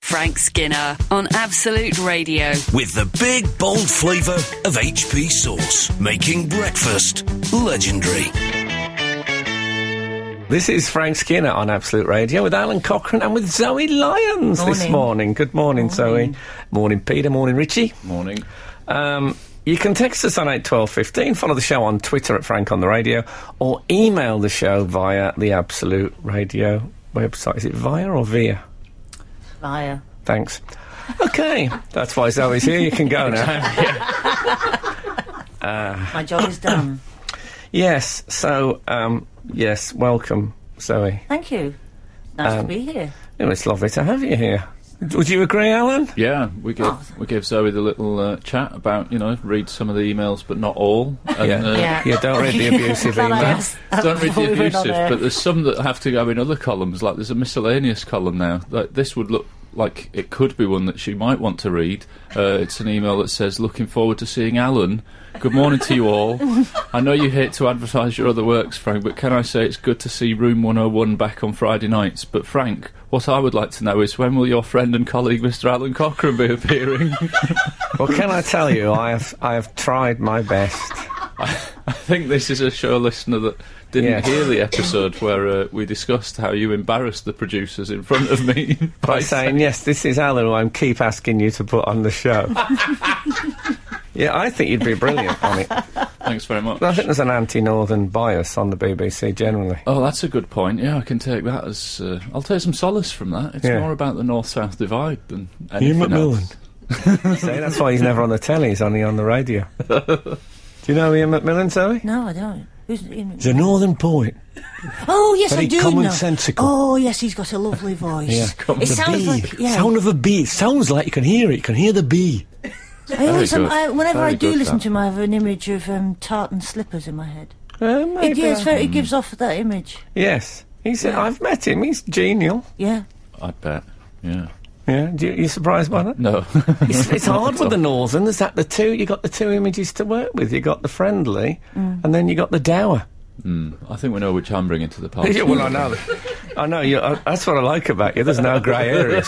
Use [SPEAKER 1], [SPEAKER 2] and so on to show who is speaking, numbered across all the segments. [SPEAKER 1] Frank Skinner on Absolute Radio.
[SPEAKER 2] With the big, bold flavour of HP sauce, making breakfast legendary.
[SPEAKER 3] This is Frank Skinner on Absolute Radio with Alan Cochrane and with Zoe Lyons this
[SPEAKER 4] Morning.
[SPEAKER 3] morning. Good morning, Zoe. Morning, Peter. Morning, Richie.
[SPEAKER 5] Morning.
[SPEAKER 3] Um, you can text us on 81215, follow the show on Twitter at Frank on the Radio, or email the show via the Absolute Radio website. Is it via or via?
[SPEAKER 4] Liar.
[SPEAKER 3] Thanks. Okay, that's why Zoe's here. You can go now.
[SPEAKER 4] My job is done.
[SPEAKER 3] Yes, so, um, yes, welcome, Zoe.
[SPEAKER 4] Thank you. Nice to be here.
[SPEAKER 3] Oh, it's lovely to have you here. Would you agree, Alan?
[SPEAKER 5] Yeah, we gave
[SPEAKER 4] Oh.
[SPEAKER 5] we gave Zoe the little uh, chat about you know read some of the emails but not all. And,
[SPEAKER 3] Yeah.
[SPEAKER 5] uh,
[SPEAKER 4] Yeah.
[SPEAKER 3] Yeah, don't read the abusive
[SPEAKER 4] Well, I
[SPEAKER 3] email.
[SPEAKER 4] asked
[SPEAKER 5] Don't read
[SPEAKER 4] before
[SPEAKER 5] the
[SPEAKER 4] we went on
[SPEAKER 5] abusive,
[SPEAKER 4] air.
[SPEAKER 5] but there's some that have to go in other columns. Like there's a miscellaneous column now. Like this would look like it could be one that she might want to read. Uh, it's an email that says, "Looking forward to seeing Alan. Good morning to you all. I know you hate to advertise your other works, Frank, but can I say it's good to see Room 101 back on Friday nights? But Frank, what I would like to know is when will your friend and colleague, Mr. Alan Cochrane, be appearing?
[SPEAKER 3] Well, can I tell you, I have I have tried my best.
[SPEAKER 5] I think this is a show listener that didn't
[SPEAKER 3] Yes.
[SPEAKER 5] hear the episode where uh, we discussed how you embarrassed the producers in front of me
[SPEAKER 3] by saying, yes, this is Alan who I'm keep asking you to put on the show. yeah, I think you'd be brilliant on it. I
[SPEAKER 5] thanks very much.
[SPEAKER 3] think there's an anti-northern bias on the BBC generally.
[SPEAKER 5] Oh, that's a good point. Yeah, I can take that as uh, I'll take some solace from that. It's
[SPEAKER 3] Yeah.
[SPEAKER 5] more about the north-south divide than anything else.
[SPEAKER 3] See, that's why he's never on the telly, he's only on the radio. Do you know Ian McMillan, Zoe?
[SPEAKER 4] No, I don't. Who's in...
[SPEAKER 3] a northern poet.
[SPEAKER 4] Oh yes,
[SPEAKER 3] Very
[SPEAKER 4] I do
[SPEAKER 3] commonsensical.
[SPEAKER 4] know. Oh yes, he's got a lovely voice.
[SPEAKER 3] Yeah.
[SPEAKER 4] It sounds like yeah.
[SPEAKER 3] of a bee. It sounds like you can hear it. You can hear the bee.
[SPEAKER 4] I always,
[SPEAKER 5] Very
[SPEAKER 4] um,
[SPEAKER 5] good.
[SPEAKER 4] I, whenever
[SPEAKER 5] Very
[SPEAKER 4] I do
[SPEAKER 5] good,
[SPEAKER 4] listen
[SPEAKER 5] that.
[SPEAKER 4] to him, I have an image of um, tartan slippers in my head. It,
[SPEAKER 3] Uh, maybe.
[SPEAKER 4] yeah, it's very, it gives off that image.
[SPEAKER 3] Yes. He's, I've met him. He's genial.
[SPEAKER 4] Yeah.
[SPEAKER 5] I bet. Yeah.
[SPEAKER 3] Yeah. Do you, you surprised by that?
[SPEAKER 5] No.
[SPEAKER 3] It's, it's hard
[SPEAKER 5] at
[SPEAKER 3] with the
[SPEAKER 5] all.
[SPEAKER 3] northern. There's that the two you got the two images to work with. You got the friendly, and then you got the dour.
[SPEAKER 5] I think we know which I'm bringing to the party.
[SPEAKER 3] know, I know. You, uh, that's what I like about you. There's no grey areas.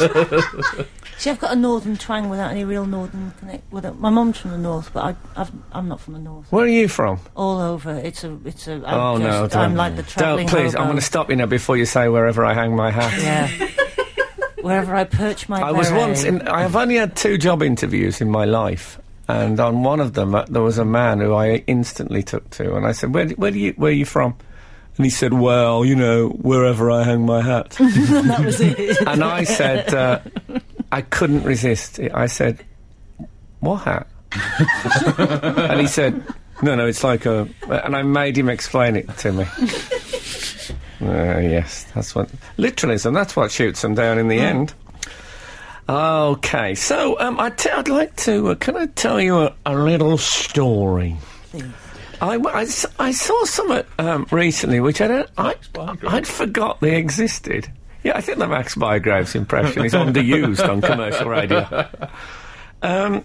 [SPEAKER 4] See, I've got a northern twang without any real northern connect. Without, my mum's from the north, but I, I've, I'm not from the north.
[SPEAKER 3] Where are you from?
[SPEAKER 4] All over, it's a, it's a. I'm
[SPEAKER 3] oh no,
[SPEAKER 4] just,
[SPEAKER 3] don't,
[SPEAKER 4] I'm like the travelling.
[SPEAKER 3] Don't please. I'm
[SPEAKER 4] hobo.
[SPEAKER 3] going to stop you now before you say wherever I hang my hat.
[SPEAKER 4] Yeah. Wherever I perch my.
[SPEAKER 3] I was
[SPEAKER 4] beret.
[SPEAKER 3] once in. I have only had two job interviews in my life, and on one of them uh, there was a man who I instantly took to, and I said, "Where, do- where do you? Where are you from?" And he said, "Well, you know, wherever I hang my hat."
[SPEAKER 4] that was it.
[SPEAKER 3] and I said, uh, I couldn't resist. it. I said, what hat? and he said, no, no, it's like a. And I made him explain it to me. Uh, yes, that's what. Literalism, that's what shoots them down in the end. Okay, so um, I t- I'd like to. Uh, can I tell you a, a little story? I, w- I s- I saw some um, recently, which I don't. I,
[SPEAKER 5] Bygrave.
[SPEAKER 3] I'd forgot they existed. Yeah, I think the Max Bygrave's impression is underused on commercial radio. Um,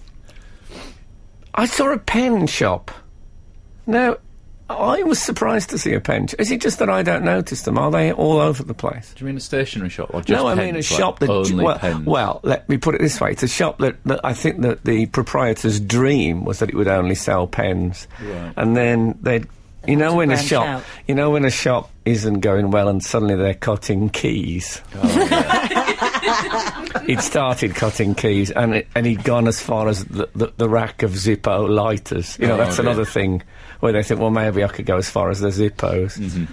[SPEAKER 3] I saw a pen shop. Now, I was surprised to see a pen. shop. Is it just that I don't notice them? Are they all over the place?
[SPEAKER 5] Do you mean a stationery shop or just
[SPEAKER 3] no, I mean a
[SPEAKER 5] pens, like
[SPEAKER 3] shop that
[SPEAKER 5] only
[SPEAKER 3] well,
[SPEAKER 5] pens?
[SPEAKER 3] well, let me put it this way: it's a shop that, that I think that the proprietor's dream was that it would only sell pens,
[SPEAKER 5] Right.
[SPEAKER 3] and then they, you know,
[SPEAKER 4] to
[SPEAKER 3] when a
[SPEAKER 4] branch
[SPEAKER 3] shop,
[SPEAKER 4] out.
[SPEAKER 3] you know, when a shop isn't going well, and suddenly they're cutting keys.
[SPEAKER 5] Oh,
[SPEAKER 3] he'd started cutting keys, and it, and he'd gone as far as the, the, the rack of Zippo lighters. You know,
[SPEAKER 5] Oh,
[SPEAKER 3] that's
[SPEAKER 5] yeah.
[SPEAKER 3] another thing where they think, well, maybe I could go as far as the Zippos.
[SPEAKER 5] Mm-hmm.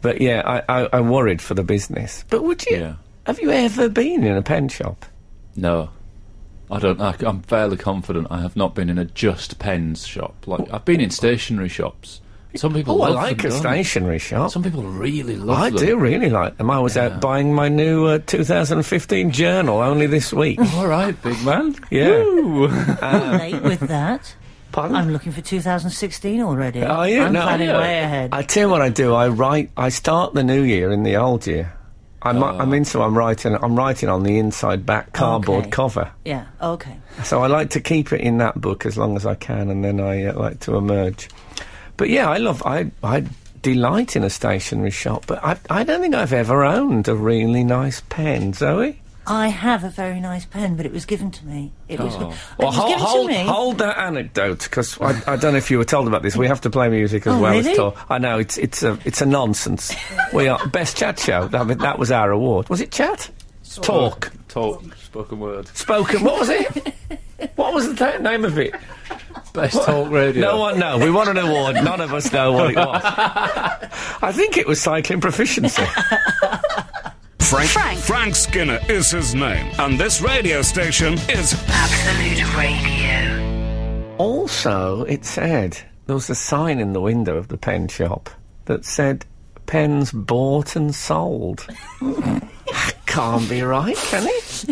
[SPEAKER 3] But yeah, I, I, I worried for the business. But would you?
[SPEAKER 5] Yeah.
[SPEAKER 3] Have you ever been in a pen shop?
[SPEAKER 5] No. I don't. I, I'm fairly confident I have not been in a just pens shop. Like I've been in stationery shops. Some people.
[SPEAKER 3] Oh, I
[SPEAKER 5] love
[SPEAKER 3] like
[SPEAKER 5] them,
[SPEAKER 3] a
[SPEAKER 5] don't they?
[SPEAKER 3] stationery shop.
[SPEAKER 5] Some people really love
[SPEAKER 3] I
[SPEAKER 5] them.
[SPEAKER 3] do really like them. I was out buying my new uh, 2015 journal only this week.
[SPEAKER 5] All right, big man.
[SPEAKER 3] Yeah.
[SPEAKER 5] Woo.
[SPEAKER 4] Late with that.
[SPEAKER 3] Pardon?
[SPEAKER 4] I'm looking for 2016 already.
[SPEAKER 3] Are you?
[SPEAKER 4] I'm
[SPEAKER 3] No,
[SPEAKER 4] planning
[SPEAKER 3] are you?
[SPEAKER 4] way ahead.
[SPEAKER 3] I tell you what I do. I write. I start the new year in the old year. I'm, I'm into. I'm writing. I'm writing on the inside back cardboard
[SPEAKER 4] Okay.
[SPEAKER 3] cover.
[SPEAKER 4] yeah. Okay.
[SPEAKER 3] So I like to keep it in that book as long as I can, and then I uh, like to emerge. But yeah, I love. I I delight in a stationery shop, but I I don't think I've ever owned a really nice pen, Zoe.
[SPEAKER 4] I have a very nice pen, but it was given to me. It was,
[SPEAKER 5] Oh.
[SPEAKER 4] it
[SPEAKER 3] Well,
[SPEAKER 4] was
[SPEAKER 3] hold,
[SPEAKER 4] given
[SPEAKER 3] hold,
[SPEAKER 4] to me.
[SPEAKER 3] hold that anecdote because I, I don't know if you were told about this. We have to play music as
[SPEAKER 4] Oh,
[SPEAKER 3] well as
[SPEAKER 4] really?
[SPEAKER 3] talk. I know it's it's a it's a nonsense. we are best chat show. I mean, that was our award. Was it chat? Talk,
[SPEAKER 5] Talk, spoken word.
[SPEAKER 3] spoken. What was it? what was the ta- name of it?
[SPEAKER 5] Best talk radio.
[SPEAKER 3] No one know. We won an award. None of us know what it was. I think it was cycling proficiency.
[SPEAKER 6] Frank.
[SPEAKER 1] Frank.
[SPEAKER 6] Frank Skinner is his name, and this radio station is
[SPEAKER 1] Absolute Radio.
[SPEAKER 3] Also, it said there was a sign in the window of the pen shop that said pens bought and sold. That Can't be right, can it?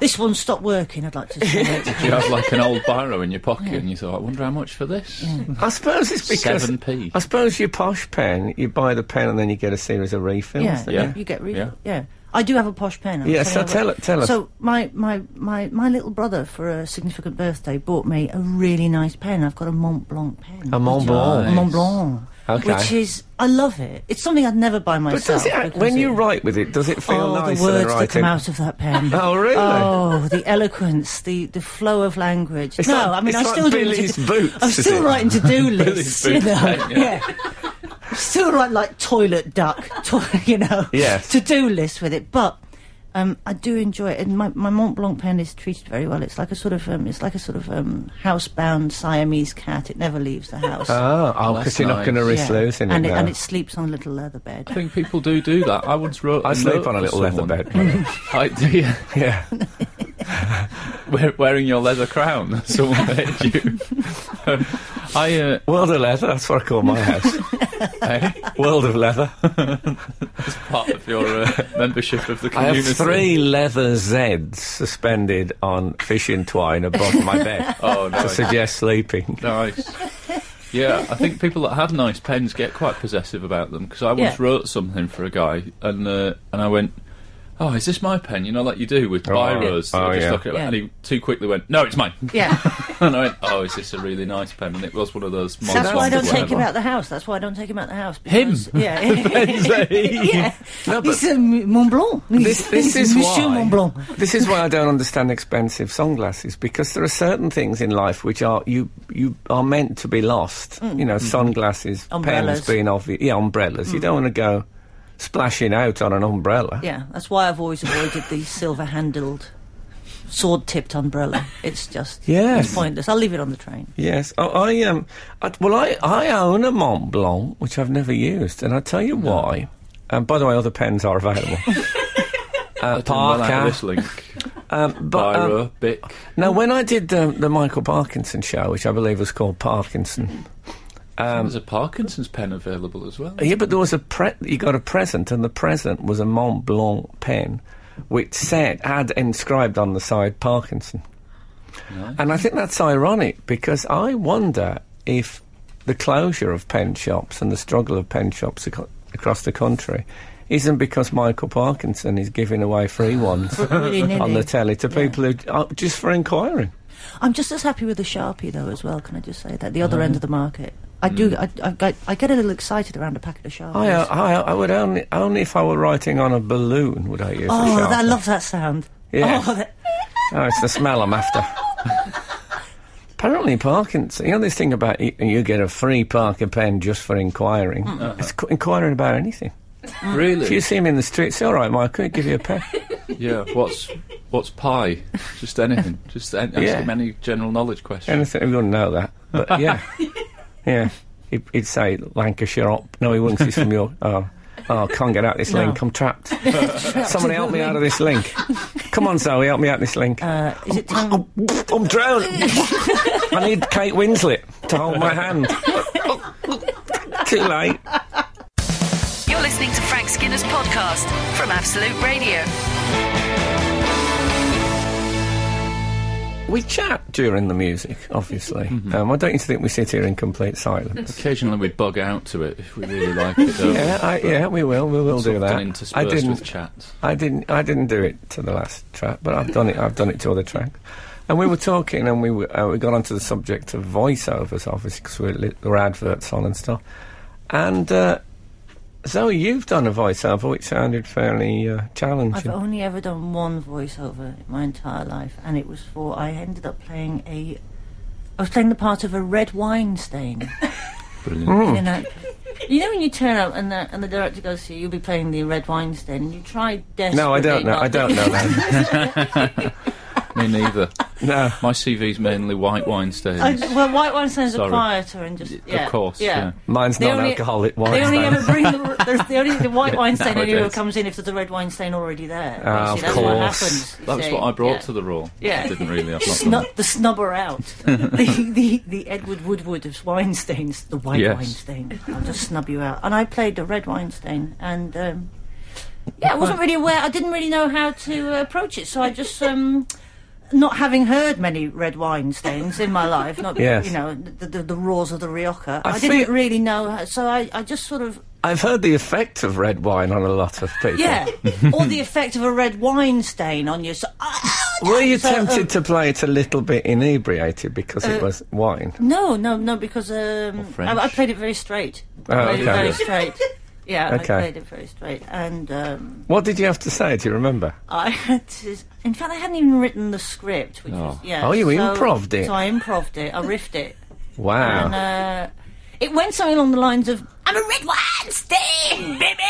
[SPEAKER 4] This one stopped working, I'd like to say.
[SPEAKER 5] You have like an old biro in your pocket, and you thought, I wonder how much for this.
[SPEAKER 3] I suppose it's because
[SPEAKER 5] 7p.
[SPEAKER 3] I suppose your posh pen, you buy the pen and then you get a series of refills.
[SPEAKER 4] yeah,
[SPEAKER 3] don't
[SPEAKER 5] Yeah.
[SPEAKER 4] You, you get really,
[SPEAKER 5] Yeah.
[SPEAKER 4] yeah. I do have a posh pen. I'm
[SPEAKER 3] Yeah, so
[SPEAKER 4] sorry, I've-
[SPEAKER 3] tell it- tell us.
[SPEAKER 4] So my, my, my, my little brother, for a significant birthday, bought me a really nice pen. I've got a Mont Blanc pen.
[SPEAKER 3] A Mont
[SPEAKER 4] Which-
[SPEAKER 3] Blanc.
[SPEAKER 4] a Mont Blanc.
[SPEAKER 3] Okay.
[SPEAKER 4] Which is, I love it. It's something I'd never buy
[SPEAKER 3] But
[SPEAKER 4] myself.
[SPEAKER 3] does it, act-
[SPEAKER 4] because
[SPEAKER 3] when you
[SPEAKER 4] it-
[SPEAKER 3] write with it, does it feel
[SPEAKER 4] oh,
[SPEAKER 3] nice
[SPEAKER 4] the words
[SPEAKER 3] than
[SPEAKER 4] that come
[SPEAKER 3] writing?
[SPEAKER 4] out of that pen.
[SPEAKER 3] Oh, really?
[SPEAKER 4] Oh, the eloquence, the, the flow of language.
[SPEAKER 3] It's
[SPEAKER 4] no,
[SPEAKER 3] like-
[SPEAKER 4] I mean,
[SPEAKER 3] it's
[SPEAKER 4] I'm
[SPEAKER 3] like
[SPEAKER 4] still
[SPEAKER 3] Billy's
[SPEAKER 4] doing
[SPEAKER 3] boots,
[SPEAKER 4] I'm
[SPEAKER 3] is
[SPEAKER 4] still
[SPEAKER 3] it?
[SPEAKER 4] writing to-do
[SPEAKER 5] Billy's
[SPEAKER 4] lists. you
[SPEAKER 5] boots
[SPEAKER 4] know?
[SPEAKER 5] pen, yeah.
[SPEAKER 4] yeah. still write like toilet duck, to, you know.
[SPEAKER 3] Yes.
[SPEAKER 4] To-do list with it, but. Um, I do enjoy it, and my, my Mont Blanc pen is treated very well. It's like a sort of um, it's like a sort of um, housebound Siamese cat. It never leaves the house.
[SPEAKER 3] Oh, oh,
[SPEAKER 5] That's
[SPEAKER 3] because you're not going to
[SPEAKER 5] nice.
[SPEAKER 3] risk
[SPEAKER 4] Yeah.
[SPEAKER 3] losing
[SPEAKER 4] and
[SPEAKER 3] it,
[SPEAKER 4] it,
[SPEAKER 3] now.
[SPEAKER 4] and it sleeps on a little leather bed.
[SPEAKER 5] I think people do do that. I once wrote.
[SPEAKER 3] I sleep
[SPEAKER 5] note
[SPEAKER 3] on a
[SPEAKER 5] for
[SPEAKER 3] little leather
[SPEAKER 5] someone.
[SPEAKER 3] bed. mate.
[SPEAKER 5] I do. Yeah.
[SPEAKER 3] yeah.
[SPEAKER 5] Wear, wearing your leather crown. Someone made you. Um, I. Uh,
[SPEAKER 3] World of leather. That's what I call my house.
[SPEAKER 5] eh,
[SPEAKER 3] World of leather.
[SPEAKER 5] part of your uh, membership of the
[SPEAKER 3] I
[SPEAKER 5] community.
[SPEAKER 3] have three leather Zeds suspended on fishing twine above my bed
[SPEAKER 5] Oh,
[SPEAKER 3] to
[SPEAKER 5] nice.
[SPEAKER 3] suggest sleeping.
[SPEAKER 5] nice. Yeah, I think people that have nice pens get quite possessive about them because I once
[SPEAKER 4] Yeah.
[SPEAKER 5] wrote something for a guy and uh, and I went, "Oh, is this my pen?" You know, like you do with
[SPEAKER 3] Oh,
[SPEAKER 5] biros.
[SPEAKER 3] yeah.
[SPEAKER 5] that
[SPEAKER 3] Oh,
[SPEAKER 5] you just
[SPEAKER 3] yeah.
[SPEAKER 5] look at,
[SPEAKER 4] Yeah.
[SPEAKER 5] And he too quickly went, "No, it's mine."
[SPEAKER 4] Yeah.
[SPEAKER 5] and I went, "Oh, is this a really nice pen?" And it was one of those.
[SPEAKER 4] That's why I
[SPEAKER 5] Montblanc
[SPEAKER 4] don't
[SPEAKER 5] or
[SPEAKER 4] take him
[SPEAKER 5] whatever.
[SPEAKER 4] out the house. That's why I don't take him out the house.
[SPEAKER 5] Him?
[SPEAKER 4] because- Yeah. yeah.
[SPEAKER 3] No, but-
[SPEAKER 4] He's a M- Mont Blanc.
[SPEAKER 3] This,
[SPEAKER 4] He's-
[SPEAKER 3] this
[SPEAKER 4] he's
[SPEAKER 3] is
[SPEAKER 4] Monsieur Mont
[SPEAKER 3] why.
[SPEAKER 4] Blanc.
[SPEAKER 3] This is why I don't understand expensive sunglasses because there are certain things in life which are you you are meant to be lost. You know, sunglasses,
[SPEAKER 4] Umbrellas.
[SPEAKER 3] pens being obvious. Yeah, umbrellas. You don't want to go splashing out on an umbrella.
[SPEAKER 4] Yeah, that's why I've always avoided the silver-handled, sword-tipped umbrella. It's just
[SPEAKER 3] Yes.
[SPEAKER 4] it's pointless. I'll leave it on the train.
[SPEAKER 3] Yes, I, I um, I, well, I, I own a Mont Blanc which I've never used, and I tell you why. And by the way, other pens are available. uh,
[SPEAKER 5] Didn't well out of
[SPEAKER 3] Parker,
[SPEAKER 5] this link.
[SPEAKER 3] um, but um,
[SPEAKER 5] Biro, Bic.
[SPEAKER 3] now when I did the, the Michael Parkinson show, which I believe was called Parkinson, um,
[SPEAKER 5] There's a Parkinson's pen available as well.
[SPEAKER 3] yeah, but there was a pre- you got a present, and the present was a Mont Blanc pen, which said had inscribed on the side Parkinson. And I think that's ironic because I wonder if the closure of pen shops and the struggle of pen shops aco- across the country isn't because Michael Parkinson is giving away free ones on
[SPEAKER 4] Willy-nilly.
[SPEAKER 3] the telly to people who uh, just for inquiring.
[SPEAKER 4] I'm just as happy with the Sharpie though as well. Can I just say that the other end of the market, I do. I, I, get- I get a little excited around a packet of Sharpies.
[SPEAKER 3] Mm. I, uh, I, I would only only if I were writing on a balloon would I use.
[SPEAKER 4] oh,
[SPEAKER 3] the sharpie.
[SPEAKER 4] I love that sound.
[SPEAKER 3] Yeah.
[SPEAKER 4] Oh, that,
[SPEAKER 3] Oh, it's the smell I'm after. Apparently, Parkinson. You know this thing about you, you get a free Parker pen just for inquiring.
[SPEAKER 4] Mm. Uh-huh.
[SPEAKER 3] It's qu- inquiring about anything. If you
[SPEAKER 5] Really?
[SPEAKER 3] see him in the street, say, all right, Michael, give you a pen.
[SPEAKER 5] Yeah. What's what's pi? Just anything. Just an- ask
[SPEAKER 3] Yeah.
[SPEAKER 5] him any general knowledge question.
[SPEAKER 3] Anything. He wouldn't know that. But yeah. yeah. He'd, he'd say Lancashire up. No, he wouldn't. He's from York. Oh. Oh, can't get out this
[SPEAKER 4] No.
[SPEAKER 3] link. I'm trapped. Somebody help me out of this link. Come on, Zoe, help me out of this link.
[SPEAKER 4] uh, is it time?
[SPEAKER 3] I'm, Oh, I'm drowning. I need Kate Winslet to hold my hand. Too late.
[SPEAKER 1] You're listening to Frank Skinner's podcast from Absolute Radio.
[SPEAKER 3] We chat during the music, obviously.
[SPEAKER 5] Mm-hmm.
[SPEAKER 3] Um, I don't used to think we sit here in complete silence.
[SPEAKER 5] Occasionally we bug out to it if we really like it. Don't we?
[SPEAKER 3] yeah, I, yeah, we will. We will
[SPEAKER 5] It's
[SPEAKER 3] do
[SPEAKER 5] often
[SPEAKER 3] that. I
[SPEAKER 5] interspersed with
[SPEAKER 3] didn't.
[SPEAKER 5] chat.
[SPEAKER 3] I didn't. I didn't do it to the last track, but I've done it. I've done it to other tracks. And we were talking, and we were, uh, we got onto the subject of voiceovers, obviously, because we li- there were adverts on and stuff. And uh, Zoe, you've done a voiceover which sounded fairly uh,
[SPEAKER 4] I've
[SPEAKER 3] challenging.
[SPEAKER 4] only ever done one voiceover in my entire life, and it was for I ended up playing a. I was playing the part of a red wine stain.
[SPEAKER 5] Brilliant.
[SPEAKER 4] You know, you know when you turn up and the, and the director goes, "So you'll be playing the red wine stain." And you try desperately.
[SPEAKER 3] No, I don't know.
[SPEAKER 4] not
[SPEAKER 3] I don't
[SPEAKER 4] to-
[SPEAKER 3] know that.
[SPEAKER 5] Me neither.
[SPEAKER 3] no.
[SPEAKER 5] My CV's mainly white wine
[SPEAKER 4] I,
[SPEAKER 5] stains.
[SPEAKER 4] well, white wine stains are
[SPEAKER 5] Sorry.
[SPEAKER 4] quieter and just yeah,
[SPEAKER 5] of course. Yeah.
[SPEAKER 3] Mine's
[SPEAKER 4] They
[SPEAKER 3] not
[SPEAKER 4] only-
[SPEAKER 3] alcoholic wine.
[SPEAKER 4] They only
[SPEAKER 3] though.
[SPEAKER 4] ever bring the, there's the only the white wine stain only
[SPEAKER 5] Nowadays.
[SPEAKER 4] ever comes in if there's a red wine stain already there.
[SPEAKER 3] Ah,
[SPEAKER 4] You
[SPEAKER 3] of
[SPEAKER 4] see, that's what
[SPEAKER 3] course.
[SPEAKER 4] happens. you
[SPEAKER 5] That was
[SPEAKER 4] see.
[SPEAKER 5] what I brought
[SPEAKER 4] Yeah.
[SPEAKER 5] to the role.
[SPEAKER 4] Yeah.
[SPEAKER 5] I didn't really. I've not done
[SPEAKER 4] Snu- the snubber out. the, the, the Edward Woodward of wine stains, the white
[SPEAKER 5] Yes.
[SPEAKER 4] wine stain. I'll just snub you out. And I played the red wine stain, and um, yeah, I wasn't really aware. I didn't really know how to uh, approach it, so I just. Um, not having heard many red wine stains in my life, not
[SPEAKER 3] Yes.
[SPEAKER 4] you know the, the, the roars of the Rioja,
[SPEAKER 3] I
[SPEAKER 4] I, didn't
[SPEAKER 3] feel-
[SPEAKER 4] really know. How, so I, I just sort of
[SPEAKER 3] I've heard the effect of red wine on a lot of people.
[SPEAKER 4] yeah, or the effect of a red wine stain on you. So,
[SPEAKER 3] Were you
[SPEAKER 4] So, um,
[SPEAKER 3] tempted to play it a little bit inebriated because it
[SPEAKER 4] Uh,
[SPEAKER 3] was wine?
[SPEAKER 4] No, no, no, because um,
[SPEAKER 5] French.
[SPEAKER 4] I, I played it very straight.
[SPEAKER 3] Oh,
[SPEAKER 4] I played
[SPEAKER 3] okay.
[SPEAKER 4] it very straight. Yeah,
[SPEAKER 3] Okay.
[SPEAKER 4] I played it very straight, and um,
[SPEAKER 3] What did you have to say? Do you remember?
[SPEAKER 4] I had to. In fact, I hadn't even written the script, which was
[SPEAKER 5] Oh.
[SPEAKER 4] yeah.
[SPEAKER 3] Oh, you
[SPEAKER 4] so,
[SPEAKER 3] improv'd it.
[SPEAKER 4] So I improved it. I riffed it,
[SPEAKER 3] Wow.
[SPEAKER 4] and uh, it went something along the lines of "I'm a red wine stain, baby,"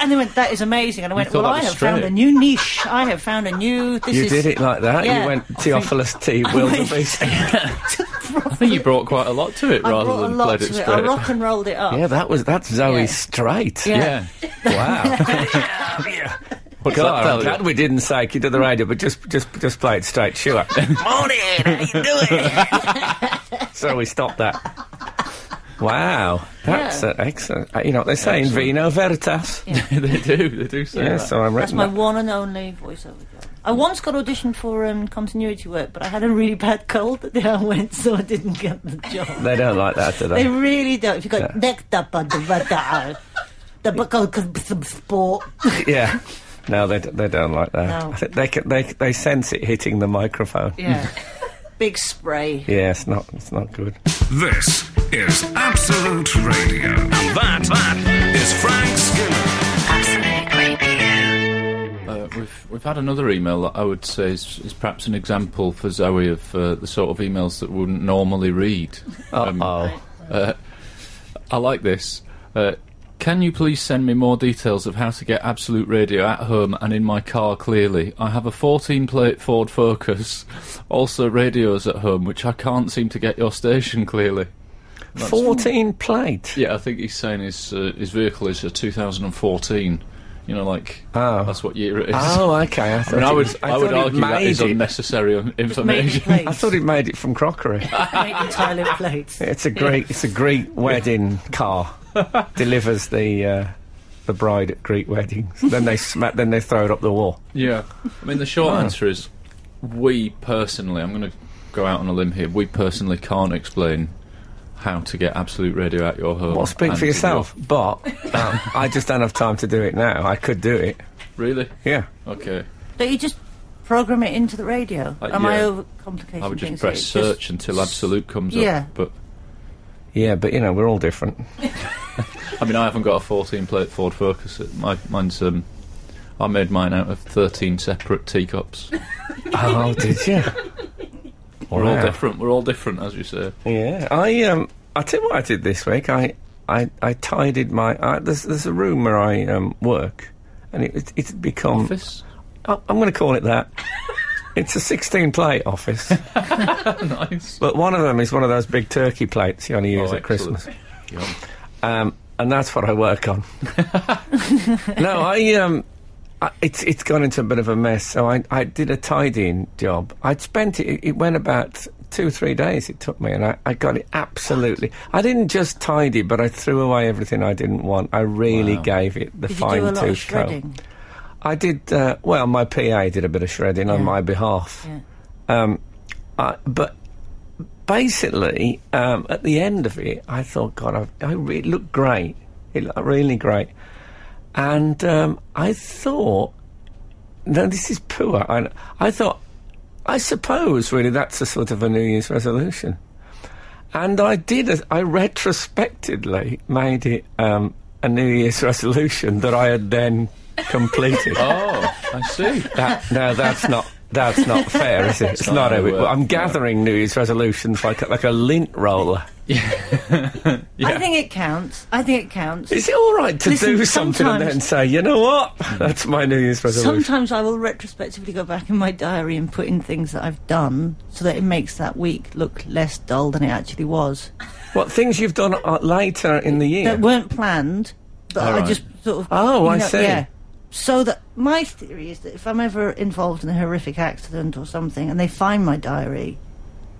[SPEAKER 4] and they went, "That is amazing," and I went,
[SPEAKER 5] thought
[SPEAKER 4] "Well,
[SPEAKER 5] that
[SPEAKER 4] I
[SPEAKER 5] was
[SPEAKER 4] have
[SPEAKER 5] straight.
[SPEAKER 4] found a new niche. I have found a new. This
[SPEAKER 3] you
[SPEAKER 4] is
[SPEAKER 3] did it like that.
[SPEAKER 4] yeah.
[SPEAKER 3] You went Theophilus T. Wildebeest.
[SPEAKER 5] I think you brought quite a lot to it
[SPEAKER 4] I
[SPEAKER 5] rather
[SPEAKER 4] brought a
[SPEAKER 5] than
[SPEAKER 4] lot
[SPEAKER 5] played
[SPEAKER 4] to
[SPEAKER 5] it
[SPEAKER 4] it.
[SPEAKER 5] straight.
[SPEAKER 4] I rock and rolled it up.
[SPEAKER 3] yeah, that was that's Zoe
[SPEAKER 4] Yeah.
[SPEAKER 3] straight.
[SPEAKER 5] yeah.
[SPEAKER 3] Wow.
[SPEAKER 5] What's that
[SPEAKER 3] God, I'm
[SPEAKER 5] tell you?
[SPEAKER 3] glad we didn't psych you to the radio, but just just just play it straight. Sure. Morning. How you doing? so we stopped that. Wow, that's
[SPEAKER 4] Yeah.
[SPEAKER 3] uh, excellent. Uh, you know what they say in vino veritas. Yeah,
[SPEAKER 5] they do. They do say that.
[SPEAKER 3] so I'm
[SPEAKER 4] That's my one and only voiceover job. I once got auditioned for um, continuity work, but I had a really bad cold that day I went, so I didn't get the job.
[SPEAKER 3] They don't like that, do
[SPEAKER 4] they
[SPEAKER 3] they?
[SPEAKER 4] really don't. If you got necked up on the radar, the buckle could be some sport.
[SPEAKER 3] yeah. No, they, d- they don't like that.
[SPEAKER 4] No.
[SPEAKER 3] I think they, can, they they sense it hitting the microphone.
[SPEAKER 4] Yeah. Big spray.
[SPEAKER 3] Yeah, it's not it's not good.
[SPEAKER 6] This is Absolute Radio. And that, that is Frank Skinner.
[SPEAKER 1] Absolute Radio.
[SPEAKER 5] Uh, we've we've had another email that I would say is, is perhaps an example for Zoe of uh, the sort of emails that we wouldn't normally read. Um,
[SPEAKER 3] Oh,
[SPEAKER 5] I like this. Uh, can you please send me more details of how to get Absolute Radio at home and in my car clearly? I have a 14 plate Ford Focus, also radios at home, which I can't seem to get your station clearly.
[SPEAKER 3] 14 plate.
[SPEAKER 5] Yeah, I think he's saying his, uh, his vehicle is a 2014. You know, like,
[SPEAKER 3] Oh.
[SPEAKER 5] that's what year it is.
[SPEAKER 3] Oh, okay. I,
[SPEAKER 5] I
[SPEAKER 3] thought
[SPEAKER 5] mean, I
[SPEAKER 3] it-
[SPEAKER 5] would, I
[SPEAKER 3] thought
[SPEAKER 5] would
[SPEAKER 3] it
[SPEAKER 5] argue that
[SPEAKER 3] made
[SPEAKER 5] is
[SPEAKER 3] it.
[SPEAKER 5] unnecessary un-
[SPEAKER 4] Made in
[SPEAKER 5] information.
[SPEAKER 4] plates.
[SPEAKER 3] I thought it made it from crockery.
[SPEAKER 4] Made in Thailand plates.
[SPEAKER 3] It's a Greek. It's a Greek wedding car. Delivers the uh, the bride at Greek weddings. then they sma- then they throw it up the wall.
[SPEAKER 5] Yeah. I mean, the short answer is we personally, I'm going to go out on a limb here, we personally can't explain how to get absolute radio out your home.
[SPEAKER 3] Well, speak
[SPEAKER 5] and
[SPEAKER 3] for
[SPEAKER 5] in
[SPEAKER 3] yourself. But um, I just don't have time to do it now. I could do it.
[SPEAKER 5] your- Really?
[SPEAKER 3] Yeah.
[SPEAKER 5] Okay.
[SPEAKER 4] Don't you just program it into the radio?
[SPEAKER 5] Uh,
[SPEAKER 4] Am I
[SPEAKER 5] yeah.
[SPEAKER 4] overcomplicating
[SPEAKER 5] I would just
[SPEAKER 4] things
[SPEAKER 5] press
[SPEAKER 4] here?
[SPEAKER 5] search until absolute comes
[SPEAKER 4] Yeah.
[SPEAKER 5] up. But
[SPEAKER 3] Yeah, but you know we're all different.
[SPEAKER 5] I mean, I haven't got a 14 plate Ford Focus. It- My, mine's, um, I made mine out of 13 separate teacups.
[SPEAKER 3] oh, did you?
[SPEAKER 5] We're all different. We're all different, as you say.
[SPEAKER 3] Yeah, I um, I tell you what I did this week. I I, I tidied my. I, there's there's a room where I um, work, and it, it it's become.
[SPEAKER 5] Office?
[SPEAKER 3] I, I'm going to call it that. it's a 16 plate office,
[SPEAKER 5] Nice.
[SPEAKER 3] but one of them is one of those big turkey plates you only use
[SPEAKER 5] Oh,
[SPEAKER 3] at Christmas,
[SPEAKER 5] excellent. Yum.
[SPEAKER 3] um, and that's what I work on. no, I um. I- It's it's gone into a bit of a mess, so I I did a tidying job. I'd spent it. It went about two three days. It took me, and I, I got it absolutely. I didn't just tidy, but I threw away everything I didn't want. I really
[SPEAKER 5] Wow.
[SPEAKER 3] gave it the
[SPEAKER 4] Did you
[SPEAKER 3] fine
[SPEAKER 4] do a lot of
[SPEAKER 3] tooth comb.
[SPEAKER 4] shredding?
[SPEAKER 3] I did. Uh, well, my PA did a bit of shredding on
[SPEAKER 4] Yeah.
[SPEAKER 3] my behalf.
[SPEAKER 4] Yeah.
[SPEAKER 3] Um, I, but basically, um, at the end of it, I thought, God, I've, I re- it looked great. It looked really great. And um, I thought, no, this is poor. I, I thought, I suppose, really, that's a sort of a New Year's resolution. And I did. a- I retrospectively made it um, a New Year's resolution that I had then completed.
[SPEAKER 5] Oh, I see.
[SPEAKER 3] That, no, that's not. That's not fair, is it? It's
[SPEAKER 5] not
[SPEAKER 3] not.
[SPEAKER 5] how
[SPEAKER 3] how
[SPEAKER 5] it
[SPEAKER 3] it-
[SPEAKER 5] works,
[SPEAKER 3] I'm
[SPEAKER 5] no.
[SPEAKER 3] gathering New Year's resolutions like a- like a lint roller.
[SPEAKER 4] I think it counts. I think it counts.
[SPEAKER 3] Is it all right to
[SPEAKER 4] Listen,
[SPEAKER 3] do something and then
[SPEAKER 4] sometimes-
[SPEAKER 3] say, you know what? That's my New Year's resolution.
[SPEAKER 4] Sometimes I will retrospectively go back in my diary and put in things that I've done so that it makes that week look less dull than it actually was.
[SPEAKER 3] What things you've done uh, later in the year?
[SPEAKER 4] That weren't planned, but
[SPEAKER 5] All
[SPEAKER 4] I
[SPEAKER 5] right.
[SPEAKER 4] just sort of.
[SPEAKER 3] Oh,
[SPEAKER 4] you
[SPEAKER 3] I
[SPEAKER 4] know,
[SPEAKER 3] see.
[SPEAKER 4] Yeah. So that my theory is that if I'm ever involved in a horrific accident or something and they find my diary,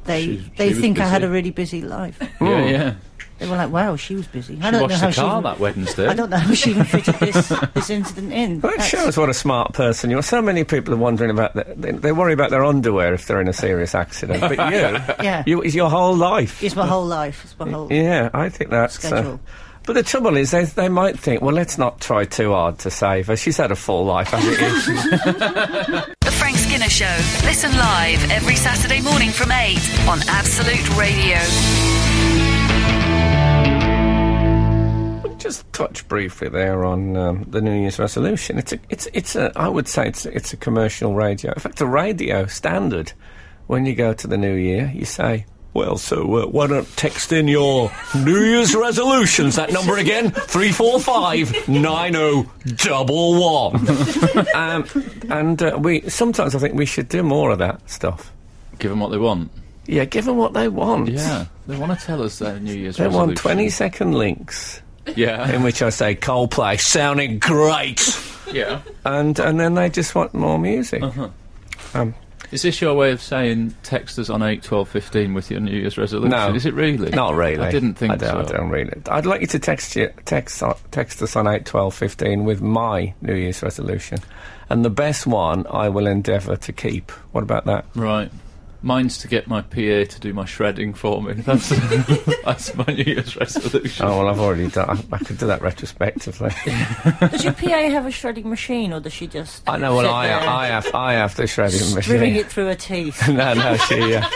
[SPEAKER 4] they
[SPEAKER 5] She-
[SPEAKER 4] they
[SPEAKER 5] she was
[SPEAKER 4] think I had a
[SPEAKER 5] busy.
[SPEAKER 4] really busy life.
[SPEAKER 5] Yeah, yeah.
[SPEAKER 4] they were like, "Wow, she was busy." I
[SPEAKER 5] She
[SPEAKER 4] don't know
[SPEAKER 5] washed
[SPEAKER 4] how
[SPEAKER 5] the
[SPEAKER 4] she.
[SPEAKER 5] car
[SPEAKER 4] even-
[SPEAKER 5] that Wednesday.
[SPEAKER 4] I don't know how she even fitted this this incident in.
[SPEAKER 3] Well, it
[SPEAKER 4] That's-
[SPEAKER 3] shows what a smart person you are. So many people are wondering about their, they, they worry about their underwear if they're in a serious accident. But you,
[SPEAKER 4] Yeah.
[SPEAKER 3] you it's your whole life.
[SPEAKER 4] It's my whole life. It's my whole.
[SPEAKER 3] yeah, I think that's. uh,
[SPEAKER 4] Schedule.
[SPEAKER 3] but the trouble is, they, they might think, well, let's not try too hard to save her. She's had a full life as it is.
[SPEAKER 1] The Frank Skinner Show. Listen live every Saturday morning from 8 on Absolute Radio.
[SPEAKER 3] Just touch briefly there on um, the New Year's resolution. It's a, it's it's a I would say it's it's a commercial radio. In fact, a radio standard. When you go to the New Year, you say. Well, so uh, why don't text in your New Year's resolutions? That number again, three four five nine zero double one. Um, and uh, we sometimes I think we should do more of that stuff.
[SPEAKER 5] Give them what they want.
[SPEAKER 3] Yeah, give them what they want.
[SPEAKER 5] Yeah, they want to tell us their New Year's
[SPEAKER 3] they
[SPEAKER 5] resolution.
[SPEAKER 3] want twenty second links in
[SPEAKER 5] Yeah,
[SPEAKER 3] which I say Coldplay sounding great.
[SPEAKER 5] yeah.
[SPEAKER 3] and and then they just want more music.
[SPEAKER 5] Is this your way of saying text us on eight twelve fifteen with your New Year's resolution?
[SPEAKER 3] No.
[SPEAKER 5] Is it really?
[SPEAKER 3] Not really.
[SPEAKER 5] I didn't think
[SPEAKER 3] I don't,
[SPEAKER 5] so.
[SPEAKER 3] I don't read it. I'd like you to text you, text on- text us on eight twelve fifteen with my New Year's resolution, and the best one I will endeavour to keep. What about that?
[SPEAKER 5] Right. Mine's to get my PA to do my shredding for me. That's, that's my New Year's resolution.
[SPEAKER 3] Oh well, I've already done. I, I could do that retrospectively.
[SPEAKER 4] Does your PA have a shredding machine, or does she just?
[SPEAKER 3] I know. Well,
[SPEAKER 4] sit
[SPEAKER 3] I
[SPEAKER 4] there
[SPEAKER 3] I have I have the shredding
[SPEAKER 4] Dribbling
[SPEAKER 3] machine.
[SPEAKER 4] it through her teeth.
[SPEAKER 3] no, no, she uh,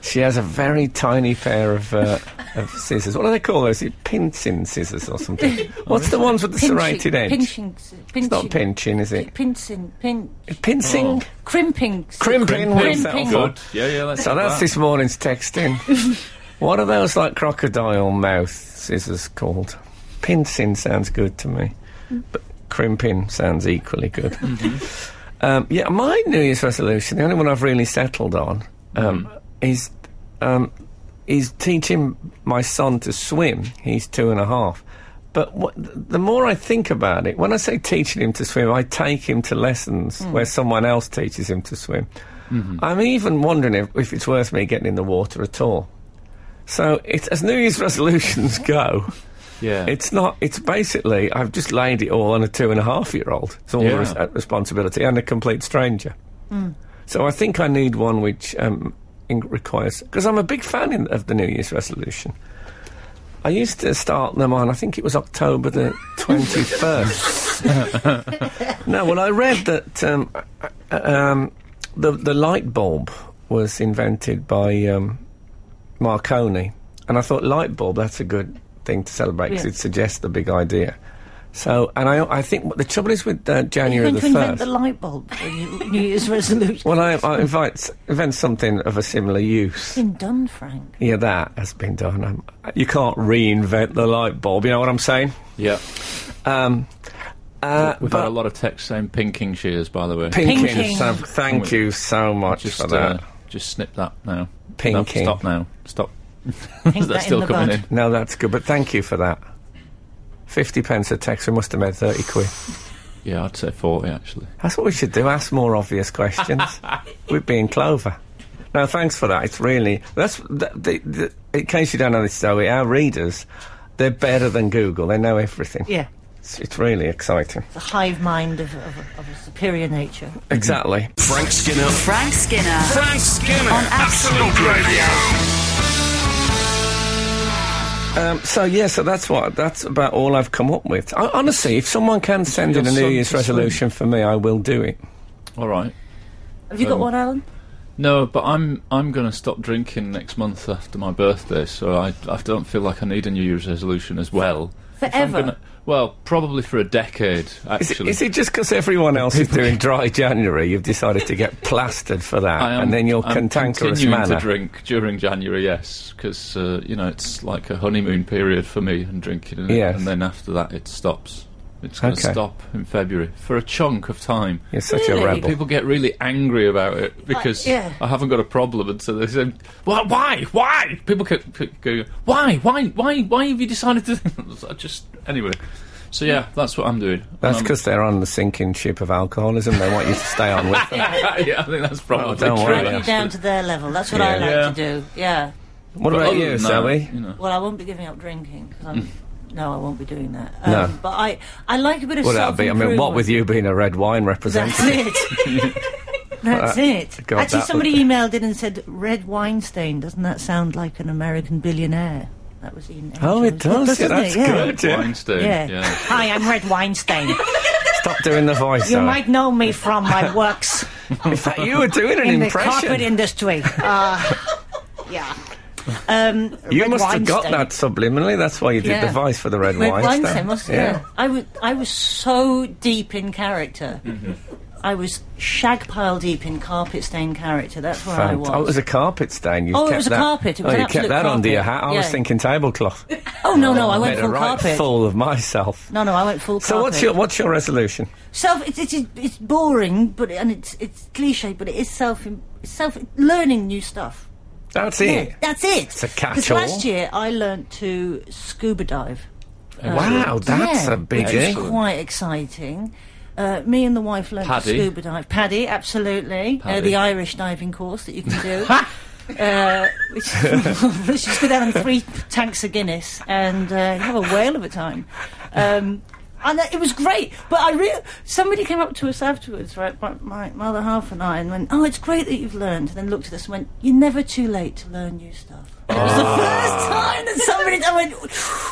[SPEAKER 3] she has a very tiny pair of. Uh, of scissors. What do they call those? Pinching scissors or something? What's the ones with the serrated edge?
[SPEAKER 4] Pinching. Pinching.
[SPEAKER 3] Not pinching, is it?
[SPEAKER 4] Pincing. Pin.
[SPEAKER 3] Pincing?
[SPEAKER 4] Crimping.
[SPEAKER 3] Oh. Crimping
[SPEAKER 4] Crimping.
[SPEAKER 3] oneself
[SPEAKER 5] Good. Yeah, yeah. Let's
[SPEAKER 3] So
[SPEAKER 5] have
[SPEAKER 3] that's
[SPEAKER 5] that.
[SPEAKER 3] this morning's texting. what are those like crocodile mouth scissors called? Pincing sounds good to me, but crimping sounds equally good. um, yeah, my New Year's resolution, the only one I've really settled on, um, is um, is teaching my son to swim. He's two and a half. But what, the more I think about it, when I say teaching him to swim, I take him to lessons where someone else teaches him to swim. I'm even wondering if, if it's worth me getting in the water at all. So, it, as New Year's resolutions go,
[SPEAKER 5] Yeah.
[SPEAKER 3] it's not. It's basically I've just laid it all on a two and a half year old. It's all
[SPEAKER 5] Yeah.
[SPEAKER 3] the res- uh, responsibility and a complete stranger. So I think I need one which um, in- requires because I'm a big fan in, of the New Year's resolution. I used to start them on. I think it was October the twenty first. no, well, I read that um, uh, um, the the light bulb was invented by um, Marconi, and I thought light bulb that's a good thing to celebrate because
[SPEAKER 4] Yeah.
[SPEAKER 3] it suggests the big idea. So, and I I think what the trouble is with uh,
[SPEAKER 4] You're
[SPEAKER 3] January
[SPEAKER 4] going
[SPEAKER 3] the
[SPEAKER 4] to invent
[SPEAKER 3] first.
[SPEAKER 4] the light bulb for your New Year's resolution.
[SPEAKER 3] Well, I, I invite invent something of a similar use.
[SPEAKER 4] It's been done, Frank.
[SPEAKER 3] Yeah, that has been done. Um, you can't reinvent the light bulb. You know what I'm saying?
[SPEAKER 5] yeah.
[SPEAKER 3] Um, uh,
[SPEAKER 5] We've had
[SPEAKER 3] but
[SPEAKER 5] a lot of text saying pinking shears, by the way.
[SPEAKER 3] pinking.
[SPEAKER 4] Pinking.
[SPEAKER 3] So thank you so much
[SPEAKER 5] Just,
[SPEAKER 3] for that.
[SPEAKER 5] uh, just snip that now.
[SPEAKER 3] Pinking.
[SPEAKER 5] No, stop now. Stop.
[SPEAKER 4] Pink
[SPEAKER 5] That's
[SPEAKER 4] that
[SPEAKER 5] still
[SPEAKER 4] in the bud.
[SPEAKER 5] coming in.
[SPEAKER 3] no, that's good. But thank you for that. Fifty pence a text. We must have made thirty quid.
[SPEAKER 5] Yeah, I'd say 40 actually.
[SPEAKER 3] That's what we should do. Ask more obvious questions. We'd be in clover. No, thanks for that. It's really that's the, the, the, in case you don't know this, Zoe. Our readers, they're better than Google. They know everything.
[SPEAKER 4] Yeah,
[SPEAKER 3] It's, it's really exciting.
[SPEAKER 4] the hive mind of, of, a- of a superior nature.
[SPEAKER 3] Exactly.
[SPEAKER 2] Frank Skinner.
[SPEAKER 1] Frank Skinner.
[SPEAKER 6] Frank Skinner.
[SPEAKER 1] On
[SPEAKER 6] Absolute Radio.
[SPEAKER 3] Um, so yeah, so that's what that's about all I've come up with. I, honestly, if someone can send in a
[SPEAKER 5] your
[SPEAKER 3] New
[SPEAKER 5] son
[SPEAKER 3] Year's
[SPEAKER 5] to swim.
[SPEAKER 3] resolution for me, I will do it.
[SPEAKER 5] All right.
[SPEAKER 4] Have you got
[SPEAKER 5] Um,
[SPEAKER 4] one, Alan?
[SPEAKER 5] No, but I'm I'm going to stop drinking next month after my birthday, so I I don't feel like I need a New Year's resolution as well. If I'm
[SPEAKER 4] Forever?
[SPEAKER 5] gonna- Well, probably for a decade,
[SPEAKER 3] Is it,
[SPEAKER 5] actually.
[SPEAKER 3] is it just because everyone else is doing dry January, you've decided to get plastered for that,
[SPEAKER 5] I am-
[SPEAKER 3] and then your
[SPEAKER 5] I'm
[SPEAKER 3] cantankerous
[SPEAKER 5] continuing
[SPEAKER 3] manner?
[SPEAKER 5] to drink during January, yes, because uh, you know it's like a honeymoon period for me and drinking, and,
[SPEAKER 3] Yes.
[SPEAKER 5] and then after that it stops. It's going to
[SPEAKER 3] Okay.
[SPEAKER 5] stop in February for a chunk of time.
[SPEAKER 3] You're such
[SPEAKER 4] Really?
[SPEAKER 3] a rebel.
[SPEAKER 5] People get really angry about it because
[SPEAKER 4] yeah.
[SPEAKER 5] I haven't got a problem, and so they say, "Why? Why? Why?" People keep, keep going, "Why? Why? Why? Why have you decided to?" I just anyway. So yeah, that's what I'm doing.
[SPEAKER 3] That's
[SPEAKER 5] Um,
[SPEAKER 3] because they're on the sinking ship of alcoholism. They want you to stay on with them.
[SPEAKER 5] yeah, I think that's probably
[SPEAKER 3] Oh, don't
[SPEAKER 5] true.
[SPEAKER 3] worry.
[SPEAKER 4] Bring you down to their level. That's what I
[SPEAKER 3] Yeah.
[SPEAKER 4] like
[SPEAKER 5] Yeah.
[SPEAKER 4] to do. Yeah.
[SPEAKER 3] What
[SPEAKER 5] But
[SPEAKER 3] about
[SPEAKER 5] other
[SPEAKER 3] you,
[SPEAKER 5] than that,
[SPEAKER 3] Sally?
[SPEAKER 5] you know.
[SPEAKER 4] Well, I won't be giving up drinking because I'm. no, I won't be doing that. Um,
[SPEAKER 3] Hmm. No.
[SPEAKER 4] But I, I like a bit of
[SPEAKER 3] Would that
[SPEAKER 4] self
[SPEAKER 3] be? I mean, what with you being a red wine
[SPEAKER 4] That's
[SPEAKER 3] representative?
[SPEAKER 4] it. That's it.
[SPEAKER 3] Uh, God,
[SPEAKER 4] Actually,
[SPEAKER 3] that
[SPEAKER 4] somebody
[SPEAKER 3] would be-
[SPEAKER 4] emailed in and said, "Red Weinstein." Doesn't that sound like an American billionaire? That was Ian.
[SPEAKER 3] Oh, it
[SPEAKER 4] Angel's book,
[SPEAKER 3] does. Yeah,
[SPEAKER 4] doesn't
[SPEAKER 3] that's
[SPEAKER 4] it? Yeah.
[SPEAKER 3] good. Yeah.
[SPEAKER 5] Weinstein,
[SPEAKER 4] Yeah.
[SPEAKER 5] yeah.
[SPEAKER 4] Hi, I'm Red Weinstein.
[SPEAKER 3] Stop doing the voice.
[SPEAKER 4] you
[SPEAKER 3] Sally.
[SPEAKER 4] might know me from my works
[SPEAKER 3] In fact, you were doing an
[SPEAKER 4] in the
[SPEAKER 3] impression.
[SPEAKER 4] carpet industry. Uh, yeah. Um,
[SPEAKER 3] you
[SPEAKER 4] Red
[SPEAKER 3] must have got
[SPEAKER 4] Weinstein.
[SPEAKER 3] that subliminally. That's why you did
[SPEAKER 4] Yeah.
[SPEAKER 3] the voice for the red,
[SPEAKER 4] Red
[SPEAKER 3] wine.
[SPEAKER 4] Weinstein,
[SPEAKER 3] stand.
[SPEAKER 4] must yeah. I was I was so deep in character. I was shag pile deep in carpet stain character. That's where I
[SPEAKER 3] Fant-
[SPEAKER 4] was.
[SPEAKER 3] Oh, it was a carpet stain. You
[SPEAKER 4] Oh, it
[SPEAKER 3] kept
[SPEAKER 4] was a
[SPEAKER 3] that.
[SPEAKER 4] carpet, it was
[SPEAKER 3] oh,
[SPEAKER 4] an
[SPEAKER 3] you kept
[SPEAKER 4] absolute
[SPEAKER 3] that under your
[SPEAKER 4] carpet.
[SPEAKER 3] hat. I was
[SPEAKER 4] Yeah.
[SPEAKER 3] thinking tablecloth.
[SPEAKER 4] oh no, no, I went
[SPEAKER 3] Made a
[SPEAKER 4] full
[SPEAKER 3] right
[SPEAKER 4] carpet.
[SPEAKER 3] fool of myself.
[SPEAKER 4] No, no, I went full
[SPEAKER 3] So
[SPEAKER 4] carpet.
[SPEAKER 3] what's your what's your resolution?
[SPEAKER 4] self? It's, it's it's boring, but and it's it's cliche, but it is self self learning new stuff.
[SPEAKER 3] That's
[SPEAKER 4] Yeah,
[SPEAKER 3] it.
[SPEAKER 4] that's it.
[SPEAKER 3] It's a
[SPEAKER 4] Because
[SPEAKER 3] catch-all.
[SPEAKER 4] last year I learnt to scuba dive.
[SPEAKER 3] Wow, that's
[SPEAKER 4] yeah,
[SPEAKER 3] a
[SPEAKER 4] Which
[SPEAKER 3] biggie.
[SPEAKER 4] was quite exciting. Uh, me and the wife learned to
[SPEAKER 5] Paddy.
[SPEAKER 4] scuba dive. Paddy, absolutely. Uh,
[SPEAKER 5] Paddy.
[SPEAKER 4] the Irish diving course that you can do. Uh, which which is go down in three tanks of Guinness and uh, you have a whale of a time. Um, and uh, it was great, but I re- somebody came up to us afterwards, right? My, my, my other half and I, and went, "Oh, it's great that you've learned." And then looked at us and went, "You're never too late to learn new stuff." And It was
[SPEAKER 5] Ah.
[SPEAKER 4] the first time that somebody I went,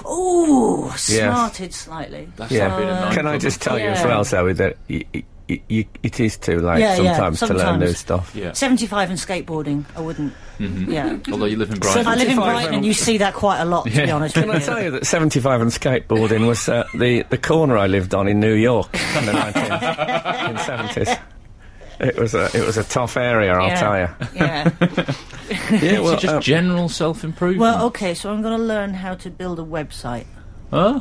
[SPEAKER 4] "Ooh, smarted slightly."
[SPEAKER 5] That's
[SPEAKER 3] Yeah.
[SPEAKER 5] not been a nightclub.
[SPEAKER 3] Can I just tell you as
[SPEAKER 4] Yeah.
[SPEAKER 3] well, Zoe, that y- y- y- y- it is too late
[SPEAKER 4] Yeah, yeah,
[SPEAKER 3] sometimes, to learn
[SPEAKER 4] sometimes.
[SPEAKER 3] new stuff.
[SPEAKER 5] Yeah. Mm-hmm.
[SPEAKER 4] 75 and skateboarding, I wouldn't. Yeah.
[SPEAKER 5] Although you live in Brighton.
[SPEAKER 4] I live in
[SPEAKER 3] 75
[SPEAKER 4] Brighton and you see that quite a lot, to be
[SPEAKER 5] Yeah.
[SPEAKER 4] honest
[SPEAKER 3] Can I
[SPEAKER 4] with you.
[SPEAKER 3] tell you that 75 and skateboarding was uh, the, the corner I lived on in New York in the 1970s. It was a it was a tough area, I'll
[SPEAKER 4] yeah.
[SPEAKER 3] tell you.
[SPEAKER 4] Yeah.
[SPEAKER 5] yeah, well, just
[SPEAKER 3] um,
[SPEAKER 5] general self improvement.
[SPEAKER 4] well, okay, so I'm going to learn how to build a website.
[SPEAKER 5] Huh?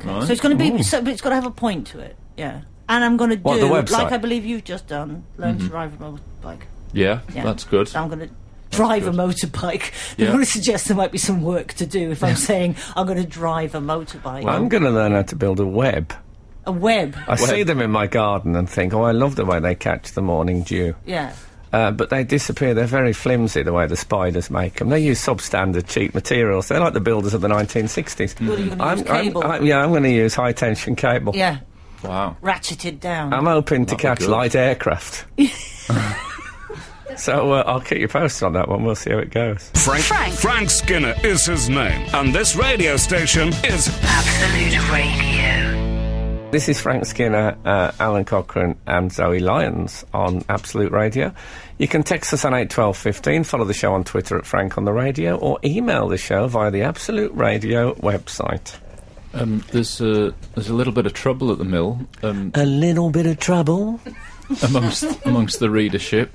[SPEAKER 4] So it's going to be, so, but it's got to have a point to it. Yeah. And I'm going to do,
[SPEAKER 3] What, the website?
[SPEAKER 4] like I believe you've just done, learn to drive a motorbike.
[SPEAKER 5] yeah,
[SPEAKER 4] Yeah.
[SPEAKER 5] that's Mm-hmm. good.
[SPEAKER 4] So I'm going to drive a motorbike.
[SPEAKER 5] Yeah.
[SPEAKER 4] I'm going to suggest there might be some work to do if I'm saying I'm going to drive a motorbike.
[SPEAKER 3] I'm going to learn how to build a web.
[SPEAKER 4] a web.
[SPEAKER 3] I see them in my garden and think, oh, I love the way they catch the morning dew.
[SPEAKER 4] Yeah.
[SPEAKER 3] Uh, but they disappear. They're very flimsy the way the spiders make them. They use substandard, cheap materials. They're like the builders of the 1960s.
[SPEAKER 4] Well, you're gonna use
[SPEAKER 3] I'm,
[SPEAKER 4] cable.
[SPEAKER 3] I'm- yeah, I'm going to use high tension cable.
[SPEAKER 4] Yeah.
[SPEAKER 5] Wow.
[SPEAKER 4] Ratcheted down.
[SPEAKER 3] I'm hoping to
[SPEAKER 5] That'd be
[SPEAKER 3] catch
[SPEAKER 5] good.
[SPEAKER 3] light aircraft. so uh, I'll keep you posted on that one. We'll see how it goes.
[SPEAKER 6] Frank,
[SPEAKER 1] Frank.
[SPEAKER 6] Frank Skinner is his name, and this radio station is
[SPEAKER 1] Absolute Radio.
[SPEAKER 3] This is Frank Skinner, uh, Alan Cochrane, and Zoe Lyons on Absolute Radio. You can text us on eight twelve fifteen. Follow the show on Twitter at Frank on the Radio, or email the show via the Absolute Radio website.
[SPEAKER 5] Um, there's, uh, there's a little bit of trouble at the mill um,
[SPEAKER 3] A little bit of trouble.
[SPEAKER 5] amongst, amongst the readership.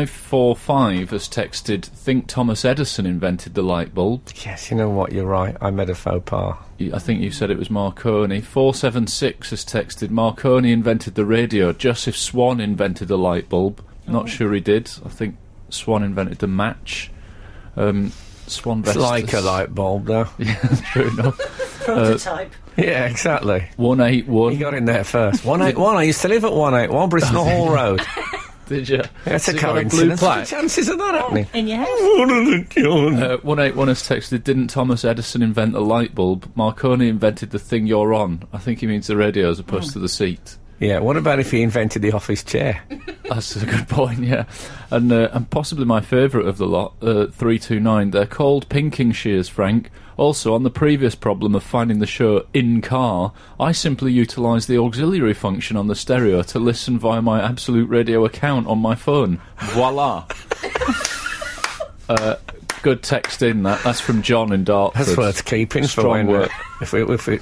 [SPEAKER 5] 545 has texted, think Thomas Edison invented the light bulb.
[SPEAKER 3] Yes, you know what? You're right. I made a faux pas.
[SPEAKER 5] I think you said it was Marconi. 476 has texted, Marconi invented the radio. Joseph Swan invented the light bulb. Not sure he did. I think Swan invented the match. Um, Swan
[SPEAKER 3] It's
[SPEAKER 5] Vestas-
[SPEAKER 3] like a light bulb, though.
[SPEAKER 5] True enough. Uh,
[SPEAKER 4] Prototype.
[SPEAKER 3] yeah, exactly. You
[SPEAKER 5] 181.
[SPEAKER 3] got in there first. 181. I used to live at 181 Bristol Hall Road.
[SPEAKER 5] Did you?
[SPEAKER 3] That's
[SPEAKER 5] So
[SPEAKER 3] a
[SPEAKER 5] you got blue
[SPEAKER 3] coincidence. What are the
[SPEAKER 5] plaque.
[SPEAKER 3] chances of that happening?
[SPEAKER 4] in your house.
[SPEAKER 5] Uh, 181 has texted, didn't Thomas Edison invent the light bulb? Marconi invented the thing you're on. I think he means the radio as opposed to the seat.
[SPEAKER 3] yeah, what about if he invented the office chair?
[SPEAKER 5] That's a good point, yeah. And uh, and possibly my favourite of the lot, uh, 329. They're called pinking shears, Frank. Also, on the previous problem of finding the show in car, I simply utilise the auxiliary function on the stereo to listen via my Absolute Radio account on my phone. Voila! uh, Good text in that. That's from John in Dartford.
[SPEAKER 3] That's worth keeping for
[SPEAKER 5] Strong
[SPEAKER 3] when uh,
[SPEAKER 5] work.
[SPEAKER 3] if we, if we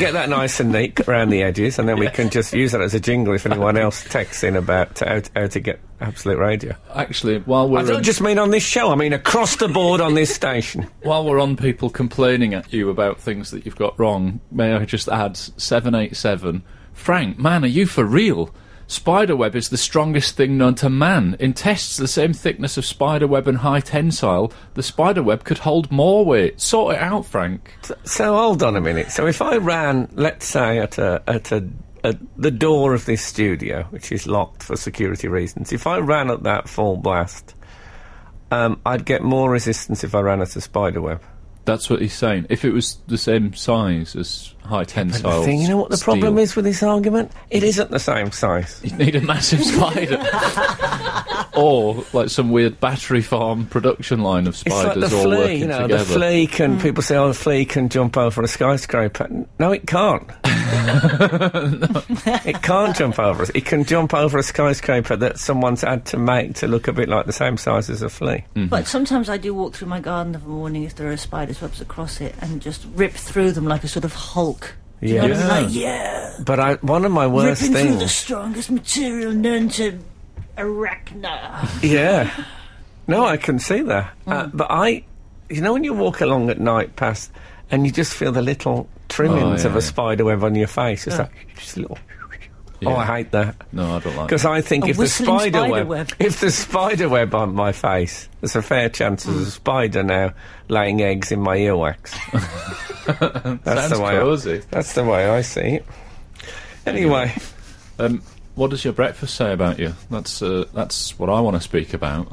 [SPEAKER 3] get that nice and neat around the edges, and then we can just use that as a jingle if anyone else texts in about how, to- how to get Absolute Radio.
[SPEAKER 5] Actually, while we're
[SPEAKER 3] I don't
[SPEAKER 5] on-
[SPEAKER 3] just mean on this show; I mean across the board on this station.
[SPEAKER 5] while we're on people complaining at you about things that you've got wrong, may I just add seven eight seven? Frank, man, are you for real? Spiderweb is the strongest thing known to man. In tests the same thickness of spiderweb and high tensile, the spiderweb could hold more weight. Sort it out, Frank.
[SPEAKER 3] So hold on a minute. So if I ran, let's say, at a at a at the door of this studio, which is locked for security reasons, if I ran at that full blast, um, I'd get more resistance if I ran at a spider web.
[SPEAKER 5] That's what he's saying. If it was the same size as high tensile,
[SPEAKER 3] The thing, you know what the problem
[SPEAKER 5] steel,
[SPEAKER 3] is with this argument? It isn't the same size.
[SPEAKER 5] You'd need a massive spider, or like some weird battery farm production line of
[SPEAKER 3] It's like
[SPEAKER 5] spiders
[SPEAKER 3] the
[SPEAKER 5] all
[SPEAKER 3] flea,
[SPEAKER 5] working
[SPEAKER 3] you know,
[SPEAKER 5] together.
[SPEAKER 3] the flea
[SPEAKER 4] Hmm.
[SPEAKER 3] can, people say, oh, the flea can jump over a skyscraper. N- No, it can't. It can't jump over us. It can jump over a skyscraper that someone's had to make to look a bit like the same size as a flea.
[SPEAKER 5] Hmm.
[SPEAKER 4] But sometimes I do walk through my garden of a morning if there are spiders' webs across it and just rip through them like a sort of Hulk. Do you know what I mean?
[SPEAKER 3] Yeah.
[SPEAKER 4] Like, yeah.
[SPEAKER 3] But I, one of my worst
[SPEAKER 4] ripping through the
[SPEAKER 3] things.
[SPEAKER 4] strongest material known to arachna.
[SPEAKER 3] yeah. No, I can see that. Uh, but I, you know, when you walk along at night past and you just feel the little trimmings
[SPEAKER 5] yeah,
[SPEAKER 3] of
[SPEAKER 5] yeah.
[SPEAKER 3] a spider web on your face, it's like, just a little. Oh, I hate that.
[SPEAKER 5] No, I don't like.
[SPEAKER 3] Because I think
[SPEAKER 4] A
[SPEAKER 3] if the
[SPEAKER 4] whistling
[SPEAKER 3] spider,
[SPEAKER 4] spider
[SPEAKER 3] web,
[SPEAKER 4] web.
[SPEAKER 3] if the spider web on my face, there's a fair chance there's a spider now laying eggs in my earwax. that's
[SPEAKER 5] Sounds
[SPEAKER 3] the way.
[SPEAKER 5] cosy.
[SPEAKER 3] I, that's the way I see it. Anyway,
[SPEAKER 5] Um, what does your breakfast say about you? That's uh, that's what I want to speak about.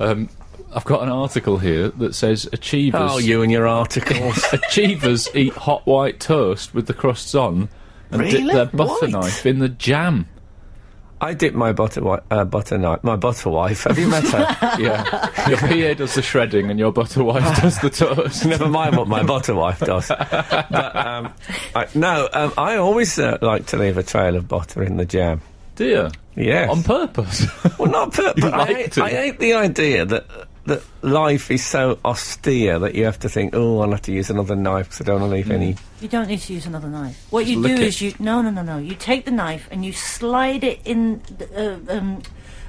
[SPEAKER 5] Um, I've got an article here that says achievers.
[SPEAKER 3] oh, you and your articles.
[SPEAKER 5] Achievers eat hot white toast with the crusts on and dip
[SPEAKER 3] Really?
[SPEAKER 5] their butter
[SPEAKER 3] White?
[SPEAKER 5] knife in the jam.
[SPEAKER 3] I dip my butter, wi- uh, butter knife, my butter wife. Have you met her?
[SPEAKER 5] Yeah. your PA does the shredding and your butter wife does the toast.
[SPEAKER 3] Never mind what my butter wife does. But, um, I, no, um, I always uh, like to leave a trail of butter in the jam.
[SPEAKER 5] Dear.
[SPEAKER 3] Yes.
[SPEAKER 5] On purpose.
[SPEAKER 3] Well, not put, but I,
[SPEAKER 5] like
[SPEAKER 3] hate-
[SPEAKER 5] to.
[SPEAKER 3] I hate the idea that that life is so austere that you have to think, oh, I'll have to use another knife because I don't want to leave
[SPEAKER 5] Mm.
[SPEAKER 3] any.
[SPEAKER 4] You don't need to use another knife. What you do
[SPEAKER 5] lick it.
[SPEAKER 4] is you no no no no. You take the knife and you slide it in the, uh, um,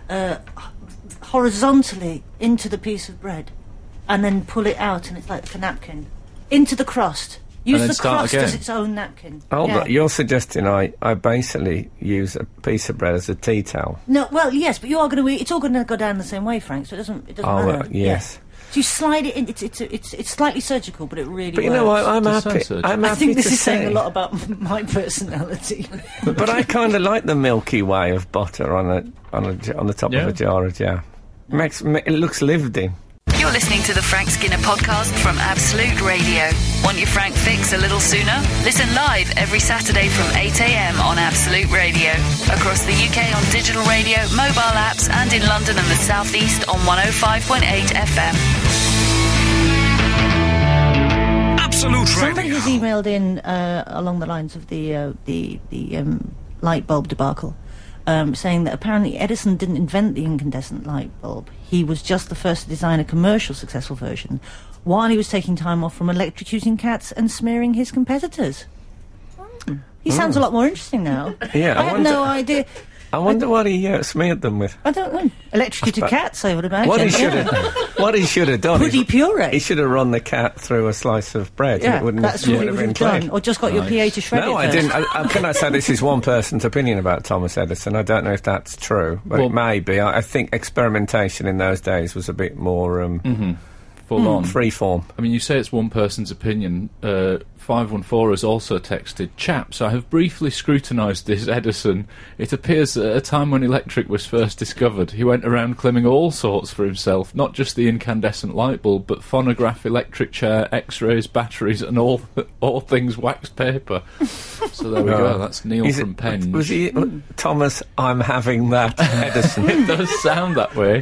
[SPEAKER 4] uh, h- horizontally into the piece of bread, and then pull it out, and it's like a napkin into the crust. Use
[SPEAKER 5] then
[SPEAKER 4] the
[SPEAKER 5] start
[SPEAKER 4] crust as
[SPEAKER 5] again. Uh.
[SPEAKER 4] its own napkin.
[SPEAKER 3] Hold
[SPEAKER 4] Yeah.
[SPEAKER 3] on, Oh, you're suggesting I, I basically use a piece of bread as a tea towel.
[SPEAKER 4] No, well, yes, but you are going to eat. It's all going to go down the same way, Frank. So it doesn't. It doesn't
[SPEAKER 3] Oh,
[SPEAKER 4] matter.
[SPEAKER 3] uh, yes.
[SPEAKER 4] Yeah. So you slide it in. It's it's it's it's slightly surgical, but it really.
[SPEAKER 3] But you
[SPEAKER 4] works.
[SPEAKER 3] know, I, I'm
[SPEAKER 5] Does
[SPEAKER 3] happy.
[SPEAKER 5] sound surgical.
[SPEAKER 3] I'm
[SPEAKER 4] I
[SPEAKER 3] happy
[SPEAKER 4] think this
[SPEAKER 3] to
[SPEAKER 4] is saying
[SPEAKER 3] say-
[SPEAKER 4] a lot about my personality.
[SPEAKER 3] but I kind of like the Milky Way of butter on a on a j- on the top
[SPEAKER 5] Yeah.
[SPEAKER 3] of a jar of jam. Makes ma- it looks lived in.
[SPEAKER 1] You're listening to the Frank Skinner podcast from Absolute Radio. Want your Frank fix a little sooner? Listen live every Saturday from 8 a.m. on Absolute Radio. Across the UK on digital radio, mobile apps, and in London and the South East on 105.8 FM.
[SPEAKER 6] Absolute
[SPEAKER 4] Somebody
[SPEAKER 6] Radio.
[SPEAKER 4] has emailed in uh, along the lines of the uh, the the um, light bulb debacle, um, saying that apparently Edison didn't invent the incandescent light bulb. He was just the first to design a commercial successful version, while he was taking time off from electrocuting cats and smearing his competitors. He sounds a lot more interesting now.
[SPEAKER 3] Hmm. Yeah,
[SPEAKER 4] I,
[SPEAKER 3] I
[SPEAKER 4] had
[SPEAKER 3] wonder-
[SPEAKER 4] no idea.
[SPEAKER 3] I wonder what he uh, smeared them with.
[SPEAKER 4] I don't know. Electrocuted cats, I would imagine.
[SPEAKER 3] What he
[SPEAKER 4] yeah.
[SPEAKER 3] should have, what he should have done.
[SPEAKER 4] Puddy
[SPEAKER 3] is-
[SPEAKER 4] puree.
[SPEAKER 3] He should have run the cat through a slice of bread. and
[SPEAKER 4] Yeah,
[SPEAKER 3] it wouldn't
[SPEAKER 4] that's
[SPEAKER 3] have,
[SPEAKER 4] what he
[SPEAKER 3] it
[SPEAKER 4] would
[SPEAKER 3] been
[SPEAKER 4] have done.
[SPEAKER 3] clean.
[SPEAKER 4] Or just got your PA to shred it.
[SPEAKER 3] No, I
[SPEAKER 4] first.
[SPEAKER 3] didn't. I, I, can I say this is one person's opinion about Thomas Edison? I don't know if that's true, but
[SPEAKER 5] Well-
[SPEAKER 3] it may be. I, I think experimentation in those days was a bit more um,
[SPEAKER 5] Mm-hmm. Full on.
[SPEAKER 3] free form.
[SPEAKER 5] I mean, you say it's one person's opinion. Uh, 514 has also texted, Chaps, I have briefly scrutinised this Edison. It appears that at a time when electric was first discovered, he went around claiming all sorts for himself, not just the incandescent light bulb, but phonograph, electric chair, x rays, batteries, and all all things waxed paper. so there we go. That's Neil
[SPEAKER 3] Oh. Is it-
[SPEAKER 5] from Penge.
[SPEAKER 3] Was he Thomas? I'm having that Edison.
[SPEAKER 5] it does sound that way.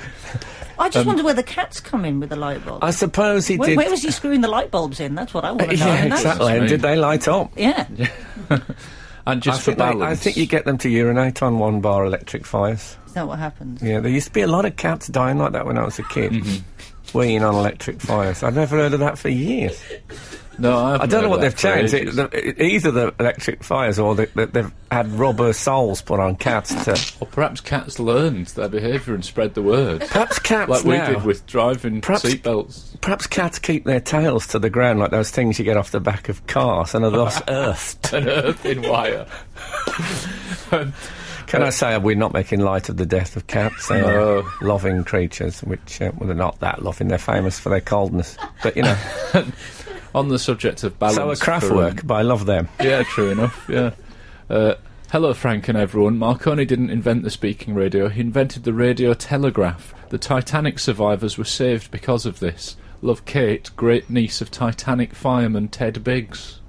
[SPEAKER 4] I
[SPEAKER 3] um,
[SPEAKER 4] just wonder where the cats come in with the light bulb.
[SPEAKER 3] I suppose he
[SPEAKER 4] Where,
[SPEAKER 3] did.
[SPEAKER 4] where was he screwing the light bulbs in? That's what I want to know.
[SPEAKER 3] yeah,
[SPEAKER 4] And that's-
[SPEAKER 3] exactly. And
[SPEAKER 5] me.
[SPEAKER 3] did they light up?
[SPEAKER 4] Yeah.
[SPEAKER 5] And
[SPEAKER 3] I
[SPEAKER 5] just for
[SPEAKER 3] think, they-
[SPEAKER 5] balance.
[SPEAKER 3] I think you get them to urinate on one bar electric fires.
[SPEAKER 4] Is that what happens?
[SPEAKER 3] Yeah, there used to be a lot of cats dying like that when I was a kid.
[SPEAKER 5] Mm-hmm.
[SPEAKER 3] Queen on electric fire. So I've never heard of that for years.
[SPEAKER 5] No, I,
[SPEAKER 3] I
[SPEAKER 5] haven't
[SPEAKER 3] don't know
[SPEAKER 5] heard
[SPEAKER 3] what
[SPEAKER 5] that
[SPEAKER 3] they've
[SPEAKER 5] for
[SPEAKER 3] changed. It,
[SPEAKER 5] ages.
[SPEAKER 3] the, e- either the electric fires or the, that they've had rubber soles put on cats to.
[SPEAKER 5] Or perhaps cats learned their behaviour and spread the word.
[SPEAKER 3] Perhaps cats
[SPEAKER 5] Like
[SPEAKER 3] now-
[SPEAKER 5] we did with driving
[SPEAKER 3] Perhaps-
[SPEAKER 5] seatbelts.
[SPEAKER 3] Perhaps cats keep their tails to the ground like those things you get off the back of cars and are thus earthed.
[SPEAKER 5] An earthen wire.
[SPEAKER 3] Can I say we're not making light of the death of cats? They are
[SPEAKER 5] No.
[SPEAKER 3] loving creatures, which uh, well, they're not that loving. They're famous for their coldness, but you know,
[SPEAKER 5] On the subject of balance.
[SPEAKER 3] so a craft
[SPEAKER 5] for- um,
[SPEAKER 3] work. But I love them.
[SPEAKER 5] Yeah, true enough. Yeah. Uh, hello, Frank and everyone. Marconi didn't invent the speaking radio. He invented the radio telegraph. The Titanic survivors were saved because of this. Love Kate, great niece of Titanic fireman Ted Biggs.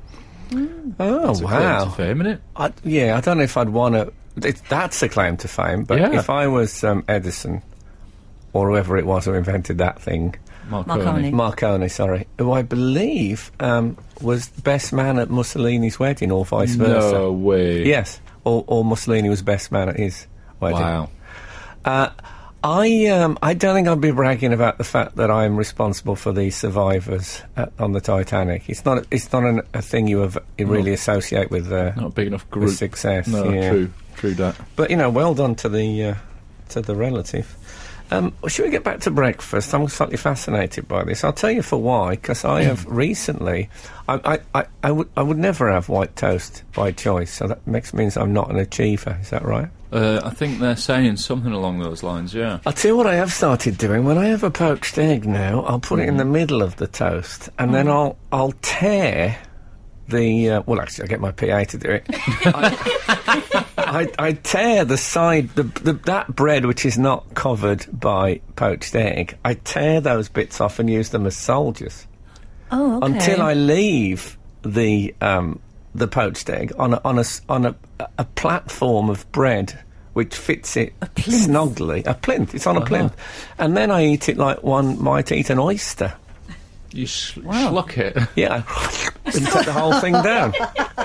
[SPEAKER 3] Oh
[SPEAKER 5] It's a claim to
[SPEAKER 3] wow!
[SPEAKER 5] fame, innit?
[SPEAKER 3] I, yeah, I don't know if I'd want to. It, that's a claim to fame. But
[SPEAKER 5] Yeah.
[SPEAKER 3] if I was um, Edison or whoever it was who invented that thing,
[SPEAKER 5] Marconi.
[SPEAKER 4] Marconi.
[SPEAKER 3] Marconi, sorry, who I believe um, was best man at Mussolini's wedding, or vice versa.
[SPEAKER 5] No way.
[SPEAKER 3] Yes, or, or Mussolini was best man at his wedding.
[SPEAKER 5] Wow.
[SPEAKER 3] I um, I don't think I'd be bragging about the fact that I'm responsible for the survivors at, on the Titanic. It's not it's not an, a thing you, have, you really associate with. Uh,
[SPEAKER 5] Not a big enough group.
[SPEAKER 3] success,
[SPEAKER 5] No,
[SPEAKER 3] yeah.
[SPEAKER 5] true. True that.
[SPEAKER 3] But you know, well done to the uh, to the relative. Um, well, should we get back to breakfast? I'm slightly fascinated by this. I'll tell you for why, because I have recently. I, I, I, I, would, I would never have white toast by choice, so that makes, means I'm not an achiever. Is that right?
[SPEAKER 5] Uh, I think they're saying something along those lines, yeah.
[SPEAKER 3] I'll tell you what I have started doing. When I have a poached egg now, I'll put it in the middle of the toast, and then I'll I'll tear the. Uh, well, actually, I get my PA to do it. I, I, I tear the side the, the that bread which is not covered by poached egg. I tear those bits off and use them as soldiers
[SPEAKER 4] Oh, okay.
[SPEAKER 3] until I leave the um, the poached egg on a, on a s- on a, a platform of bread which fits it snugly. A plinth. It's on a plinth, and then I eat it like one might eat an oyster.
[SPEAKER 5] You sh- schluck it.
[SPEAKER 3] Yeah, I- and take the whole thing down.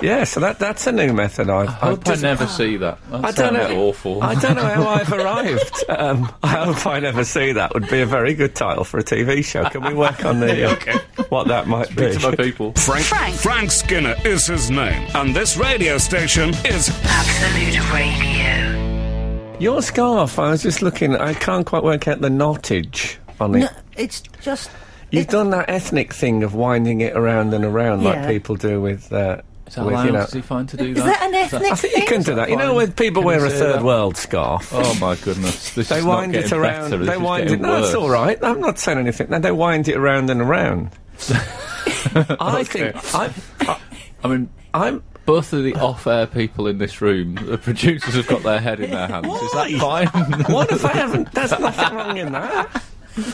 [SPEAKER 3] Yeah, so that that's a new method. I've,
[SPEAKER 5] I
[SPEAKER 3] I've
[SPEAKER 5] hope I
[SPEAKER 3] just-
[SPEAKER 5] never see that. That
[SPEAKER 3] I don't
[SPEAKER 5] sounds
[SPEAKER 3] know.
[SPEAKER 5] awful.
[SPEAKER 3] I don't know how I've arrived. Um, I hope I never see that. Would be a very good title for a TV show. Can we work on the uh, what that might be?
[SPEAKER 5] to my people.
[SPEAKER 6] Frank,
[SPEAKER 1] Frank.
[SPEAKER 6] Frank Skinner is his name, and this radio station is
[SPEAKER 1] Absolute Radio.
[SPEAKER 3] Your scarf, I was just looking, I can't quite work out the knottage on it.
[SPEAKER 4] No, it's just.
[SPEAKER 3] You've
[SPEAKER 4] it's-
[SPEAKER 3] done that ethnic thing of winding it around and around like
[SPEAKER 4] Yeah.
[SPEAKER 3] people do with. Uh,
[SPEAKER 5] Is that
[SPEAKER 3] with you
[SPEAKER 5] allowed?
[SPEAKER 3] know,
[SPEAKER 5] Is he fine to do
[SPEAKER 4] Is that an
[SPEAKER 3] I
[SPEAKER 4] ethnic
[SPEAKER 3] think you can do
[SPEAKER 4] thing?
[SPEAKER 3] that. You
[SPEAKER 5] Fine.
[SPEAKER 3] know, when people
[SPEAKER 5] Can
[SPEAKER 3] wear
[SPEAKER 5] you
[SPEAKER 3] a
[SPEAKER 5] say
[SPEAKER 3] third
[SPEAKER 5] that?
[SPEAKER 3] world scarf.
[SPEAKER 5] Oh my goodness! This
[SPEAKER 3] They
[SPEAKER 5] is
[SPEAKER 3] wind
[SPEAKER 5] not
[SPEAKER 3] it
[SPEAKER 5] getting
[SPEAKER 3] around.
[SPEAKER 5] Better. This
[SPEAKER 3] They
[SPEAKER 5] is
[SPEAKER 3] wind it.
[SPEAKER 5] getting
[SPEAKER 3] No,
[SPEAKER 5] worse.
[SPEAKER 3] that's all right. I'm not saying anything. No, they wind it around and around. I think I,
[SPEAKER 5] I mean,
[SPEAKER 3] I'm.
[SPEAKER 5] both of the off-air people in this room, the producers, have got their head in their hands. Is that fine?
[SPEAKER 3] What if I haven't? There's nothing wrong in that.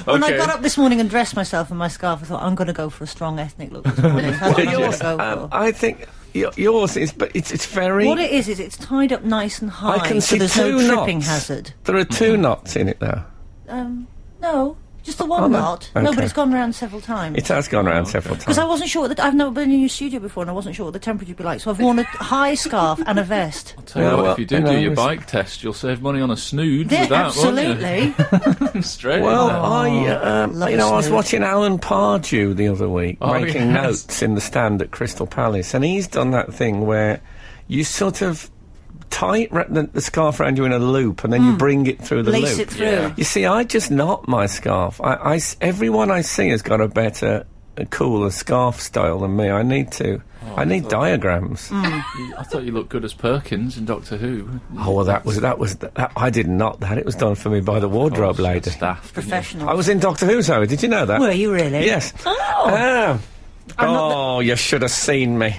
[SPEAKER 4] When I
[SPEAKER 5] Okay.
[SPEAKER 4] got up this morning and dressed myself in my scarf, I thought I'm going to go for a strong ethnic look this morning. That's what I'm going to go
[SPEAKER 3] Um,
[SPEAKER 4] for.
[SPEAKER 3] I think y- yours is, but it's it's very.
[SPEAKER 4] What it is is it's tied up nice and high,
[SPEAKER 3] I can
[SPEAKER 4] so
[SPEAKER 3] see
[SPEAKER 4] there's
[SPEAKER 3] two
[SPEAKER 4] no tripping
[SPEAKER 3] knots.
[SPEAKER 4] hazard.
[SPEAKER 3] There are 2 knots in it though.
[SPEAKER 4] Um, no, just the
[SPEAKER 3] Oh,
[SPEAKER 4] one
[SPEAKER 3] no.
[SPEAKER 4] knot. No,
[SPEAKER 3] Okay.
[SPEAKER 4] but it's gone round several times.
[SPEAKER 3] It has gone
[SPEAKER 4] Oh,
[SPEAKER 3] around several times.
[SPEAKER 4] Because I wasn't sure what the, I've never been in your studio before, and I wasn't sure what the temperature would be like. So I've worn a high scarf and a vest.
[SPEAKER 5] Tell you
[SPEAKER 3] Yeah,
[SPEAKER 5] what,
[SPEAKER 3] well,
[SPEAKER 5] if you do
[SPEAKER 3] you know,
[SPEAKER 5] do your
[SPEAKER 3] it's-
[SPEAKER 5] bike test, you'll save money on a snood
[SPEAKER 4] There,
[SPEAKER 5] with that,
[SPEAKER 4] absolutely.
[SPEAKER 5] won't you? Straight.
[SPEAKER 3] well,
[SPEAKER 5] in
[SPEAKER 4] Oh,
[SPEAKER 5] there.
[SPEAKER 3] I, um,
[SPEAKER 4] love
[SPEAKER 3] you know, I was
[SPEAKER 4] Snoop.
[SPEAKER 3] watching Alan Pardew the other week
[SPEAKER 5] Oh,
[SPEAKER 3] making
[SPEAKER 5] yes.
[SPEAKER 3] notes in the stand at Crystal Palace, and he's done that thing where you sort of tie ra- the, the scarf around you in a loop, and then you bring it through the
[SPEAKER 4] Hmm. Lace
[SPEAKER 3] loop.
[SPEAKER 4] it through.
[SPEAKER 5] Yeah.
[SPEAKER 3] You see, I just knot my scarf. I, I s- everyone I see has got a better, a cooler scarf style than me. I need to.
[SPEAKER 4] Oh,
[SPEAKER 3] I need diagrams.
[SPEAKER 4] Hmm.
[SPEAKER 5] You- I thought you looked good as Perkins in Doctor Who.
[SPEAKER 3] Oh well, that was that was that, I did not. That it was done for me by the wardrobe lady.
[SPEAKER 5] Staff. didn't you?
[SPEAKER 4] Professional.
[SPEAKER 3] I was in Doctor Who, Zoe. Did you know that?
[SPEAKER 4] Were you really?
[SPEAKER 3] Yes. Oh. oh, you should have seen me.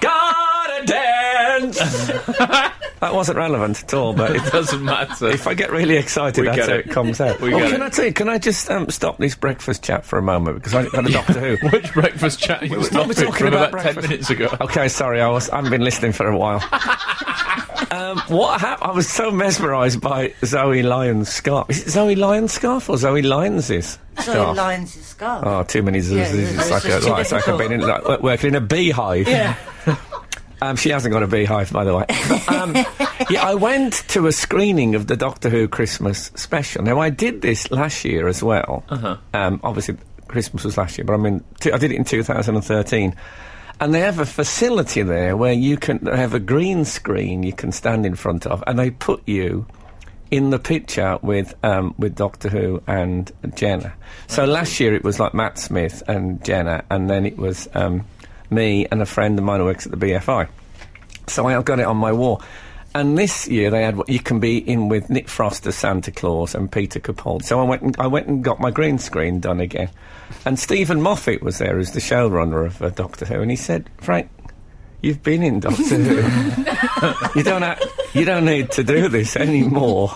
[SPEAKER 3] Gotta dance. that wasn't relevant at all, but if,
[SPEAKER 5] Doesn't matter.
[SPEAKER 3] if I get really excited,
[SPEAKER 5] We
[SPEAKER 3] that's
[SPEAKER 5] get
[SPEAKER 3] how
[SPEAKER 5] it.
[SPEAKER 3] it comes out.
[SPEAKER 5] We
[SPEAKER 3] oh,
[SPEAKER 5] get
[SPEAKER 3] can
[SPEAKER 5] it.
[SPEAKER 3] I tell you? Can I just um, stop this breakfast chat for a moment because I got a Doctor Who.
[SPEAKER 5] Which breakfast chat you
[SPEAKER 3] were-
[SPEAKER 5] stopped
[SPEAKER 3] we were
[SPEAKER 5] it
[SPEAKER 3] talking
[SPEAKER 5] from
[SPEAKER 3] about
[SPEAKER 5] about, ten
[SPEAKER 3] breakfast.
[SPEAKER 5] minutes ago?
[SPEAKER 3] Okay, sorry, I was. I haven't been listening for a while. um, what hap- I was so mesmerised by Zoe Lyons' scarf. Is it Zoe Lyons' scarf or Zoe Lyons'
[SPEAKER 4] So
[SPEAKER 3] scarf?
[SPEAKER 4] Lyons' scarf.
[SPEAKER 5] Uh.
[SPEAKER 3] Oh, too many zoos.
[SPEAKER 4] Yeah,
[SPEAKER 3] it's
[SPEAKER 4] it's
[SPEAKER 3] like a,
[SPEAKER 4] just too
[SPEAKER 3] right, it's like I've been in, like, wo- working in a beehive.
[SPEAKER 4] Yeah.
[SPEAKER 3] Um, she hasn't got a beehive, by the way. But, um, yeah, I went to a screening of the Doctor Who Christmas special. Now, I did this last year as well. Uh-huh. Um, obviously, Christmas was last year, but I mean, t- I did it in 2013. And they have a facility there where you can they have a green screen you can stand in front of, and they put you in the picture with um, with Doctor Who and Jenna. So last year it was like Matt Smith and Jenna, and then it was um, me and a friend of mine who works at the BFI. So I got it on my wall. And this year they had what you can be in with Nick Frost as Santa Claus and Peter Capaldi. So I went and I went and got my green screen done again. And Stephen Moffat was there as the showrunner of uh, Doctor Who, and he said, "Frank, you've been in Doctor Who. you don't ha- you don't need to do this anymore."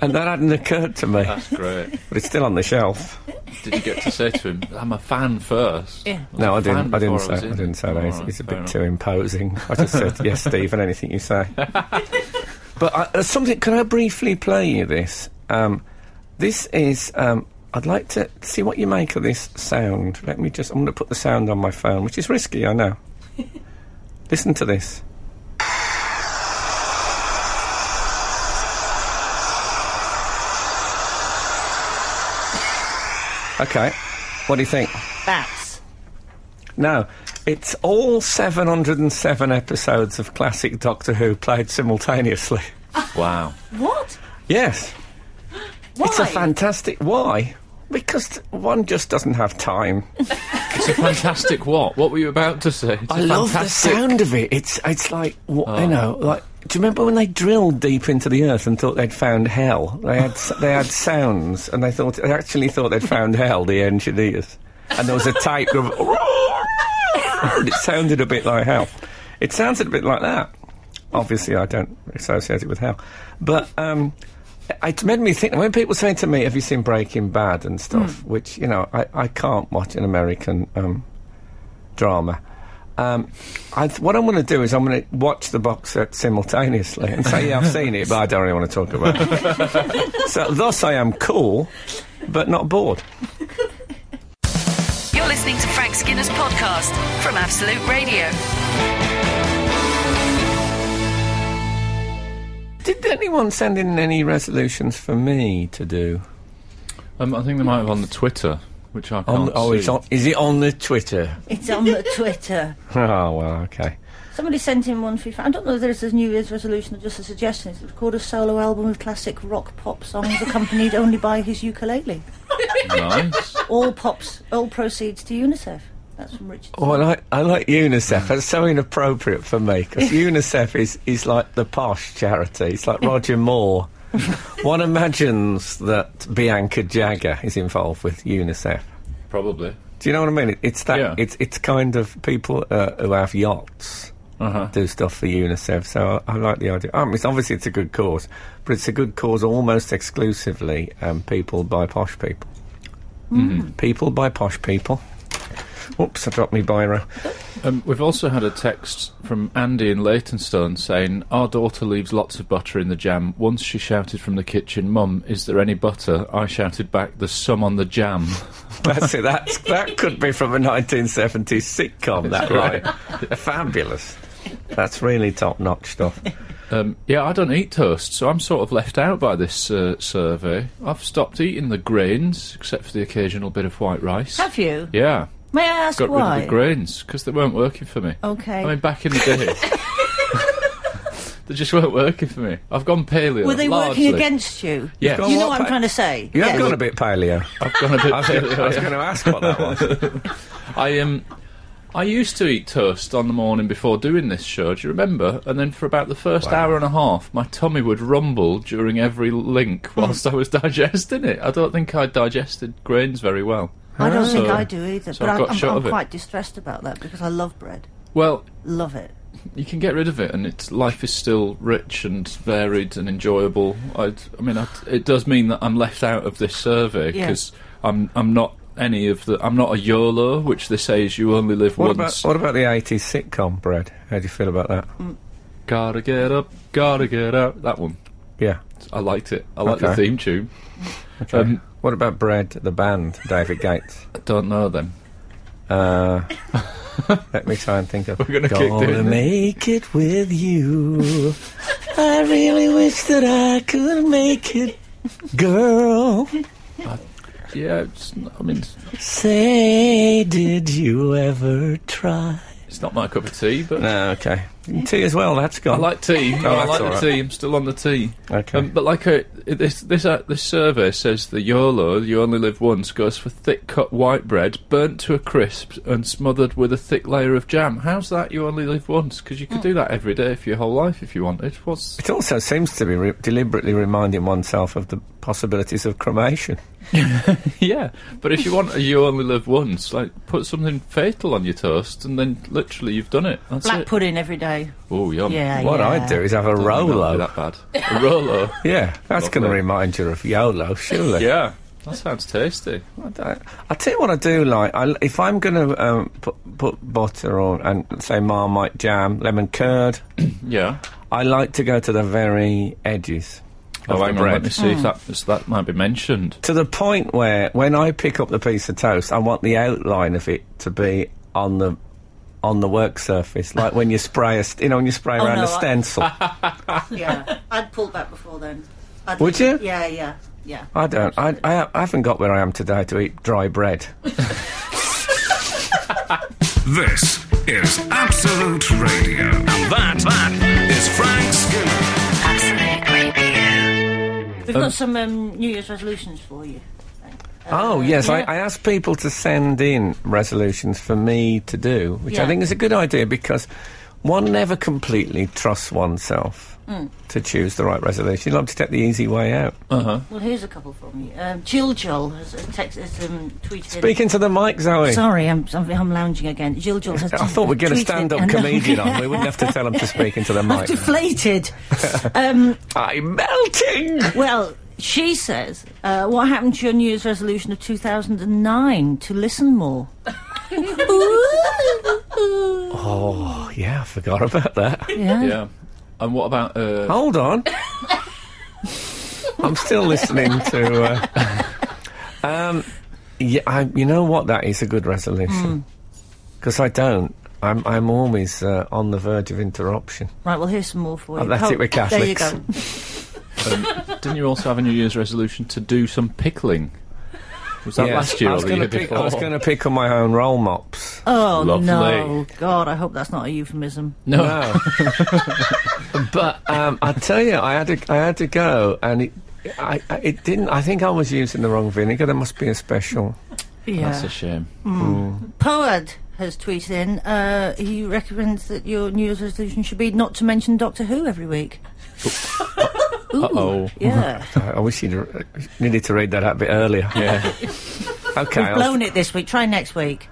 [SPEAKER 3] And that hadn't occurred to me,
[SPEAKER 5] That's great.
[SPEAKER 3] but it's still on the shelf.
[SPEAKER 5] Did you get to say to him, "I'm a fan first?
[SPEAKER 4] Yeah.
[SPEAKER 5] was
[SPEAKER 3] No,
[SPEAKER 5] a
[SPEAKER 3] I didn't.
[SPEAKER 5] fan
[SPEAKER 3] I didn't
[SPEAKER 5] before
[SPEAKER 3] say.
[SPEAKER 5] was
[SPEAKER 3] I
[SPEAKER 5] in
[SPEAKER 3] didn't say that.
[SPEAKER 5] All
[SPEAKER 3] It's,
[SPEAKER 5] right,
[SPEAKER 3] it's a
[SPEAKER 5] fair
[SPEAKER 3] bit
[SPEAKER 5] enough.
[SPEAKER 3] too imposing. I just said yes, Stephen. Anything you say. but I, uh, something. Can I briefly play you this? Um, this is. Um, I'd like to see what you make of this sound. Let me just. I'm going to put the sound on my phone, which is risky. I know. Listen to this. Okay. What do you think?
[SPEAKER 4] Bats.
[SPEAKER 3] No, it's all 707 episodes of classic Doctor Who played simultaneously.
[SPEAKER 5] Wow.
[SPEAKER 4] What?
[SPEAKER 3] Yes,
[SPEAKER 4] Why?
[SPEAKER 3] it's a fantastic. Why? Because t- one just doesn't have time.
[SPEAKER 5] It's a fantastic what? What were you about to say? It's
[SPEAKER 3] I
[SPEAKER 5] a
[SPEAKER 3] love the
[SPEAKER 5] fantastic- Oh.
[SPEAKER 3] sound of it. It's it's like wha- you know, like do you remember when they drilled deep into the earth and thought they'd found hell? They had s- they had sounds and they thought they actually thought they'd found hell. The engineers and there was a type of and it sounded a bit like hell. It sounded a bit like that. Obviously, I don't associate it with hell, but. um it made me think when people say to me, "Have you seen Breaking Bad and
[SPEAKER 5] Hmm.
[SPEAKER 3] stuff?" Which you know, I, I can't watch an American um, drama. Um, I th- what I'm going to do is I'm going to watch the box set simultaneously and say, "Yeah, I've seen it, but I don't really want to talk about it." so, thus, I am cool, but not bored.
[SPEAKER 1] You're listening to Frank Skinner's podcast from Absolute Radio.
[SPEAKER 3] Did anyone send in any resolutions for me to do?
[SPEAKER 5] Um, I think they might have on the Twitter, which I
[SPEAKER 3] On,
[SPEAKER 5] can't
[SPEAKER 3] oh,
[SPEAKER 5] see.
[SPEAKER 3] it's on, is it on the Twitter?
[SPEAKER 4] It's on the Twitter.
[SPEAKER 3] Oh well, okay.
[SPEAKER 4] Somebody sent in one for I don't know whether it's a New Year's resolution or just a suggestion. It's to record a solo album with classic rock pop songs accompanied only by his ukulele.
[SPEAKER 5] Nice.
[SPEAKER 4] All pops, all proceeds to UNICEF. That's from Richard.
[SPEAKER 3] Oh, I like, I like UNICEF. That's so inappropriate for me because UNICEF is, is like the posh charity. It's like Roger Moore. One imagines that Bianca Jagger is involved with UNICEF.
[SPEAKER 5] Probably.
[SPEAKER 3] Do you know what I mean? It, it's that.
[SPEAKER 5] Yeah.
[SPEAKER 3] It's it's kind of people uh, who have yachts
[SPEAKER 5] Uh-huh.
[SPEAKER 3] do stuff for UNICEF. So I, I like the idea. Um, it's obviously it's a good cause, but it's a good cause almost exclusively um, people by posh people.
[SPEAKER 4] Mm-hmm.
[SPEAKER 5] Mm-hmm.
[SPEAKER 3] People by posh people. Whoops! I dropped my biro.
[SPEAKER 5] Um, we've also had a text from Andy in Leytonstone saying, Our daughter leaves lots of butter in the jam. Once she shouted from the kitchen, Mum, is there any butter? I shouted back, There's some on the jam.
[SPEAKER 3] That's it. That's, that could be from a 1970s sitcom, that right. Fabulous. That's really top notch stuff.
[SPEAKER 5] Um, yeah, I don't eat toast, so I'm sort of left out by this uh, survey. I've stopped eating the grains, except for the occasional bit of white rice.
[SPEAKER 4] Have you?
[SPEAKER 5] Yeah,
[SPEAKER 4] May I ask
[SPEAKER 5] got
[SPEAKER 4] why? Oh,
[SPEAKER 5] rid of the grains because they weren't working for me.
[SPEAKER 4] Okay.
[SPEAKER 5] I mean, back in the day, they just weren't working for me. I've gone paleo.
[SPEAKER 4] Were they
[SPEAKER 5] largely.
[SPEAKER 4] working against you?
[SPEAKER 5] Yeah.
[SPEAKER 3] Go on,
[SPEAKER 4] You know
[SPEAKER 3] what
[SPEAKER 4] what I'm
[SPEAKER 3] pa-
[SPEAKER 4] trying to say?
[SPEAKER 3] You have
[SPEAKER 4] Yes.
[SPEAKER 3] gone a bit paleo.
[SPEAKER 5] I've gone a bit
[SPEAKER 3] I was going
[SPEAKER 5] paleo. yeah.
[SPEAKER 3] to ask what that was.
[SPEAKER 5] I um, I used to eat toast on the morning before doing this show. Do you remember? And then for about the first hour and a half, my tummy would rumble during every link
[SPEAKER 4] Hmm.
[SPEAKER 5] whilst I was digesting it. I don't think I digested grains very well.
[SPEAKER 4] I don't think
[SPEAKER 5] So-
[SPEAKER 4] I do either,
[SPEAKER 5] so
[SPEAKER 4] but
[SPEAKER 5] I've
[SPEAKER 4] I,
[SPEAKER 5] got
[SPEAKER 4] I'm,
[SPEAKER 5] shot
[SPEAKER 4] I'm
[SPEAKER 5] of it.
[SPEAKER 4] quite distressed about that because I love bread.
[SPEAKER 5] Well,
[SPEAKER 4] Love it.
[SPEAKER 5] you can get rid of it, and it's life is still rich and varied and enjoyable. I'd, I mean, i it does mean that I'm left out of this survey
[SPEAKER 4] Yeah.
[SPEAKER 5] because I'm I'm not any of the I'm not a YOLO, which they say is you only live
[SPEAKER 3] What about,
[SPEAKER 5] once.
[SPEAKER 3] what about the 80s sitcom bread? How do you feel about that?
[SPEAKER 5] Gotta get up, gotta get out. That one,
[SPEAKER 3] Yeah.
[SPEAKER 5] I liked it. I like the
[SPEAKER 3] Okay.
[SPEAKER 5] theme tune. Um,
[SPEAKER 3] What about bread, the band, David Gates?
[SPEAKER 5] I don't know them.
[SPEAKER 3] Uh, Let me try and think of.
[SPEAKER 5] We're gonna keep
[SPEAKER 3] gonna
[SPEAKER 5] doing this.
[SPEAKER 3] make it with you. I really wish that I could make it, girl.
[SPEAKER 5] Yeah, it's not, I mean, it's,
[SPEAKER 3] Say, did you ever try?
[SPEAKER 5] it's not my cup of tea, but
[SPEAKER 3] No, okay. Tea as well. That's
[SPEAKER 5] I
[SPEAKER 3] gone.
[SPEAKER 5] like tea. I
[SPEAKER 3] that's
[SPEAKER 5] like
[SPEAKER 3] all
[SPEAKER 5] the
[SPEAKER 3] right.
[SPEAKER 5] tea. I'm still on the tea.
[SPEAKER 3] Okay.
[SPEAKER 5] Um, but like uh, this, this, uh, this survey says the YOLO, you only live once, goes for thick cut white bread, burnt to a crisp and smothered with a thick layer of jam. How's that? You only live once because you could do that every day for your whole life if you wanted. What's
[SPEAKER 3] It also seems to be re- deliberately reminding oneself of the possibilities of cremation.
[SPEAKER 5] yeah? But if you want, a you only live once. Like put something fatal on your toast, and then literally you've done it. That's
[SPEAKER 4] Black
[SPEAKER 5] it.
[SPEAKER 4] pudding every day.
[SPEAKER 5] Oh yum.
[SPEAKER 4] Yeah,
[SPEAKER 3] What
[SPEAKER 4] yeah.
[SPEAKER 3] I'd do is have a
[SPEAKER 5] Rolo.
[SPEAKER 3] Rolo.
[SPEAKER 5] That bad. A Rolo.
[SPEAKER 3] Yeah, that's going to
[SPEAKER 5] Lovely.
[SPEAKER 3] remind you of YOLO, surely.
[SPEAKER 5] yeah. That sounds tasty.
[SPEAKER 3] I, I tell you what I do like. I, if I'm going to um, put, put butter on and say Marmite jam, lemon curd,
[SPEAKER 5] Yeah.
[SPEAKER 3] I like to go to the very edges of
[SPEAKER 5] Oh,
[SPEAKER 3] the
[SPEAKER 5] hang on.
[SPEAKER 3] bread.
[SPEAKER 5] Let me see
[SPEAKER 4] Mm.
[SPEAKER 5] if that if that might be mentioned.
[SPEAKER 3] to the point where when I pick up the piece of toast, I want the outline of it to be on the on the work surface, like when you spray a st- you know when you spray
[SPEAKER 4] Oh,
[SPEAKER 3] around
[SPEAKER 4] no,
[SPEAKER 3] a
[SPEAKER 4] I-
[SPEAKER 3] stencil.
[SPEAKER 4] Yeah, I'd pulled back before then. I'd
[SPEAKER 3] Would you?
[SPEAKER 4] Yeah, yeah, yeah.
[SPEAKER 3] I don't. I, I, I haven't got where I am today to eat dry bread.
[SPEAKER 6] This is Absolute Radio. And that, that is Frank Skinner.
[SPEAKER 1] Absolute Radio.
[SPEAKER 4] We've got some um, New Year's resolutions for you.
[SPEAKER 3] oh yes,
[SPEAKER 4] yeah.
[SPEAKER 3] I, I asked people to send in resolutions for me to do, which I
[SPEAKER 4] Yeah.
[SPEAKER 3] think is a good idea because one never completely trusts oneself to choose the right resolution. You like to take the easy way out.
[SPEAKER 4] Well, here's a couple from you. Um, Jill Joel has, uh, text, has um, tweeted.
[SPEAKER 3] Speaking to the mic, Zoe.
[SPEAKER 4] Sorry, I'm, I'm, I'm lounging again. Jill Joel has
[SPEAKER 3] I thought we'd get a
[SPEAKER 4] tweeted- uh, I
[SPEAKER 3] stand-up
[SPEAKER 4] know.
[SPEAKER 3] comedian on. We wouldn't have to tell him to speak into the
[SPEAKER 4] I've
[SPEAKER 3] mic.
[SPEAKER 4] deflated. um,
[SPEAKER 3] I'm melting.
[SPEAKER 4] well, she says, uh, what happened to your New Year's resolution of 2009 to listen more?
[SPEAKER 3] Oh yeah, I forgot about that.
[SPEAKER 4] Yeah.
[SPEAKER 5] Yeah. And what about uh,
[SPEAKER 3] Hold on. I'm still listening to. Uh, um, yeah, I, you know what? That is a good resolution because I don't. I'm I'm always uh, on the verge of interruption.
[SPEAKER 4] Right, well, here's some more for you.
[SPEAKER 3] that's it, we're
[SPEAKER 4] There you
[SPEAKER 3] Catholics.
[SPEAKER 4] go.
[SPEAKER 5] Didn't you also have a New Year's resolution to do some pickling? Was that
[SPEAKER 3] Yes.
[SPEAKER 5] last year
[SPEAKER 3] I
[SPEAKER 5] or
[SPEAKER 3] was
[SPEAKER 5] the year
[SPEAKER 3] gonna pick,
[SPEAKER 5] before?
[SPEAKER 3] I was going to pick on my own roll mops.
[SPEAKER 4] Oh,
[SPEAKER 5] Lovely.
[SPEAKER 4] no. God, I hope that's not a euphemism.
[SPEAKER 5] no, uh,
[SPEAKER 3] No. but um, I tell you, I had to, I had to go, and it, I, I- it didn't. I think I was using the wrong vinegar. There must be a special.
[SPEAKER 4] Yeah.
[SPEAKER 5] that's a shame.
[SPEAKER 4] Poad has tweeted in. Uh, he recommends that your New Year's resolution should be not to mention Doctor Who every week.
[SPEAKER 5] Uh oh.
[SPEAKER 4] Yeah,
[SPEAKER 3] I, I wish you'd uh, needed to read that out a bit earlier.
[SPEAKER 5] Yeah.
[SPEAKER 3] Okay, I'll-
[SPEAKER 4] blown it this week. Try next week.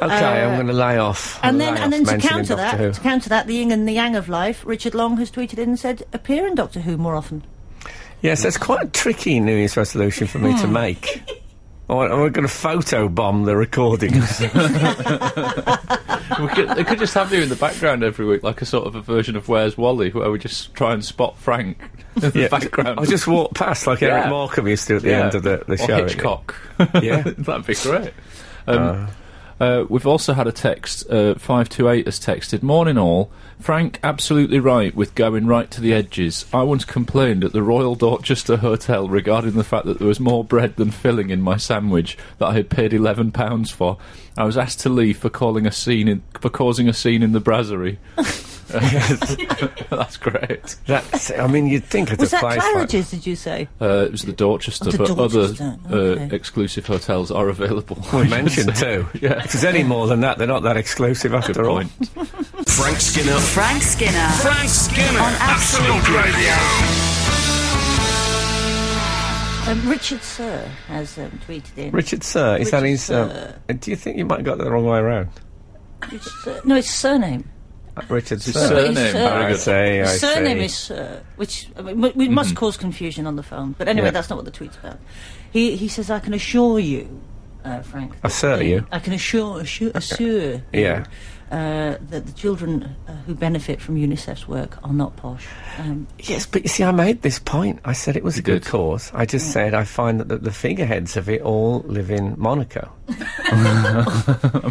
[SPEAKER 3] okay, I'm
[SPEAKER 4] Uh,
[SPEAKER 3] going to lay off.
[SPEAKER 4] And
[SPEAKER 3] I'll
[SPEAKER 4] then,
[SPEAKER 3] lay
[SPEAKER 4] and then
[SPEAKER 3] off
[SPEAKER 4] to
[SPEAKER 3] mentioning
[SPEAKER 4] counter that,
[SPEAKER 3] Doctor Who.
[SPEAKER 4] to counter that, the yin and the yang of life. Richard Long has tweeted in and said, "Appear in Doctor Who more often."
[SPEAKER 3] Yes, that's quite a tricky New Year's resolution for me to make. Or or we're going to photo bomb the recordings.
[SPEAKER 5] we could, they could just have you in the background every week, like a sort of a version of Where's Wally, where we just try and spot Frank in the
[SPEAKER 3] Yeah.
[SPEAKER 5] background.
[SPEAKER 3] I'll just walk past like Eric
[SPEAKER 5] Yeah.
[SPEAKER 3] Markham used to at the
[SPEAKER 5] Yeah.
[SPEAKER 3] end of the, the
[SPEAKER 5] or
[SPEAKER 3] show.
[SPEAKER 5] Hitchcock.
[SPEAKER 3] Yeah.
[SPEAKER 5] that'd be great. Um, uh, we've also had a text. Uh, Five two eight has texted. Morning all. Frank, absolutely right with going right to the edges. I once complained at the Royal Dorchester Hotel regarding the fact that there was more bread than filling in my sandwich that I had paid eleven pounds for. I was asked to leave for calling a scene in, for causing a scene in the brasserie. That's great.
[SPEAKER 3] That's, I mean, you'd think it's
[SPEAKER 4] Was
[SPEAKER 3] a
[SPEAKER 4] that
[SPEAKER 3] place like
[SPEAKER 4] Claridge's? Did you say?
[SPEAKER 5] Uh, it was the Dorchester,
[SPEAKER 4] Oh, the
[SPEAKER 5] but
[SPEAKER 4] Dorchester,
[SPEAKER 5] other
[SPEAKER 4] okay.
[SPEAKER 5] uh, exclusive hotels are available.
[SPEAKER 3] We mentioned too.
[SPEAKER 5] Yeah.
[SPEAKER 3] If there's any more than that, they're not that exclusive after all.
[SPEAKER 5] point.
[SPEAKER 6] Frank Skinner.
[SPEAKER 1] Frank Skinner.
[SPEAKER 6] Frank Skinner.
[SPEAKER 1] On Absolute
[SPEAKER 6] Absolute Radio.
[SPEAKER 4] Um, Richard Sir has um, tweeted in.
[SPEAKER 3] Richard Sir, is that
[SPEAKER 4] Richard
[SPEAKER 3] his. Um, do you think you might have got that the wrong way around?
[SPEAKER 4] Richard Sir- no, it's surname.
[SPEAKER 3] Uh, Richard Sir.
[SPEAKER 5] Surname.
[SPEAKER 4] His
[SPEAKER 5] Very
[SPEAKER 3] I
[SPEAKER 4] surname.
[SPEAKER 5] good.
[SPEAKER 3] see, I
[SPEAKER 4] His surname
[SPEAKER 3] see.
[SPEAKER 4] is Sir, which I mean, we, we must cause confusion on the phone. But anyway,
[SPEAKER 3] Yeah.
[SPEAKER 4] that's not what the tweet's about. He he says, "I can assure you uh, Frank.
[SPEAKER 3] Assure
[SPEAKER 4] that-
[SPEAKER 3] you.
[SPEAKER 4] I can assure, assure, assure
[SPEAKER 3] Yeah.
[SPEAKER 4] uh, that the children uh, who benefit from UNICEF's work are not posh. Um,
[SPEAKER 3] Yes, but you see, I made this point. I said it was a good
[SPEAKER 5] did.
[SPEAKER 3] cause. I just said I find that the, the figureheads of it all live in Monaco,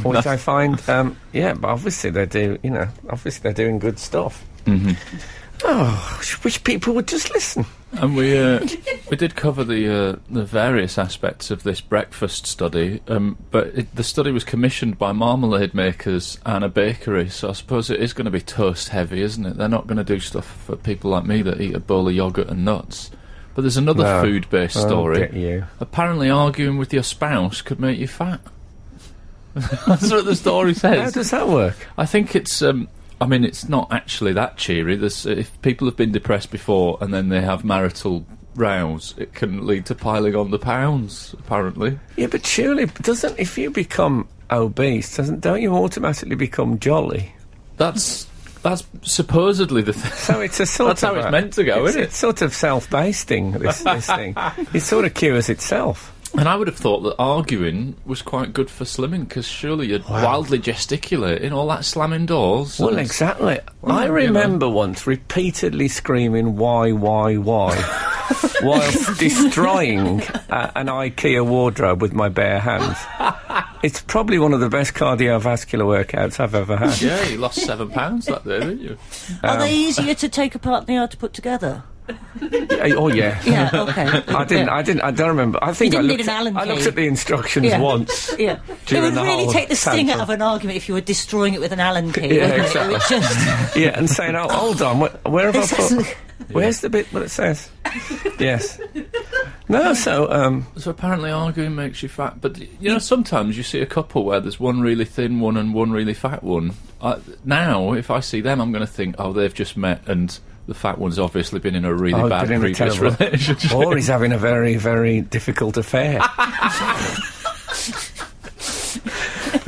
[SPEAKER 3] which I find, um, yeah. But obviously they do, you know. Obviously they're doing good stuff. Mm-hmm. Oh, sh- wish people would just listen.
[SPEAKER 5] And we uh, we did cover the uh, the various aspects of this breakfast study, um, but it, the study was commissioned by marmalade makers and a bakery, so I suppose it is going to be toast heavy, isn't it? They're not going to do stuff for people like me that eat a bowl of yoghurt and nuts. But there's another
[SPEAKER 3] No.
[SPEAKER 5] food based
[SPEAKER 3] I'll
[SPEAKER 5] story.
[SPEAKER 3] get you.
[SPEAKER 5] Apparently, arguing with your spouse could make you fat. That's what the story
[SPEAKER 3] How
[SPEAKER 5] says.
[SPEAKER 3] does that work?
[SPEAKER 5] I think it's. Um, I mean, it's not actually that cheery. There's, uh, if people have been depressed before and then they have marital rows, it can lead to piling on the pounds. Apparently,
[SPEAKER 3] Yeah, but surely doesn't if you become obese, doesn't don't you automatically become jolly?
[SPEAKER 5] that's that's supposedly the thing.
[SPEAKER 3] So it's a sort
[SPEAKER 5] That's
[SPEAKER 3] of
[SPEAKER 5] how it's
[SPEAKER 3] a-
[SPEAKER 5] meant to go,
[SPEAKER 3] it's,
[SPEAKER 5] isn't it?
[SPEAKER 3] It's sort of self-basting. This this thing, it sort of cures itself.
[SPEAKER 5] And I would have thought that arguing was quite good for slimming because surely you're wildly gesticulating, all that slamming doors.
[SPEAKER 3] Well,
[SPEAKER 5] and-
[SPEAKER 3] exactly.
[SPEAKER 5] Well,
[SPEAKER 3] I
[SPEAKER 5] you know.
[SPEAKER 3] remember once repeatedly screaming "Why, why, why," whilst destroying uh, an IKEA wardrobe with my bare hands. It's probably one of the best cardiovascular workouts I've ever had.
[SPEAKER 5] Yeah, you lost seven pounds that day, didn't you?
[SPEAKER 3] Um,
[SPEAKER 4] are they easier to take apart than they are to put together?
[SPEAKER 3] Yeah, Oh yeah.
[SPEAKER 4] Yeah, okay.
[SPEAKER 3] I didn't. I didn't. I don't remember. I think
[SPEAKER 4] didn't
[SPEAKER 3] I
[SPEAKER 4] need
[SPEAKER 3] looked.
[SPEAKER 4] an
[SPEAKER 3] at-
[SPEAKER 4] Allen
[SPEAKER 3] I looked
[SPEAKER 4] key.
[SPEAKER 3] at the instructions
[SPEAKER 4] Yeah.
[SPEAKER 3] once.
[SPEAKER 4] Yeah, it
[SPEAKER 3] During
[SPEAKER 4] would
[SPEAKER 3] the
[SPEAKER 4] really
[SPEAKER 3] whole
[SPEAKER 4] take the sting out
[SPEAKER 3] tantrum.
[SPEAKER 4] of an argument if you were destroying it with an Allen key.
[SPEAKER 3] Yeah,
[SPEAKER 4] wouldn't it?
[SPEAKER 3] exactly.
[SPEAKER 4] It would just
[SPEAKER 3] Yeah, and saying, "Oh, hold on, where, where have
[SPEAKER 4] This
[SPEAKER 3] I put?
[SPEAKER 4] isn't-
[SPEAKER 3] Where's the bit where it says?" yes. No. So, um,
[SPEAKER 5] So apparently arguing makes you fat, but y- you know sometimes you see a couple where there's one really thin one and one really fat one. I, now, if I see them, I'm going to think, oh, they've just met, and the fat one's obviously been in a really
[SPEAKER 3] Oh,
[SPEAKER 5] bad
[SPEAKER 3] been in a
[SPEAKER 5] previous
[SPEAKER 3] terrible- Oh.
[SPEAKER 5] relationship.
[SPEAKER 3] or he's having a very, very difficult affair.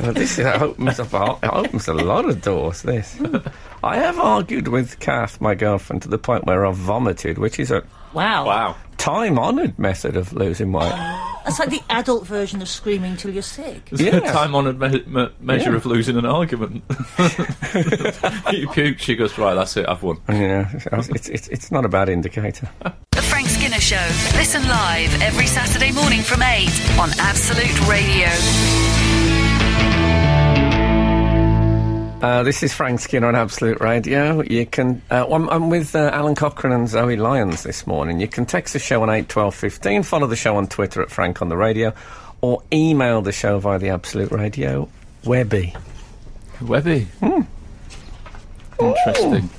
[SPEAKER 3] Well, this is, that opens up. a- It opens a lot of doors. This. I have argued with Kath, my girlfriend, to the point where I've vomited, which is a
[SPEAKER 4] wow.
[SPEAKER 5] wow,
[SPEAKER 3] time-honoured method of losing weight.
[SPEAKER 4] That's like the adult version of screaming till you're sick.
[SPEAKER 5] it's
[SPEAKER 3] Yeah.
[SPEAKER 5] a time-honoured me- me- measure
[SPEAKER 3] Yeah.
[SPEAKER 5] of losing an argument. you puke, she goes, right, that's it, I've won.
[SPEAKER 3] yeah, it's, it's it's not a bad indicator.
[SPEAKER 1] The Frank Skinner Show. Listen live every Saturday morning from 8 on Absolute Radio.
[SPEAKER 3] Uh, this is Frank Skinner on Absolute Radio. You can. Uh, well, I'm, I'm with uh, Alan Cochrane and Zoe Lyons this morning. You can text the show on eight twelve fifteen. Follow the show on Twitter at Frank on the Radio, or email the show via the Absolute Radio Webby.
[SPEAKER 5] Webby,
[SPEAKER 3] Hmm.
[SPEAKER 5] interesting.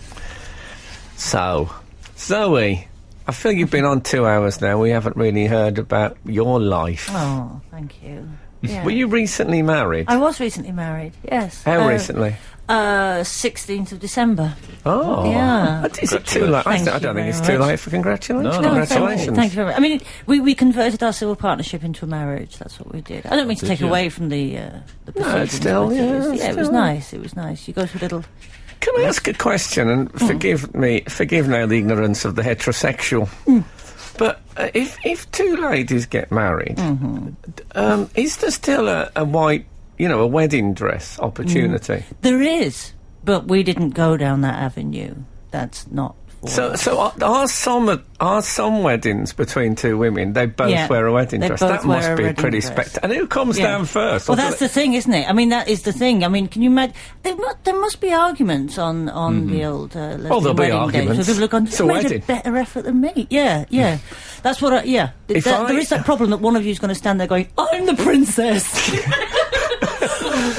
[SPEAKER 3] So, Zoe, I feel you've been on two hours now. We haven't really heard about your life.
[SPEAKER 4] Oh, thank you. Yeah.
[SPEAKER 3] Were you recently married?
[SPEAKER 4] I was recently married. Yes.
[SPEAKER 3] How
[SPEAKER 4] Uh,
[SPEAKER 3] recently?
[SPEAKER 4] Uh, 16th of December.
[SPEAKER 3] Oh,
[SPEAKER 4] yeah.
[SPEAKER 3] Is it too late? I,
[SPEAKER 4] Thank
[SPEAKER 3] I don't
[SPEAKER 4] you
[SPEAKER 3] think it's
[SPEAKER 4] very
[SPEAKER 3] too
[SPEAKER 4] much.
[SPEAKER 3] late for congratulations.
[SPEAKER 5] No, no.
[SPEAKER 4] Oh, thank, you.
[SPEAKER 3] Congratulations.
[SPEAKER 4] thank you very much. I mean, we, we converted our civil partnership into a marriage. That's what we did. I don't mean to
[SPEAKER 5] Did
[SPEAKER 4] take
[SPEAKER 5] you?
[SPEAKER 4] away from the uh, the proceedings,
[SPEAKER 3] still,
[SPEAKER 4] but it
[SPEAKER 3] yeah,
[SPEAKER 4] was-
[SPEAKER 3] it's
[SPEAKER 4] yeah, it was
[SPEAKER 3] still-
[SPEAKER 4] nice. It was nice. You go through little.
[SPEAKER 3] Can I ask a question? And
[SPEAKER 4] Mm.
[SPEAKER 3] forgive me, forgive now the ignorance of the heterosexual.
[SPEAKER 4] Mm.
[SPEAKER 3] But uh, if if two ladies get married,
[SPEAKER 4] Mm-hmm.
[SPEAKER 3] d- um, is there still a, a white, you know, a wedding dress opportunity?
[SPEAKER 4] There is, but we didn't go down that avenue. That's not. For
[SPEAKER 3] So
[SPEAKER 4] us.
[SPEAKER 3] so are, are some are some weddings between two women they both
[SPEAKER 4] Yeah,
[SPEAKER 3] wear a wedding
[SPEAKER 4] they
[SPEAKER 3] dress?
[SPEAKER 4] both
[SPEAKER 3] That
[SPEAKER 4] wear
[SPEAKER 3] must
[SPEAKER 4] a
[SPEAKER 3] be
[SPEAKER 4] wedding
[SPEAKER 3] pretty
[SPEAKER 4] dress.
[SPEAKER 3] spectacular. And who comes
[SPEAKER 4] Yeah.
[SPEAKER 3] down first? Or
[SPEAKER 4] Well,
[SPEAKER 3] do
[SPEAKER 4] that's
[SPEAKER 3] they-
[SPEAKER 4] the thing, isn't it? I mean, that is the thing. I mean, can you imagine? There must, there must be arguments on, on the old uh, lesbian
[SPEAKER 3] Oh, Mm-hmm. there'll be
[SPEAKER 4] wedding days.
[SPEAKER 3] arguments.
[SPEAKER 4] where people look on,
[SPEAKER 3] It's
[SPEAKER 4] you
[SPEAKER 3] a
[SPEAKER 4] made a
[SPEAKER 3] wedding."
[SPEAKER 4] better effort than me. Yeah, yeah. That's what. I, yeah. Th-
[SPEAKER 3] If
[SPEAKER 4] that-
[SPEAKER 3] I-
[SPEAKER 4] there is that problem that one of you is going to stand there going, "I'm the princess.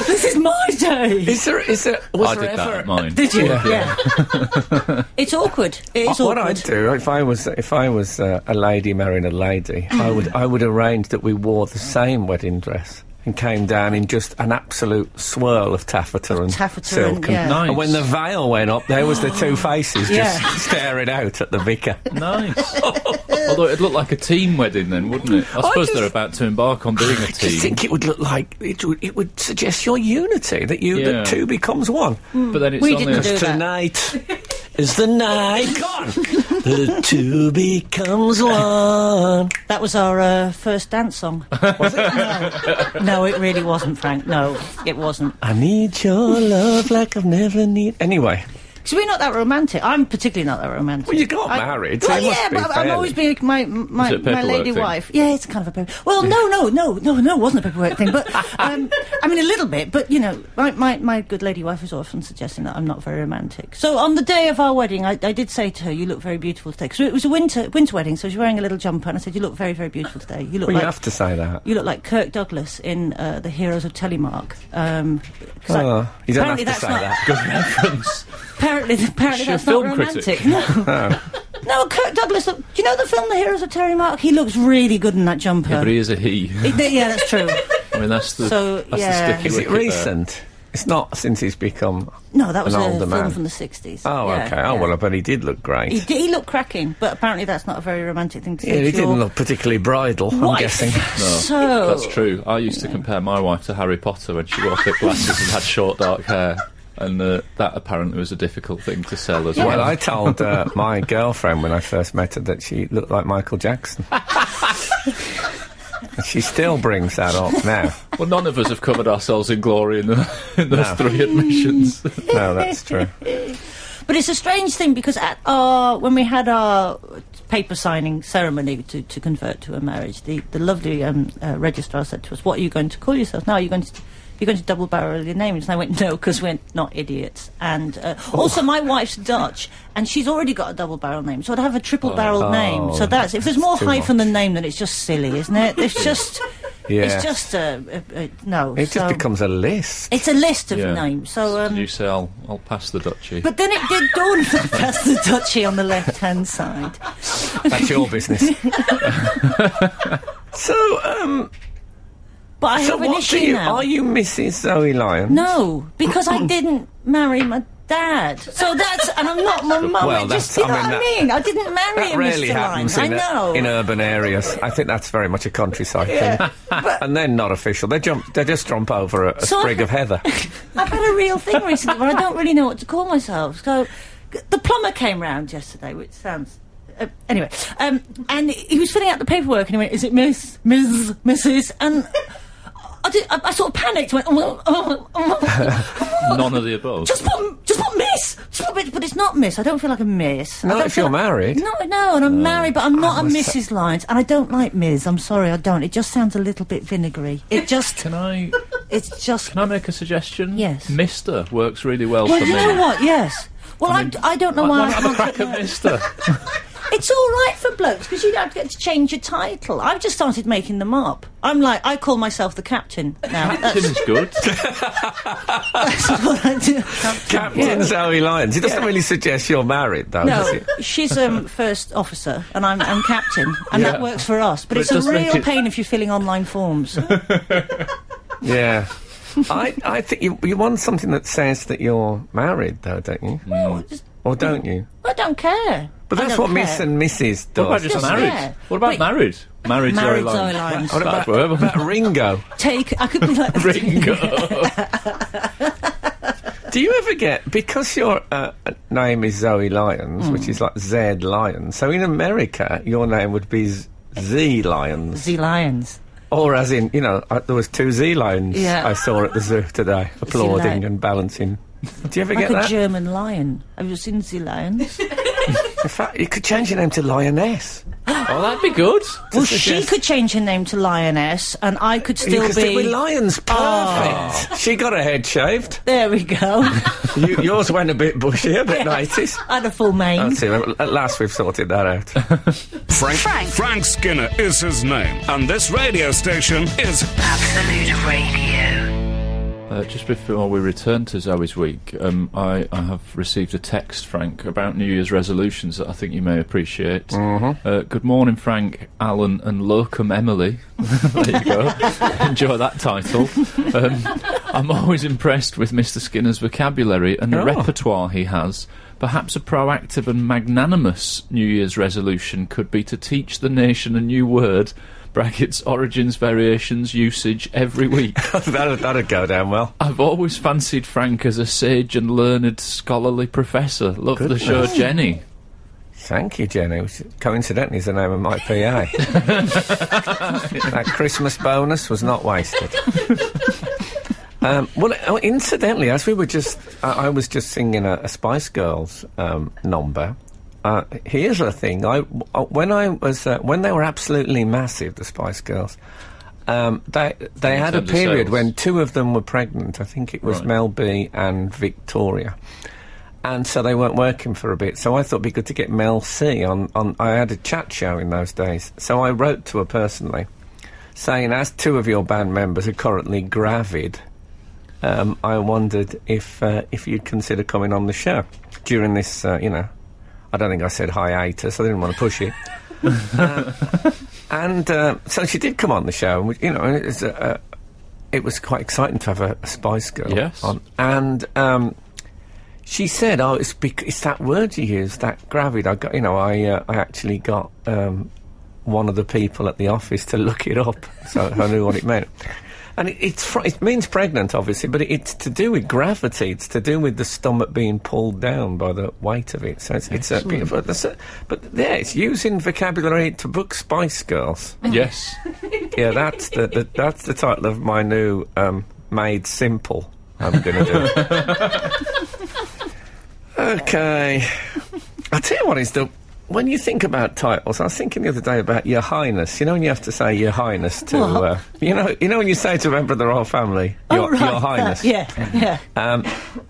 [SPEAKER 4] this is my day."
[SPEAKER 3] is there is there was
[SPEAKER 5] I
[SPEAKER 3] there
[SPEAKER 5] did that
[SPEAKER 3] ever
[SPEAKER 5] at mine.
[SPEAKER 4] Did you? Yeah. it's awkward. It is
[SPEAKER 3] what
[SPEAKER 4] awkward.
[SPEAKER 3] I'd do if I was if I was uh, a lady marrying a lady, I would I would arrange that we wore the same wedding dress and came down in just an absolute swirl of taffeta and
[SPEAKER 4] Taffeta
[SPEAKER 3] silk.
[SPEAKER 4] and- yeah.
[SPEAKER 5] Nice.
[SPEAKER 3] and when the veil went up, there was the two faces just
[SPEAKER 4] Yeah.
[SPEAKER 3] staring out at the vicar.
[SPEAKER 5] Nice. Although it'd look like a team wedding then, wouldn't it? I suppose
[SPEAKER 3] just-
[SPEAKER 5] they're about to embark on being a
[SPEAKER 3] I just
[SPEAKER 5] team.
[SPEAKER 3] think it would look like it would, it would suggest your unity that you
[SPEAKER 5] Yeah.
[SPEAKER 3] that two becomes one.
[SPEAKER 5] But then it's
[SPEAKER 4] We
[SPEAKER 5] only
[SPEAKER 4] didn't
[SPEAKER 5] a
[SPEAKER 4] do Mm. that.
[SPEAKER 3] Tonight
[SPEAKER 7] as the night gone. the two becomes one.
[SPEAKER 8] That was our uh, first dance song. Was it? No. no, it really wasn't, Frank. No, it wasn't.
[SPEAKER 7] I need your love like I've never need.
[SPEAKER 3] Anyway,
[SPEAKER 8] Because we're not that romantic. I'm particularly not that romantic.
[SPEAKER 3] well, you got
[SPEAKER 8] I-
[SPEAKER 3] married. so
[SPEAKER 8] Well,
[SPEAKER 3] it must
[SPEAKER 8] yeah,
[SPEAKER 3] be
[SPEAKER 8] but
[SPEAKER 3] fairly-
[SPEAKER 8] I've always been my
[SPEAKER 5] Is
[SPEAKER 8] my,
[SPEAKER 5] it a
[SPEAKER 8] my
[SPEAKER 5] paperwork
[SPEAKER 8] lady
[SPEAKER 5] thing?
[SPEAKER 8] wife. Yeah, it's kind of a paper. Well, no, no, no, no, no. It wasn't a paperwork thing, but um, I mean a little bit. But you know, my, my my good lady wife is often suggesting that I'm not very romantic. So on the day of our wedding, I, I did say to her, "You look very beautiful today." Because it was a winter winter wedding, so she was wearing a little jumper, and I said, "You look very very beautiful today. You look
[SPEAKER 3] Well, you
[SPEAKER 8] like."
[SPEAKER 3] have to say that.
[SPEAKER 8] you look like Kirk Douglas in uh, The Heroes of Telemark. Um, 'cause I-
[SPEAKER 3] Oh, you don't have to
[SPEAKER 8] apparently that's
[SPEAKER 3] say
[SPEAKER 8] not-
[SPEAKER 3] that.
[SPEAKER 5] Good reference.
[SPEAKER 8] Apparently, apparently
[SPEAKER 5] She's a
[SPEAKER 8] that's
[SPEAKER 5] film
[SPEAKER 8] not romantic.
[SPEAKER 5] critic.
[SPEAKER 8] No.
[SPEAKER 3] Oh.
[SPEAKER 8] no, Kirk Douglas. Look, do you know the film The Heroes of Terry Mark? He looks really good in that jumper.
[SPEAKER 5] But he is a he.
[SPEAKER 8] He- yeah, that's true.
[SPEAKER 5] I mean, that's the,
[SPEAKER 8] So,
[SPEAKER 5] that's
[SPEAKER 8] yeah.
[SPEAKER 5] the sticky
[SPEAKER 3] Is it
[SPEAKER 5] wicket there.
[SPEAKER 3] recent? It's not since he's become.
[SPEAKER 8] No, that was
[SPEAKER 3] An
[SPEAKER 8] a
[SPEAKER 3] older
[SPEAKER 8] film
[SPEAKER 3] man.
[SPEAKER 8] from the 60s.
[SPEAKER 3] Oh,
[SPEAKER 8] Yeah,
[SPEAKER 3] okay.
[SPEAKER 8] yeah.
[SPEAKER 3] Oh, well, I bet he did look great.
[SPEAKER 8] He, did, he looked cracking, but apparently that's not a very romantic thing to
[SPEAKER 3] yeah,
[SPEAKER 8] say.
[SPEAKER 3] he
[SPEAKER 8] to your
[SPEAKER 3] didn't look particularly bridal, I'm
[SPEAKER 8] wife.
[SPEAKER 3] guessing.
[SPEAKER 8] So
[SPEAKER 5] That's true. I used to compare my wife to Harry Potter when she wore thick glasses and had short dark hair. And uh, that apparently was a difficult thing to sell as
[SPEAKER 3] Well,
[SPEAKER 5] well.
[SPEAKER 3] I told uh, my girlfriend when I first met her that she looked like Michael Jackson. And she still brings that up now.
[SPEAKER 5] well, none of us have covered ourselves in glory in, the, in those three admissions.
[SPEAKER 3] No, that's true.
[SPEAKER 8] But it's a strange thing because at our when we had our paper signing ceremony to, to convert to a marriage, the the lovely um, uh, registrar said to us, "What are you going to call yourself now? Are you going to?" You're going to double barrel your names, and I went no because we're not idiots. And uh,
[SPEAKER 3] Oh.
[SPEAKER 8] also, my wife's Dutch, and she's already got a double barrel name, so I'd have a triple barrel name. So that's if there's more
[SPEAKER 3] Oh. too
[SPEAKER 8] hyphen than name, then it's just silly, isn't it? It's just,
[SPEAKER 3] Yeah.
[SPEAKER 8] it's just uh, uh, uh, no.
[SPEAKER 3] It
[SPEAKER 8] so-
[SPEAKER 3] just becomes a list.
[SPEAKER 8] it's a list of
[SPEAKER 5] Yeah.
[SPEAKER 8] names. So um,
[SPEAKER 5] you say, I'll, I'll pass the duchy.
[SPEAKER 8] but then it did dawn that that's the duchy on the left hand side.
[SPEAKER 3] That's your business. so, um,
[SPEAKER 8] But I
[SPEAKER 3] so
[SPEAKER 8] have an
[SPEAKER 3] what do
[SPEAKER 8] issue
[SPEAKER 3] you?
[SPEAKER 8] now.
[SPEAKER 3] Are you Mrs. Zoe Lyon?
[SPEAKER 8] No, because I didn't marry my dad. So that's and I'm not my mum.
[SPEAKER 3] Well,
[SPEAKER 8] it
[SPEAKER 3] that's-
[SPEAKER 8] just you
[SPEAKER 3] I mean,
[SPEAKER 8] know what
[SPEAKER 3] that-
[SPEAKER 8] I mean? I didn't marry
[SPEAKER 3] That
[SPEAKER 8] a
[SPEAKER 3] rarely
[SPEAKER 8] Mr.
[SPEAKER 3] happens
[SPEAKER 8] Lyons. I
[SPEAKER 3] in,
[SPEAKER 8] know.
[SPEAKER 3] in urban areas. I think that's very much a countryside thing. and they're not official. They jump. They just jump over a, a
[SPEAKER 8] So I-
[SPEAKER 3] sprig of heather.
[SPEAKER 8] I've had a real thing recently where I don't really know what to call myself. So g- the plumber came round yesterday, which sounds. Uh, anyway, um, and he was filling out the paperwork and he went, Is it Miss, Ms, Mrs? And I, did, I, I sort of panicked, went, oh, oh, oh, oh.
[SPEAKER 5] None of the above.
[SPEAKER 8] Just put, just put miss. Just put miss, but it's not miss. I don't feel like a miss. I
[SPEAKER 3] Not
[SPEAKER 8] don't
[SPEAKER 3] if
[SPEAKER 8] feel
[SPEAKER 3] you're
[SPEAKER 8] like-
[SPEAKER 3] married.
[SPEAKER 8] No, no, and I'm married, but I'm not a
[SPEAKER 3] I must
[SPEAKER 8] Mrs. Lyons, and I don't like Ms. I'm sorry, I don't. It just sounds a little bit vinegary. It just,
[SPEAKER 5] Can I
[SPEAKER 8] it's just.
[SPEAKER 5] can I make a suggestion?
[SPEAKER 8] Yes.
[SPEAKER 5] Mister works really well
[SPEAKER 8] Well,
[SPEAKER 5] for
[SPEAKER 8] you
[SPEAKER 5] me.
[SPEAKER 8] know what? Yes. Well, I, d- I don't know
[SPEAKER 5] Why,
[SPEAKER 8] why.
[SPEAKER 5] why
[SPEAKER 8] I
[SPEAKER 5] not have a
[SPEAKER 8] can't
[SPEAKER 5] crack
[SPEAKER 8] get
[SPEAKER 5] at
[SPEAKER 8] that.
[SPEAKER 5] Mister?
[SPEAKER 8] It's all right for blokes because you don't get to change your title. I've just started making them up. I'm like, I call myself the captain now.
[SPEAKER 5] Tim
[SPEAKER 8] That's,
[SPEAKER 5] is good.
[SPEAKER 8] that's what I do.
[SPEAKER 3] Captain Zoe Lyons. It doesn't really suggest you're married, though, does
[SPEAKER 8] No,
[SPEAKER 3] it?
[SPEAKER 8] she's um, first officer, and I'm, I'm captain, and that
[SPEAKER 5] Yeah.
[SPEAKER 8] works for us. But,
[SPEAKER 5] But
[SPEAKER 8] it's
[SPEAKER 5] it
[SPEAKER 8] a
[SPEAKER 5] does make
[SPEAKER 8] real
[SPEAKER 5] it-
[SPEAKER 8] pain if you're filling online forms.
[SPEAKER 3] Yeah. I, I think you, you want something that says that you're married, though, don't you?
[SPEAKER 8] just-
[SPEAKER 3] Or don't you?
[SPEAKER 8] I don't care.
[SPEAKER 3] But
[SPEAKER 8] I
[SPEAKER 3] that's
[SPEAKER 8] don't
[SPEAKER 3] what Miss
[SPEAKER 8] care.
[SPEAKER 3] and Mrs.
[SPEAKER 5] What about
[SPEAKER 3] does.
[SPEAKER 5] just
[SPEAKER 8] Just
[SPEAKER 5] married?
[SPEAKER 8] there.
[SPEAKER 5] What about
[SPEAKER 8] Wait.
[SPEAKER 5] married? Married,
[SPEAKER 8] Married
[SPEAKER 5] Zoe
[SPEAKER 8] Zoe
[SPEAKER 5] Lyons.
[SPEAKER 8] Lyons.
[SPEAKER 3] What about,
[SPEAKER 5] Bad word.
[SPEAKER 3] what about Ringo?
[SPEAKER 8] Take. I could be like
[SPEAKER 5] Ringo.
[SPEAKER 3] Do you ever get because your uh, name is Zoe Lyons,
[SPEAKER 8] Hmm.
[SPEAKER 3] which is like Z Lyons? So in America, your name would be Z- Z Lyons,
[SPEAKER 8] Z lions.
[SPEAKER 3] or as in you know uh, there was two Z Lions
[SPEAKER 8] Yeah.
[SPEAKER 3] I saw at the zoo today, applauding
[SPEAKER 8] Lion.
[SPEAKER 3] and balancing. Do you ever
[SPEAKER 8] Like
[SPEAKER 3] get
[SPEAKER 8] a
[SPEAKER 3] that?
[SPEAKER 8] German lion. Have you seen Z lions?
[SPEAKER 3] In fact, you could change your name to Lioness.
[SPEAKER 5] oh, that'd be good.
[SPEAKER 8] well, she
[SPEAKER 3] suggest-
[SPEAKER 8] could change her name to lioness, and I could
[SPEAKER 3] You
[SPEAKER 8] still
[SPEAKER 3] could stick
[SPEAKER 8] be. Oh.
[SPEAKER 3] with Lions, perfect. She got her head shaved.
[SPEAKER 8] there we go.
[SPEAKER 3] you, yours went a bit bushier, but notice.
[SPEAKER 8] I had a full mane.
[SPEAKER 3] That's it. At last, we've sorted that out.
[SPEAKER 6] Frank,
[SPEAKER 1] Frank.
[SPEAKER 6] Frank Skinner is his name, and this radio station is
[SPEAKER 1] Absolute Radio.
[SPEAKER 5] Uh, just before we return to Zoe's week, um, I, I have received a text, Frank, about New Year's resolutions that I think you may appreciate. Uh, good morning, Frank, Alan, and Locum Emily. there you go. Enjoy that title. Um, I'm always impressed with Mr. Skinner's vocabulary and the
[SPEAKER 3] Oh.
[SPEAKER 5] repertoire he has. Perhaps a proactive and magnanimous New Year's resolution could be to teach the nation a new word brackets origins variations usage every week.
[SPEAKER 3] that'd, that'd go down well.
[SPEAKER 5] I've always fancied Frank as a sage and learned scholarly professor. Love the show, Jenny.
[SPEAKER 3] Thank you, Jenny. Which coincidentally is the name of my PA. that Christmas bonus was not wasted. um, well, oh, incidentally, as we were just, I, I was just singing a, a Spice Girls um, number. Uh, here's the thing: I uh, when I was uh, when they were absolutely massive, the Spice Girls. Um, they they had a
[SPEAKER 5] terms of
[SPEAKER 3] period
[SPEAKER 5] sales.
[SPEAKER 3] when two of them were pregnant. I think it was
[SPEAKER 5] Right.
[SPEAKER 3] Mel B and Victoria and so they weren't working for a bit. So I thought it'd be good to get Mel C on. on I had a chat show in those days, so I wrote to her personally, saying, as two of your band members are currently gravid, um, I wondered if uh, if you'd consider coming on the show during this. Uh, you know, I don't think I said hiatus. I didn't want to push it. Uh, and uh, so she did come on the show, and we, you know, and it was, uh, uh, it was quite exciting to have a, a Spice Girl
[SPEAKER 5] Yes.
[SPEAKER 3] on, and. Um, she said, "Oh, it's bec- it's that word you use, that gravid. I got, you know, I uh, I actually got um, one of the people at the office to look it up, so I knew what it meant. And it, it's fr- it means pregnant, obviously, but it, it's to do with gravity. It's to do with the stomach being pulled down by the weight of it. So it's it's a, bit of a- that's a- but yeah, it's using vocabulary to book Spice Girls.
[SPEAKER 5] Yes.
[SPEAKER 3] yeah, that's the, the that's the title of my new um, Made Simple. I'm going to do. Okay. I'll tell you what is the. When you think about titles, I was thinking the other day about Your Highness. You know when you have to say Your Highness to,
[SPEAKER 4] What?
[SPEAKER 3] uh, you know, you know when you say to a member of the royal family, Your,
[SPEAKER 4] oh, right,
[SPEAKER 3] Your Highness.
[SPEAKER 4] that, yeah, yeah.
[SPEAKER 3] Um,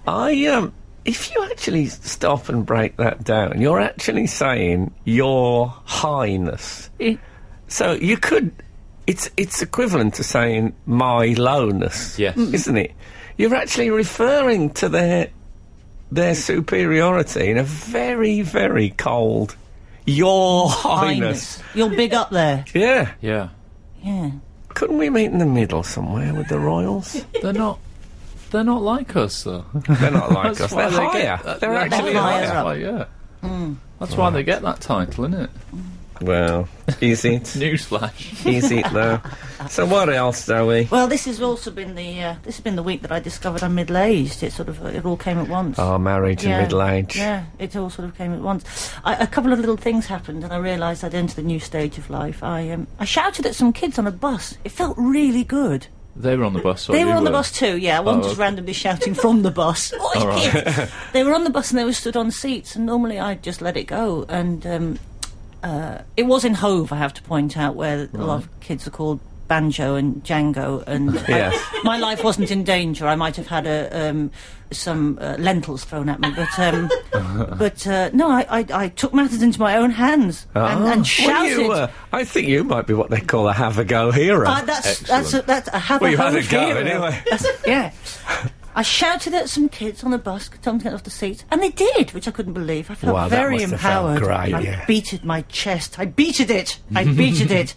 [SPEAKER 3] I um, if you actually stop and break that down, you're actually saying Your Highness. So you could. It's it's equivalent to saying my lowness,
[SPEAKER 5] Yes. Mm.
[SPEAKER 3] isn't it? You're actually referring to their their superiority in a very very cold. Your highness.
[SPEAKER 4] Highness. You're big up there.
[SPEAKER 3] Yeah.
[SPEAKER 5] Yeah.
[SPEAKER 4] Yeah.
[SPEAKER 3] Couldn't we meet in the middle somewhere with the royals?
[SPEAKER 5] They're not. They're not like us, though.
[SPEAKER 3] They're not like us.
[SPEAKER 5] That's why
[SPEAKER 3] They're
[SPEAKER 5] they
[SPEAKER 3] higher.
[SPEAKER 5] get that-
[SPEAKER 3] They're
[SPEAKER 5] yeah,
[SPEAKER 3] actually
[SPEAKER 5] that's
[SPEAKER 4] higher
[SPEAKER 3] higher.
[SPEAKER 4] up.
[SPEAKER 5] why- yeah.
[SPEAKER 4] Hmm.
[SPEAKER 5] That's why they get that title, isn't it?
[SPEAKER 3] Well, is it?
[SPEAKER 5] Newsflash.
[SPEAKER 3] is it though? So what else, Zoe?
[SPEAKER 4] Well, this has also been the uh, this has been the week that I discovered I'm middle aged. It sort of it all came at once.
[SPEAKER 3] Oh, marriage and middle age.
[SPEAKER 4] Yeah, it all sort of came at once. I, a couple of little things happened, and I realised I'd entered a new stage of life. I um, I shouted at some kids on a bus. It felt really good.
[SPEAKER 5] They were on the bus. or
[SPEAKER 4] They
[SPEAKER 5] you
[SPEAKER 4] were on the bus too, yeah. I
[SPEAKER 3] Oh,
[SPEAKER 4] wasn't just
[SPEAKER 5] okay.
[SPEAKER 4] randomly shouting from the bus. Oi, kids! they were on the bus and they were stood on seats, and normally I'd just let it go. And um, uh, it was in Hove, I have to point out, where a lot of kids are called Banjo and Django. And I-
[SPEAKER 3] Yes.
[SPEAKER 4] my life wasn't in danger. I might have had a, um, some uh, lentils thrown at me, but um, but uh, no, I, I, I took matters into my own hands and,
[SPEAKER 3] Ah.
[SPEAKER 4] and
[SPEAKER 3] Well,
[SPEAKER 4] shouted.
[SPEAKER 3] you, uh, I think you might be what they call a have a go hero.
[SPEAKER 5] Oh,
[SPEAKER 4] Uh, that's that's a,
[SPEAKER 5] Excellent.
[SPEAKER 4] that's a have
[SPEAKER 3] Well,
[SPEAKER 4] a
[SPEAKER 3] you've had
[SPEAKER 4] home
[SPEAKER 3] a go
[SPEAKER 4] hero.
[SPEAKER 3] anyway.
[SPEAKER 4] That's- yeah. I shouted at some kids on a bus, told them to get off the seat, and they did, which I couldn't believe. I felt
[SPEAKER 3] Wow, that
[SPEAKER 4] very
[SPEAKER 3] must have felt
[SPEAKER 4] empowered.
[SPEAKER 3] great,
[SPEAKER 4] I
[SPEAKER 3] yeah.
[SPEAKER 4] beated my chest. I beated it. I beated it.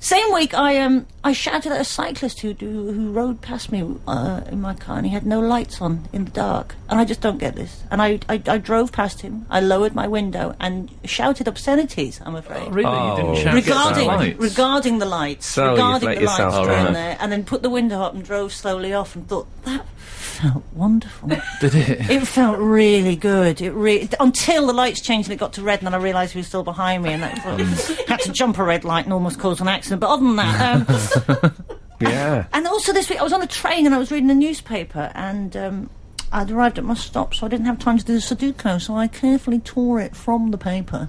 [SPEAKER 4] Same week, I um, I shouted at a cyclist who who, who rode past me uh, in my car, and he had no lights on in the dark, and I just don't get this. And I, I I drove past him. I lowered my window and shouted obscenities. I'm afraid
[SPEAKER 5] Really, you
[SPEAKER 3] Oh.
[SPEAKER 5] didn't shout at the
[SPEAKER 4] regarding
[SPEAKER 5] lights?
[SPEAKER 4] regarding the lights,
[SPEAKER 3] So you've
[SPEAKER 4] regarding
[SPEAKER 3] let
[SPEAKER 4] the
[SPEAKER 3] yourself
[SPEAKER 4] lights
[SPEAKER 5] down.
[SPEAKER 4] down
[SPEAKER 5] Alright.
[SPEAKER 4] there, and then put the window up and drove slowly off and thought that felt wonderful.
[SPEAKER 5] Did it?
[SPEAKER 4] it felt really good. It re- until the lights changed and it got to red, and then I realised he was still behind me, and that had to jump a red light and almost caused an accident. But other than that. Um,
[SPEAKER 3] yeah.
[SPEAKER 4] and also this week, I was on a train and I was reading the newspaper, and um, I'd arrived at my stop, so I didn't have time to do the Sudoku, so I carefully tore it from the paper,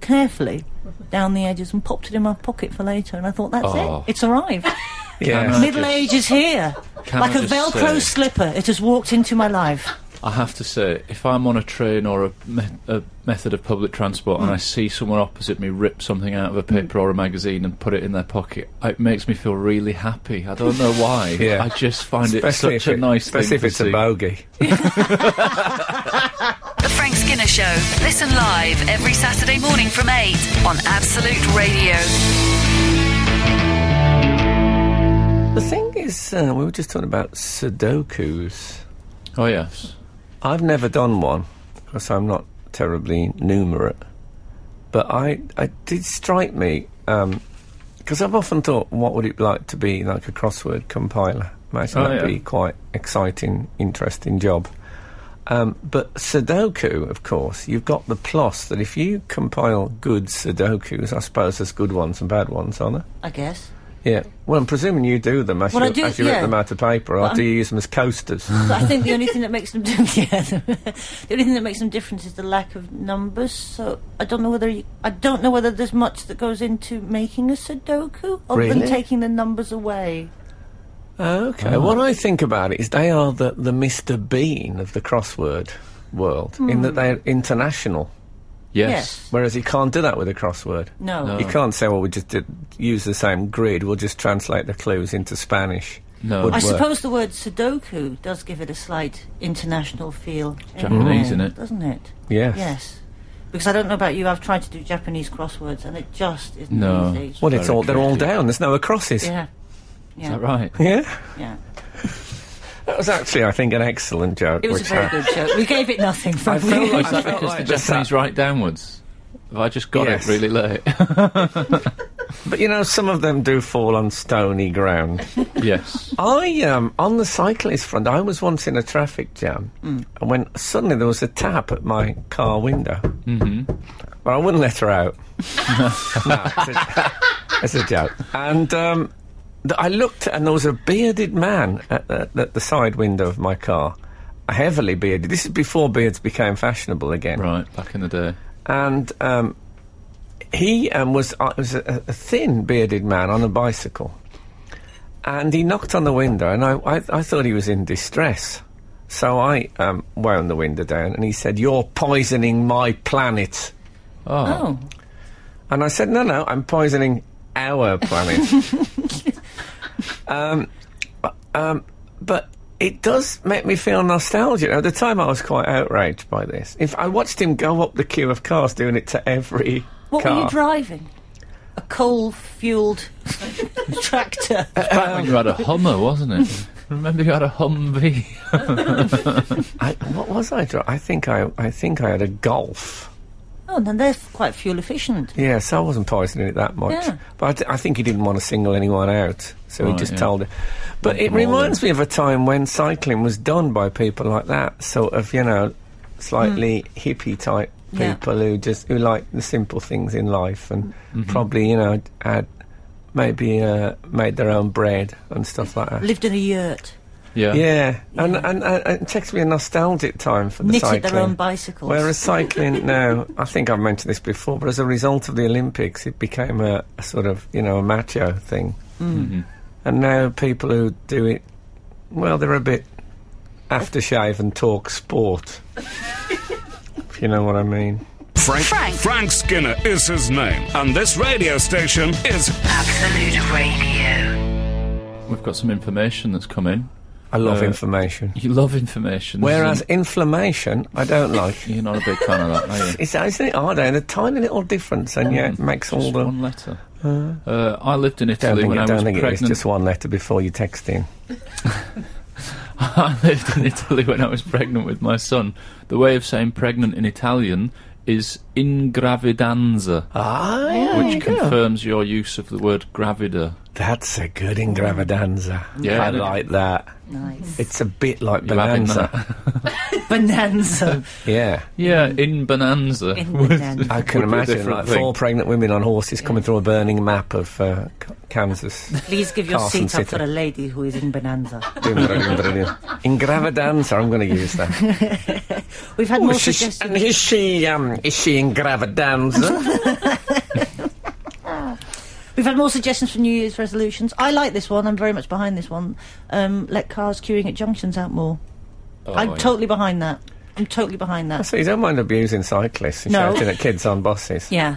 [SPEAKER 4] carefully down the edges, and popped it in my pocket for later. And I thought, that's
[SPEAKER 5] Oh.
[SPEAKER 4] it, it's arrived.
[SPEAKER 3] Yeah.
[SPEAKER 5] Can I
[SPEAKER 4] Middle
[SPEAKER 5] just-
[SPEAKER 4] age is here,
[SPEAKER 5] Can
[SPEAKER 4] like
[SPEAKER 5] I
[SPEAKER 4] a
[SPEAKER 5] just
[SPEAKER 4] Velcro
[SPEAKER 5] say-
[SPEAKER 4] slipper. It has walked into my life.
[SPEAKER 5] I have to say, if I'm on a train or a, me- a method of public transport
[SPEAKER 3] Hmm.
[SPEAKER 5] and I see someone opposite me rip something out of a paper or a magazine and put it in their pocket, it makes me feel really happy. I don't know why.
[SPEAKER 3] Yeah.
[SPEAKER 5] I just find
[SPEAKER 3] Especially
[SPEAKER 5] it
[SPEAKER 3] if,
[SPEAKER 5] such a
[SPEAKER 3] it-
[SPEAKER 5] nice thing.
[SPEAKER 3] especially if
[SPEAKER 5] to
[SPEAKER 3] it's a
[SPEAKER 5] see.
[SPEAKER 3] bogey.
[SPEAKER 1] The Frank Skinner Show. Listen live every Saturday morning from 8 on Absolute Radio.
[SPEAKER 3] The thing is, uh, we were just talking about Sudokus.
[SPEAKER 5] Oh yes.
[SPEAKER 3] I've never done one because I'm not terribly numerate. But I, I it did strike me um, Because I've often thought, what would it be like to be like a crossword compiler? Imagine
[SPEAKER 5] Oh,
[SPEAKER 3] that'd
[SPEAKER 5] yeah.
[SPEAKER 3] be quite exciting, interesting job. Um, but Sudoku, of course, you've got the plus that if you compile good Sudokus, I suppose there's good ones and bad ones, aren't there?
[SPEAKER 4] I guess.
[SPEAKER 3] Yeah. Well, I'm presuming you do them as
[SPEAKER 4] Well, I
[SPEAKER 3] you,
[SPEAKER 4] do-
[SPEAKER 3] as you
[SPEAKER 4] yeah.
[SPEAKER 3] rip them out of paper, or
[SPEAKER 4] Well,
[SPEAKER 3] do
[SPEAKER 4] I'm-
[SPEAKER 3] you use them as coasters?
[SPEAKER 4] But I think the only thing that makes them different, yeah, the only thing that makes them different is the lack of numbers. So I don't know whether you, I don't know whether there's much that goes into making a Sudoku other
[SPEAKER 3] Really?
[SPEAKER 4] than taking the numbers away.
[SPEAKER 3] Okay. What I think about it is they are the, the Mr. Bean of the crossword world, in that they're international,
[SPEAKER 5] Yes.
[SPEAKER 3] whereas you can't do that with a crossword.
[SPEAKER 4] No.
[SPEAKER 5] No.
[SPEAKER 3] You can't say, well, we just did, use the same grid, we'll just translate the clues into Spanish.
[SPEAKER 5] No.
[SPEAKER 3] Would
[SPEAKER 4] I
[SPEAKER 3] work.
[SPEAKER 4] suppose the word Sudoku does give it a slight international feel. in
[SPEAKER 3] Hmm.
[SPEAKER 5] Japanese,
[SPEAKER 4] a way,
[SPEAKER 5] innit?
[SPEAKER 4] Doesn't it?
[SPEAKER 3] Yes.
[SPEAKER 4] Yes. Because I don't know about you, I've tried to do Japanese crosswords and it just isn't
[SPEAKER 5] No.
[SPEAKER 4] easy. It's
[SPEAKER 3] Well, it's
[SPEAKER 5] Very
[SPEAKER 3] all, they're all
[SPEAKER 5] tricky.
[SPEAKER 3] down, there's no acrosses.
[SPEAKER 4] yeah.
[SPEAKER 5] Is
[SPEAKER 4] Yeah.
[SPEAKER 5] that right?
[SPEAKER 3] Yeah?
[SPEAKER 4] Yeah.
[SPEAKER 3] That was actually, I think, an excellent joke.
[SPEAKER 4] It was a
[SPEAKER 3] which
[SPEAKER 4] very
[SPEAKER 3] I-
[SPEAKER 4] good joke. We gave it nothing. I
[SPEAKER 3] felt like-
[SPEAKER 5] Is that
[SPEAKER 3] I felt like
[SPEAKER 5] because the
[SPEAKER 3] the
[SPEAKER 5] Japanese
[SPEAKER 3] sa-
[SPEAKER 5] right downwards? Have I just got
[SPEAKER 3] Yes.
[SPEAKER 5] it really late?
[SPEAKER 3] But you know, some of them do fall on stony ground.
[SPEAKER 5] yes.
[SPEAKER 3] I um on the cyclist front. I was once in a traffic jam, and when suddenly there was a tap at my car window. Mm-hmm. But I wouldn't let her out. no, it's a, it's a joke. And um, th- I looked, and there was a bearded man at the, at the side window of my car, heavily bearded. This is before beards became fashionable again
[SPEAKER 5] Right, back in the day.
[SPEAKER 3] and um, he um, was uh, was a, a thin bearded man on a bicycle, and he knocked on the window, and I I, I thought he was in distress, so I um, wound the window down, and he said, "You're poisoning my planet,"
[SPEAKER 5] Oh.
[SPEAKER 4] Oh.
[SPEAKER 3] and I said, "No, no, I'm poisoning our planet." um, bu- um, but. It does make me feel nostalgic. At the time, I was quite outraged by this. If I watched him go up the queue of cars, doing it to every
[SPEAKER 4] What
[SPEAKER 3] car.
[SPEAKER 4] were you driving? A coal fueled tractor.
[SPEAKER 5] Back when you had a Hummer, wasn't it? Remember you had a Humvee?
[SPEAKER 3] I, what was I? dri- I think I, I think I had a golf.
[SPEAKER 4] Oh, and then they're f- quite fuel efficient.
[SPEAKER 3] Yeah, so I wasn't poisoning it that much.
[SPEAKER 4] Yeah.
[SPEAKER 3] But I, d- I think he didn't want to single anyone out, so he
[SPEAKER 5] Right,
[SPEAKER 3] just
[SPEAKER 5] yeah.
[SPEAKER 3] told it. But it
[SPEAKER 5] them all in.
[SPEAKER 3] reminds me of a time when cycling was done by people like that, sort of, you know, slightly hippie type
[SPEAKER 4] Mm. Yeah.
[SPEAKER 3] people who just who like the simple things in life and
[SPEAKER 4] Mm-hmm.
[SPEAKER 3] probably you know had maybe uh, made their own bread and stuff like that.
[SPEAKER 4] Lived in a yurt.
[SPEAKER 5] Yeah.
[SPEAKER 3] Yeah, and and, and, and it takes me a nostalgic time for the
[SPEAKER 4] Knitted
[SPEAKER 3] cycling.
[SPEAKER 4] their own bicycles.
[SPEAKER 3] Whereas cycling now, I think I've mentioned this before, but as a result of the Olympics, it became a, a sort of you know a macho thing, mm.
[SPEAKER 5] Mm-hmm.
[SPEAKER 3] and now people who do it, well, they're a bit aftershave and talk sport. if you know what I mean.
[SPEAKER 6] Frank,
[SPEAKER 1] Frank.
[SPEAKER 6] Frank Skinner is his name, and this radio station is
[SPEAKER 1] Absolute Radio.
[SPEAKER 5] We've got some information that's come in.
[SPEAKER 3] I love
[SPEAKER 5] Uh,
[SPEAKER 3] information.
[SPEAKER 5] You love information. This
[SPEAKER 3] Whereas
[SPEAKER 5] isn't-
[SPEAKER 3] inflammation, I don't like.
[SPEAKER 5] you're not a big fan of that, are you?
[SPEAKER 3] It's, isn't it odd? eh? The tiny little difference, and yet it makes all
[SPEAKER 5] Just
[SPEAKER 3] the
[SPEAKER 5] one letter. Uh, I lived in
[SPEAKER 3] Don't
[SPEAKER 5] Italy
[SPEAKER 3] think,
[SPEAKER 5] when I
[SPEAKER 3] it,
[SPEAKER 5] was
[SPEAKER 3] don't think it is
[SPEAKER 5] pregnant.
[SPEAKER 3] just one letter before you text in.
[SPEAKER 5] I lived in Italy when I was pregnant with my son. The way of saying pregnant in Italian is ingravidanza,
[SPEAKER 3] Ah, yeah.
[SPEAKER 5] which confirms your use of the word gravida.
[SPEAKER 3] That's a good ingravadanza.
[SPEAKER 5] Yeah,
[SPEAKER 3] I
[SPEAKER 5] it is.
[SPEAKER 3] like that.
[SPEAKER 4] Nice.
[SPEAKER 3] It's a bit like
[SPEAKER 5] You're having
[SPEAKER 3] bonanza.
[SPEAKER 4] Bonanza.
[SPEAKER 3] Yeah,
[SPEAKER 5] Yeah, in bonanza.
[SPEAKER 4] In
[SPEAKER 5] would-
[SPEAKER 4] bonanza.
[SPEAKER 3] I can
[SPEAKER 5] would be a
[SPEAKER 3] imagine
[SPEAKER 5] different
[SPEAKER 3] like
[SPEAKER 5] thing.
[SPEAKER 3] four pregnant women on horses coming through a burning map of uh, K- Kansas.
[SPEAKER 4] Please give your
[SPEAKER 3] Carson
[SPEAKER 4] seat up
[SPEAKER 3] City.
[SPEAKER 4] for a lady who is in Bonanza.
[SPEAKER 3] ingravadanza. I'm going to use that.
[SPEAKER 4] We've had
[SPEAKER 3] Oh,
[SPEAKER 4] more
[SPEAKER 3] is she, and
[SPEAKER 4] suggestions.
[SPEAKER 3] is she um, is she ingravadanza?
[SPEAKER 4] We've had more suggestions for New Year's resolutions. I like this one. I'm very much behind this one. Um, let cars queuing at junctions out more.
[SPEAKER 5] Oh,
[SPEAKER 4] I'm
[SPEAKER 5] yeah.
[SPEAKER 4] totally behind that. I'm totally behind that.
[SPEAKER 3] so you don't mind abusing cyclists and
[SPEAKER 4] No.
[SPEAKER 3] shouting at kids on buses,
[SPEAKER 4] Yeah.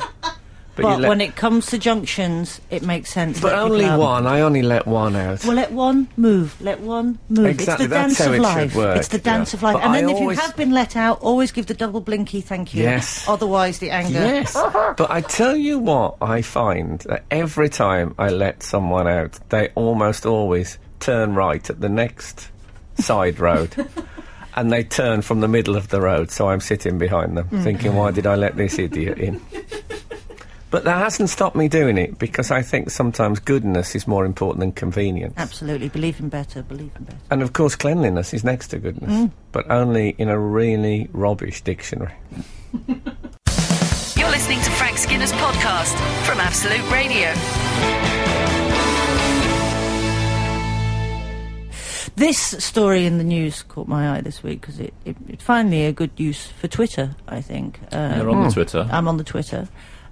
[SPEAKER 4] But,
[SPEAKER 3] you let-
[SPEAKER 4] when it comes to junctions, it makes sense.
[SPEAKER 3] but
[SPEAKER 4] Let people
[SPEAKER 3] only
[SPEAKER 4] out.
[SPEAKER 3] one. I only let one out.
[SPEAKER 4] Well, let one move. Let one move.
[SPEAKER 3] Exactly,
[SPEAKER 4] it's the
[SPEAKER 3] that's
[SPEAKER 4] dance
[SPEAKER 3] how
[SPEAKER 4] of
[SPEAKER 3] it should
[SPEAKER 4] life.
[SPEAKER 3] work,
[SPEAKER 4] It's the
[SPEAKER 3] yeah.
[SPEAKER 4] dance of life.
[SPEAKER 3] But
[SPEAKER 4] and
[SPEAKER 3] I
[SPEAKER 4] then if you
[SPEAKER 3] always-
[SPEAKER 4] have been let out, always give the double blinky thank you.
[SPEAKER 3] Yes.
[SPEAKER 4] Otherwise, the anger.
[SPEAKER 3] Yes. but I tell you what, I find that every time I let someone out, they almost always turn right at the next side road. And they turn from the middle of the road, so I'm sitting behind them, thinking, why did I let this idiot in? But that hasn't stopped me doing it because I think sometimes goodness is more important than convenience.
[SPEAKER 4] Absolutely. Believe in better. Believe in better.
[SPEAKER 3] And of course, cleanliness is next to goodness, but only in a really rubbish dictionary.
[SPEAKER 1] You're listening to Frank Skinner's podcast from Absolute Radio.
[SPEAKER 4] This story in the news caught my eye this week because it, it, it finally a good use for Twitter, I think. Uh,
[SPEAKER 5] They're on the Twitter.
[SPEAKER 4] I'm on the Twitter.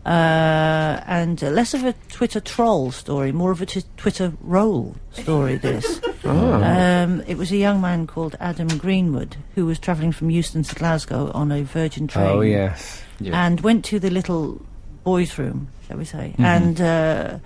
[SPEAKER 4] Uh, and uh, less of a Twitter troll story, more of a t- Twitter roll story, this. um, it was a young man called Adam Greenwood who was travelling from Euston to Glasgow on a Virgin train
[SPEAKER 3] Oh, yes.
[SPEAKER 5] Yeah. Mm-hmm.
[SPEAKER 4] and went to the little boys' room, shall we say, and uh,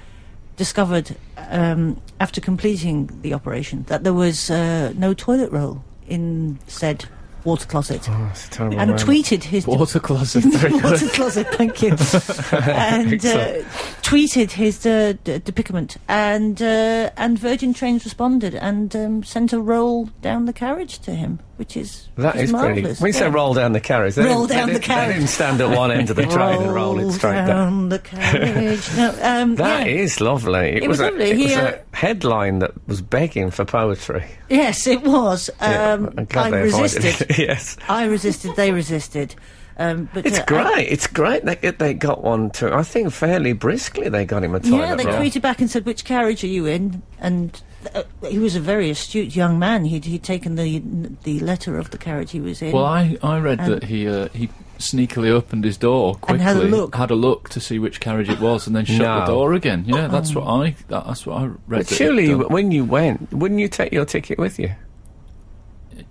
[SPEAKER 4] discovered um, after completing the operation that there was uh, no toilet roll in said water closet,
[SPEAKER 5] Oh,
[SPEAKER 3] That's a terrible
[SPEAKER 4] and
[SPEAKER 3] moment.
[SPEAKER 4] tweeted his
[SPEAKER 5] Water closet. Very
[SPEAKER 4] water
[SPEAKER 5] good.
[SPEAKER 4] closet. Thank you. and uh,
[SPEAKER 3] Excellent.
[SPEAKER 4] tweeted his uh, d- depicament, and uh, and Virgin Trains responded and um, sent a roll down the carriage to him, which is
[SPEAKER 3] That is pretty.
[SPEAKER 4] marvelous.
[SPEAKER 3] When you say roll down the carriage, they
[SPEAKER 4] Roll
[SPEAKER 3] didn't- they
[SPEAKER 4] down the
[SPEAKER 3] didn't-
[SPEAKER 4] carriage.
[SPEAKER 3] They didn't stand at one end of the train and roll it straight down.
[SPEAKER 4] down the carriage. no, um,
[SPEAKER 3] That
[SPEAKER 4] yeah.
[SPEAKER 3] is lovely. It,
[SPEAKER 4] was
[SPEAKER 3] a,
[SPEAKER 4] lovely.
[SPEAKER 3] It
[SPEAKER 4] He,
[SPEAKER 3] was
[SPEAKER 4] uh,
[SPEAKER 3] a headline that was begging for poetry.
[SPEAKER 4] Yes, it was.
[SPEAKER 3] Yeah,
[SPEAKER 4] Um,
[SPEAKER 3] I'm glad
[SPEAKER 4] I
[SPEAKER 3] they avoided
[SPEAKER 4] resisted.
[SPEAKER 3] it. yes.
[SPEAKER 4] I resisted. They resisted. Um, but
[SPEAKER 3] It's
[SPEAKER 4] uh,
[SPEAKER 3] great.
[SPEAKER 4] I-
[SPEAKER 3] it's great. They, they got one too. I think fairly briskly they got him a toilet
[SPEAKER 4] yeah, they
[SPEAKER 3] roll.
[SPEAKER 4] tweeted back and said, "Which carriage are you in?" And uh, he was a very astute young man. He'd, he'd taken the the letter of the carriage he was in.
[SPEAKER 5] Well, I, I read
[SPEAKER 4] And-
[SPEAKER 5] that he uh, he sneakily opened his door
[SPEAKER 4] And
[SPEAKER 5] quickly,
[SPEAKER 4] had a look.
[SPEAKER 5] had a look to see which carriage it was, and then shut
[SPEAKER 3] No.
[SPEAKER 5] the door again. Yeah, that's what
[SPEAKER 4] Oh.
[SPEAKER 5] I that, that's what I read.
[SPEAKER 3] But
[SPEAKER 5] that he'd
[SPEAKER 3] surely,
[SPEAKER 5] done.
[SPEAKER 3] you- when you went, wouldn't you take your ticket with you?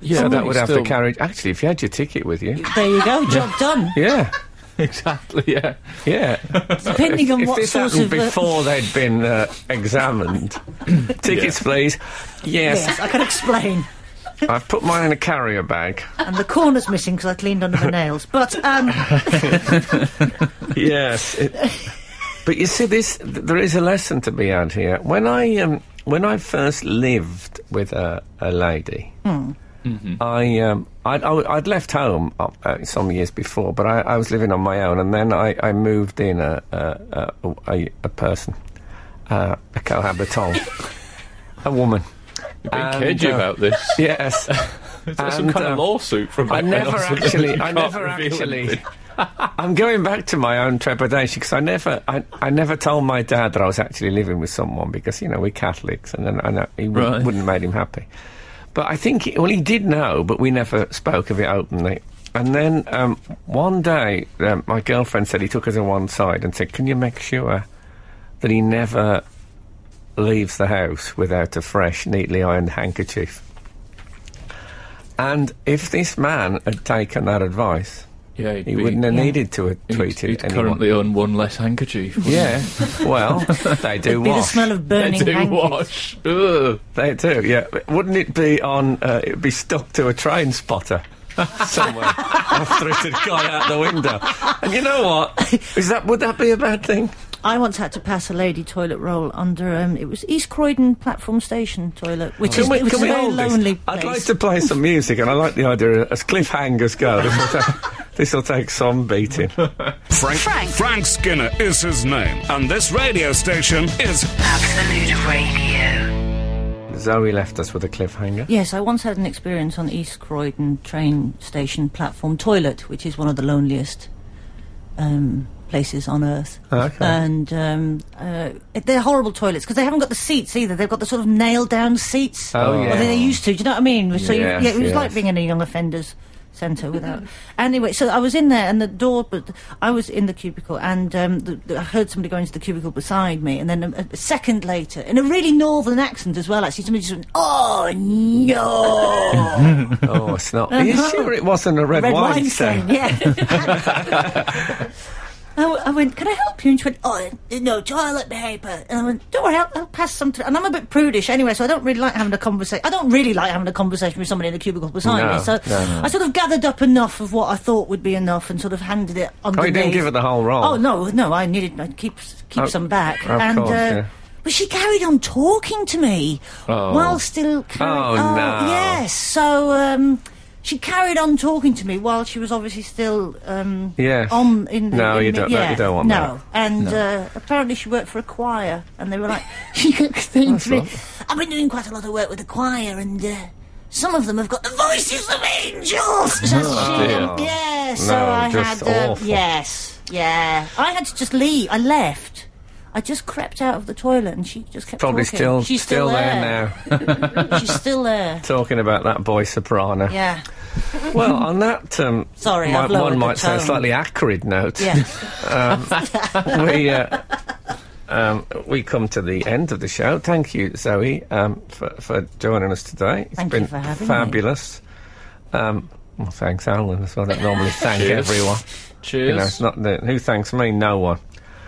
[SPEAKER 5] yeah,
[SPEAKER 3] So
[SPEAKER 5] but
[SPEAKER 3] that
[SPEAKER 5] he
[SPEAKER 3] would have
[SPEAKER 5] still-
[SPEAKER 3] the carriage. Actually, if you had your ticket with you,
[SPEAKER 4] there you go, job done.
[SPEAKER 3] yeah,
[SPEAKER 5] exactly. Yeah,
[SPEAKER 3] yeah.
[SPEAKER 4] Depending on
[SPEAKER 3] if
[SPEAKER 4] what
[SPEAKER 3] this
[SPEAKER 4] sort
[SPEAKER 3] happened
[SPEAKER 4] of uh,
[SPEAKER 3] before they'd been uh, examined, tickets, please. Yes,
[SPEAKER 4] yes, I can explain.
[SPEAKER 3] I've put mine in a carrier bag.
[SPEAKER 4] And the corner's missing because I cleaned under my nails. But um,
[SPEAKER 3] yes. it- but you see, this th- there is a lesson to be had here. When I um, when I first lived with a, a lady,
[SPEAKER 5] Mm-hmm.
[SPEAKER 3] I um, I'd, I would- I'd left home uh, uh, some years before, but I, I was living on my own, and then I, I moved in a a, a, a, a person, uh, a cohabitant, a woman.
[SPEAKER 5] being
[SPEAKER 3] And,
[SPEAKER 5] cagey
[SPEAKER 3] uh,
[SPEAKER 5] about this.
[SPEAKER 3] Yes.
[SPEAKER 5] Is that some
[SPEAKER 3] And,
[SPEAKER 5] kind of
[SPEAKER 3] uh,
[SPEAKER 5] lawsuit from?
[SPEAKER 3] I
[SPEAKER 5] Batman
[SPEAKER 3] never
[SPEAKER 5] or something?
[SPEAKER 3] actually.
[SPEAKER 5] You
[SPEAKER 3] I
[SPEAKER 5] can't
[SPEAKER 3] never
[SPEAKER 5] reveal
[SPEAKER 3] actually.
[SPEAKER 5] anything.
[SPEAKER 3] I'm going back to my own trepidation because I never, I, I never told my dad that I was actually living with someone because you know we're Catholics and then I know he wou-
[SPEAKER 5] Right.
[SPEAKER 3] wouldn't have made him happy. But I think he- well he did know, but we never spoke of it openly. And then um, one day, um, my girlfriend said he took her to one side and said, "Can you make sure that he never leaves the house without a fresh, neatly ironed handkerchief?" And if this man had taken that advice,
[SPEAKER 5] Yeah, he'd
[SPEAKER 3] he
[SPEAKER 5] be-
[SPEAKER 3] wouldn't have
[SPEAKER 4] Yeah.
[SPEAKER 3] needed to have
[SPEAKER 5] he'd-
[SPEAKER 3] tweeted
[SPEAKER 5] he'd
[SPEAKER 3] anyone.
[SPEAKER 5] currently own one less handkerchief. wouldn't
[SPEAKER 3] yeah, well, they do
[SPEAKER 4] it'd be the
[SPEAKER 3] wash.
[SPEAKER 4] smell of
[SPEAKER 5] he?
[SPEAKER 4] burning
[SPEAKER 5] They do
[SPEAKER 4] handkerchiefs.
[SPEAKER 5] wash. Ugh.
[SPEAKER 3] They do, yeah. But Wouldn't it be on? Uh, it'd be stuck to a train spotter somewhere after it had gone out the window. And you know what? Is that would that be a bad thing?
[SPEAKER 4] I once had to pass a lady toilet roll under um, it was East Croydon platform station toilet, which is
[SPEAKER 3] Can we,
[SPEAKER 4] which
[SPEAKER 3] can
[SPEAKER 4] is a
[SPEAKER 3] we
[SPEAKER 4] very
[SPEAKER 3] hold this?
[SPEAKER 4] lonely
[SPEAKER 3] I'd like
[SPEAKER 4] place.
[SPEAKER 3] to play some music, and I like the idea as cliffhangers go. This will take, this will take some beating.
[SPEAKER 6] Frank,
[SPEAKER 1] Frank.
[SPEAKER 6] Frank Skinner is his name, and this radio station is
[SPEAKER 1] Absolute Radio.
[SPEAKER 3] Zoe left us with a cliffhanger.
[SPEAKER 4] Yes, I once had an experience on East Croydon train station platform toilet, which is one of the loneliest um, places on earth.
[SPEAKER 3] Ah, Okay.
[SPEAKER 4] And um, uh, they're horrible toilets because they haven't got the seats either. They've got the sort of nailed down seats.
[SPEAKER 3] Oh,
[SPEAKER 4] Or
[SPEAKER 3] yeah.
[SPEAKER 4] they used to. Do you know what I mean? So you-
[SPEAKER 3] Yes,
[SPEAKER 4] yeah, it was
[SPEAKER 3] yes.
[SPEAKER 4] like being in a young offenders centre without. anyway, so I was in there and the door, but I was in the cubicle and um, the, the- I heard somebody going to the cubicle beside me, and then a, a second later, in a really northern accent as well, actually, somebody just went, "Oh no."
[SPEAKER 3] Oh, it's not. Are you sure it wasn't a red,
[SPEAKER 4] Uh-huh. Red
[SPEAKER 3] wine
[SPEAKER 4] wine
[SPEAKER 3] stain?
[SPEAKER 4] stain, yeah. I, w- I went, can I help you? And she went, oh, no, toilet paper. And I went, don't worry, I'll, I'll pass some through. And I'm a bit prudish anyway, so I don't really like having a conversation. I don't really like having a conversation with somebody in the cubicle beside
[SPEAKER 3] No,
[SPEAKER 4] me. So
[SPEAKER 3] no, no.
[SPEAKER 4] I sort of gathered up enough of what I thought would be enough and sort of handed it underneath.
[SPEAKER 3] Oh, you didn't give her the whole roll.
[SPEAKER 4] Oh no, no, I needed I keep keep
[SPEAKER 3] Oh,
[SPEAKER 4] some back.
[SPEAKER 3] of
[SPEAKER 4] and
[SPEAKER 3] course,
[SPEAKER 4] uh,
[SPEAKER 3] yeah.
[SPEAKER 4] but she carried on talking to me
[SPEAKER 5] Oh.
[SPEAKER 4] oh, while still carrying
[SPEAKER 3] Oh, no.
[SPEAKER 4] yes. So um She carried on talking to me while she was obviously still um,
[SPEAKER 3] Yeah.
[SPEAKER 4] on in the.
[SPEAKER 3] No,
[SPEAKER 4] in
[SPEAKER 3] you
[SPEAKER 4] the-
[SPEAKER 3] don't- no,
[SPEAKER 4] yeah,
[SPEAKER 3] you don't want
[SPEAKER 4] no. And Uh, apparently she worked for a choir, and they were like, she kept saying to me, "I've been doing quite a lot of work with the choir, and uh, some of them have got the voices of angels." So she-
[SPEAKER 5] dear.
[SPEAKER 4] yeah, so
[SPEAKER 3] Oh, No,
[SPEAKER 4] I
[SPEAKER 3] just
[SPEAKER 4] had. Uh,
[SPEAKER 3] awful.
[SPEAKER 4] yes, yeah. I had to just leave. I left. I just crept out of the toilet, and she just kept
[SPEAKER 3] Probably
[SPEAKER 4] talking.
[SPEAKER 3] still
[SPEAKER 4] She's
[SPEAKER 3] still there now,
[SPEAKER 4] now. She's still there.
[SPEAKER 3] talking about that boy soprano.
[SPEAKER 4] Yeah.
[SPEAKER 3] Well, on that, um,
[SPEAKER 4] Sorry,
[SPEAKER 3] mi-
[SPEAKER 4] I've lowered
[SPEAKER 3] one
[SPEAKER 4] the
[SPEAKER 3] might say
[SPEAKER 4] tone.
[SPEAKER 3] slightly acrid note.
[SPEAKER 4] Yeah.
[SPEAKER 3] we uh, um, we come to the end of the show. Thank you, Zoe, um, for, for joining us today. It's
[SPEAKER 4] Thank you
[SPEAKER 3] been
[SPEAKER 4] for having me.
[SPEAKER 3] fabulous. Um, well, thanks, Alan, as well. I don't normally thank
[SPEAKER 5] Cheers.
[SPEAKER 3] everyone.
[SPEAKER 5] Cheers.
[SPEAKER 3] You know, it's not the, who thanks me, no one.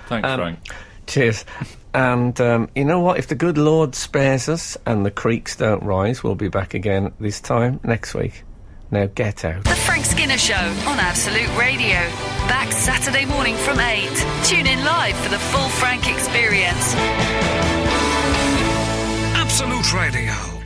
[SPEAKER 5] Thanks,
[SPEAKER 3] um,
[SPEAKER 5] Frank.
[SPEAKER 3] Cheers. And um, you know what? If the good Lord spares us and the creeks don't rise, we'll be back again this time next week. Now get out.
[SPEAKER 1] The Frank Skinner Show on Absolute Radio. Back Saturday morning from 8. Tune in live for the full Frank experience.
[SPEAKER 6] Absolute Radio.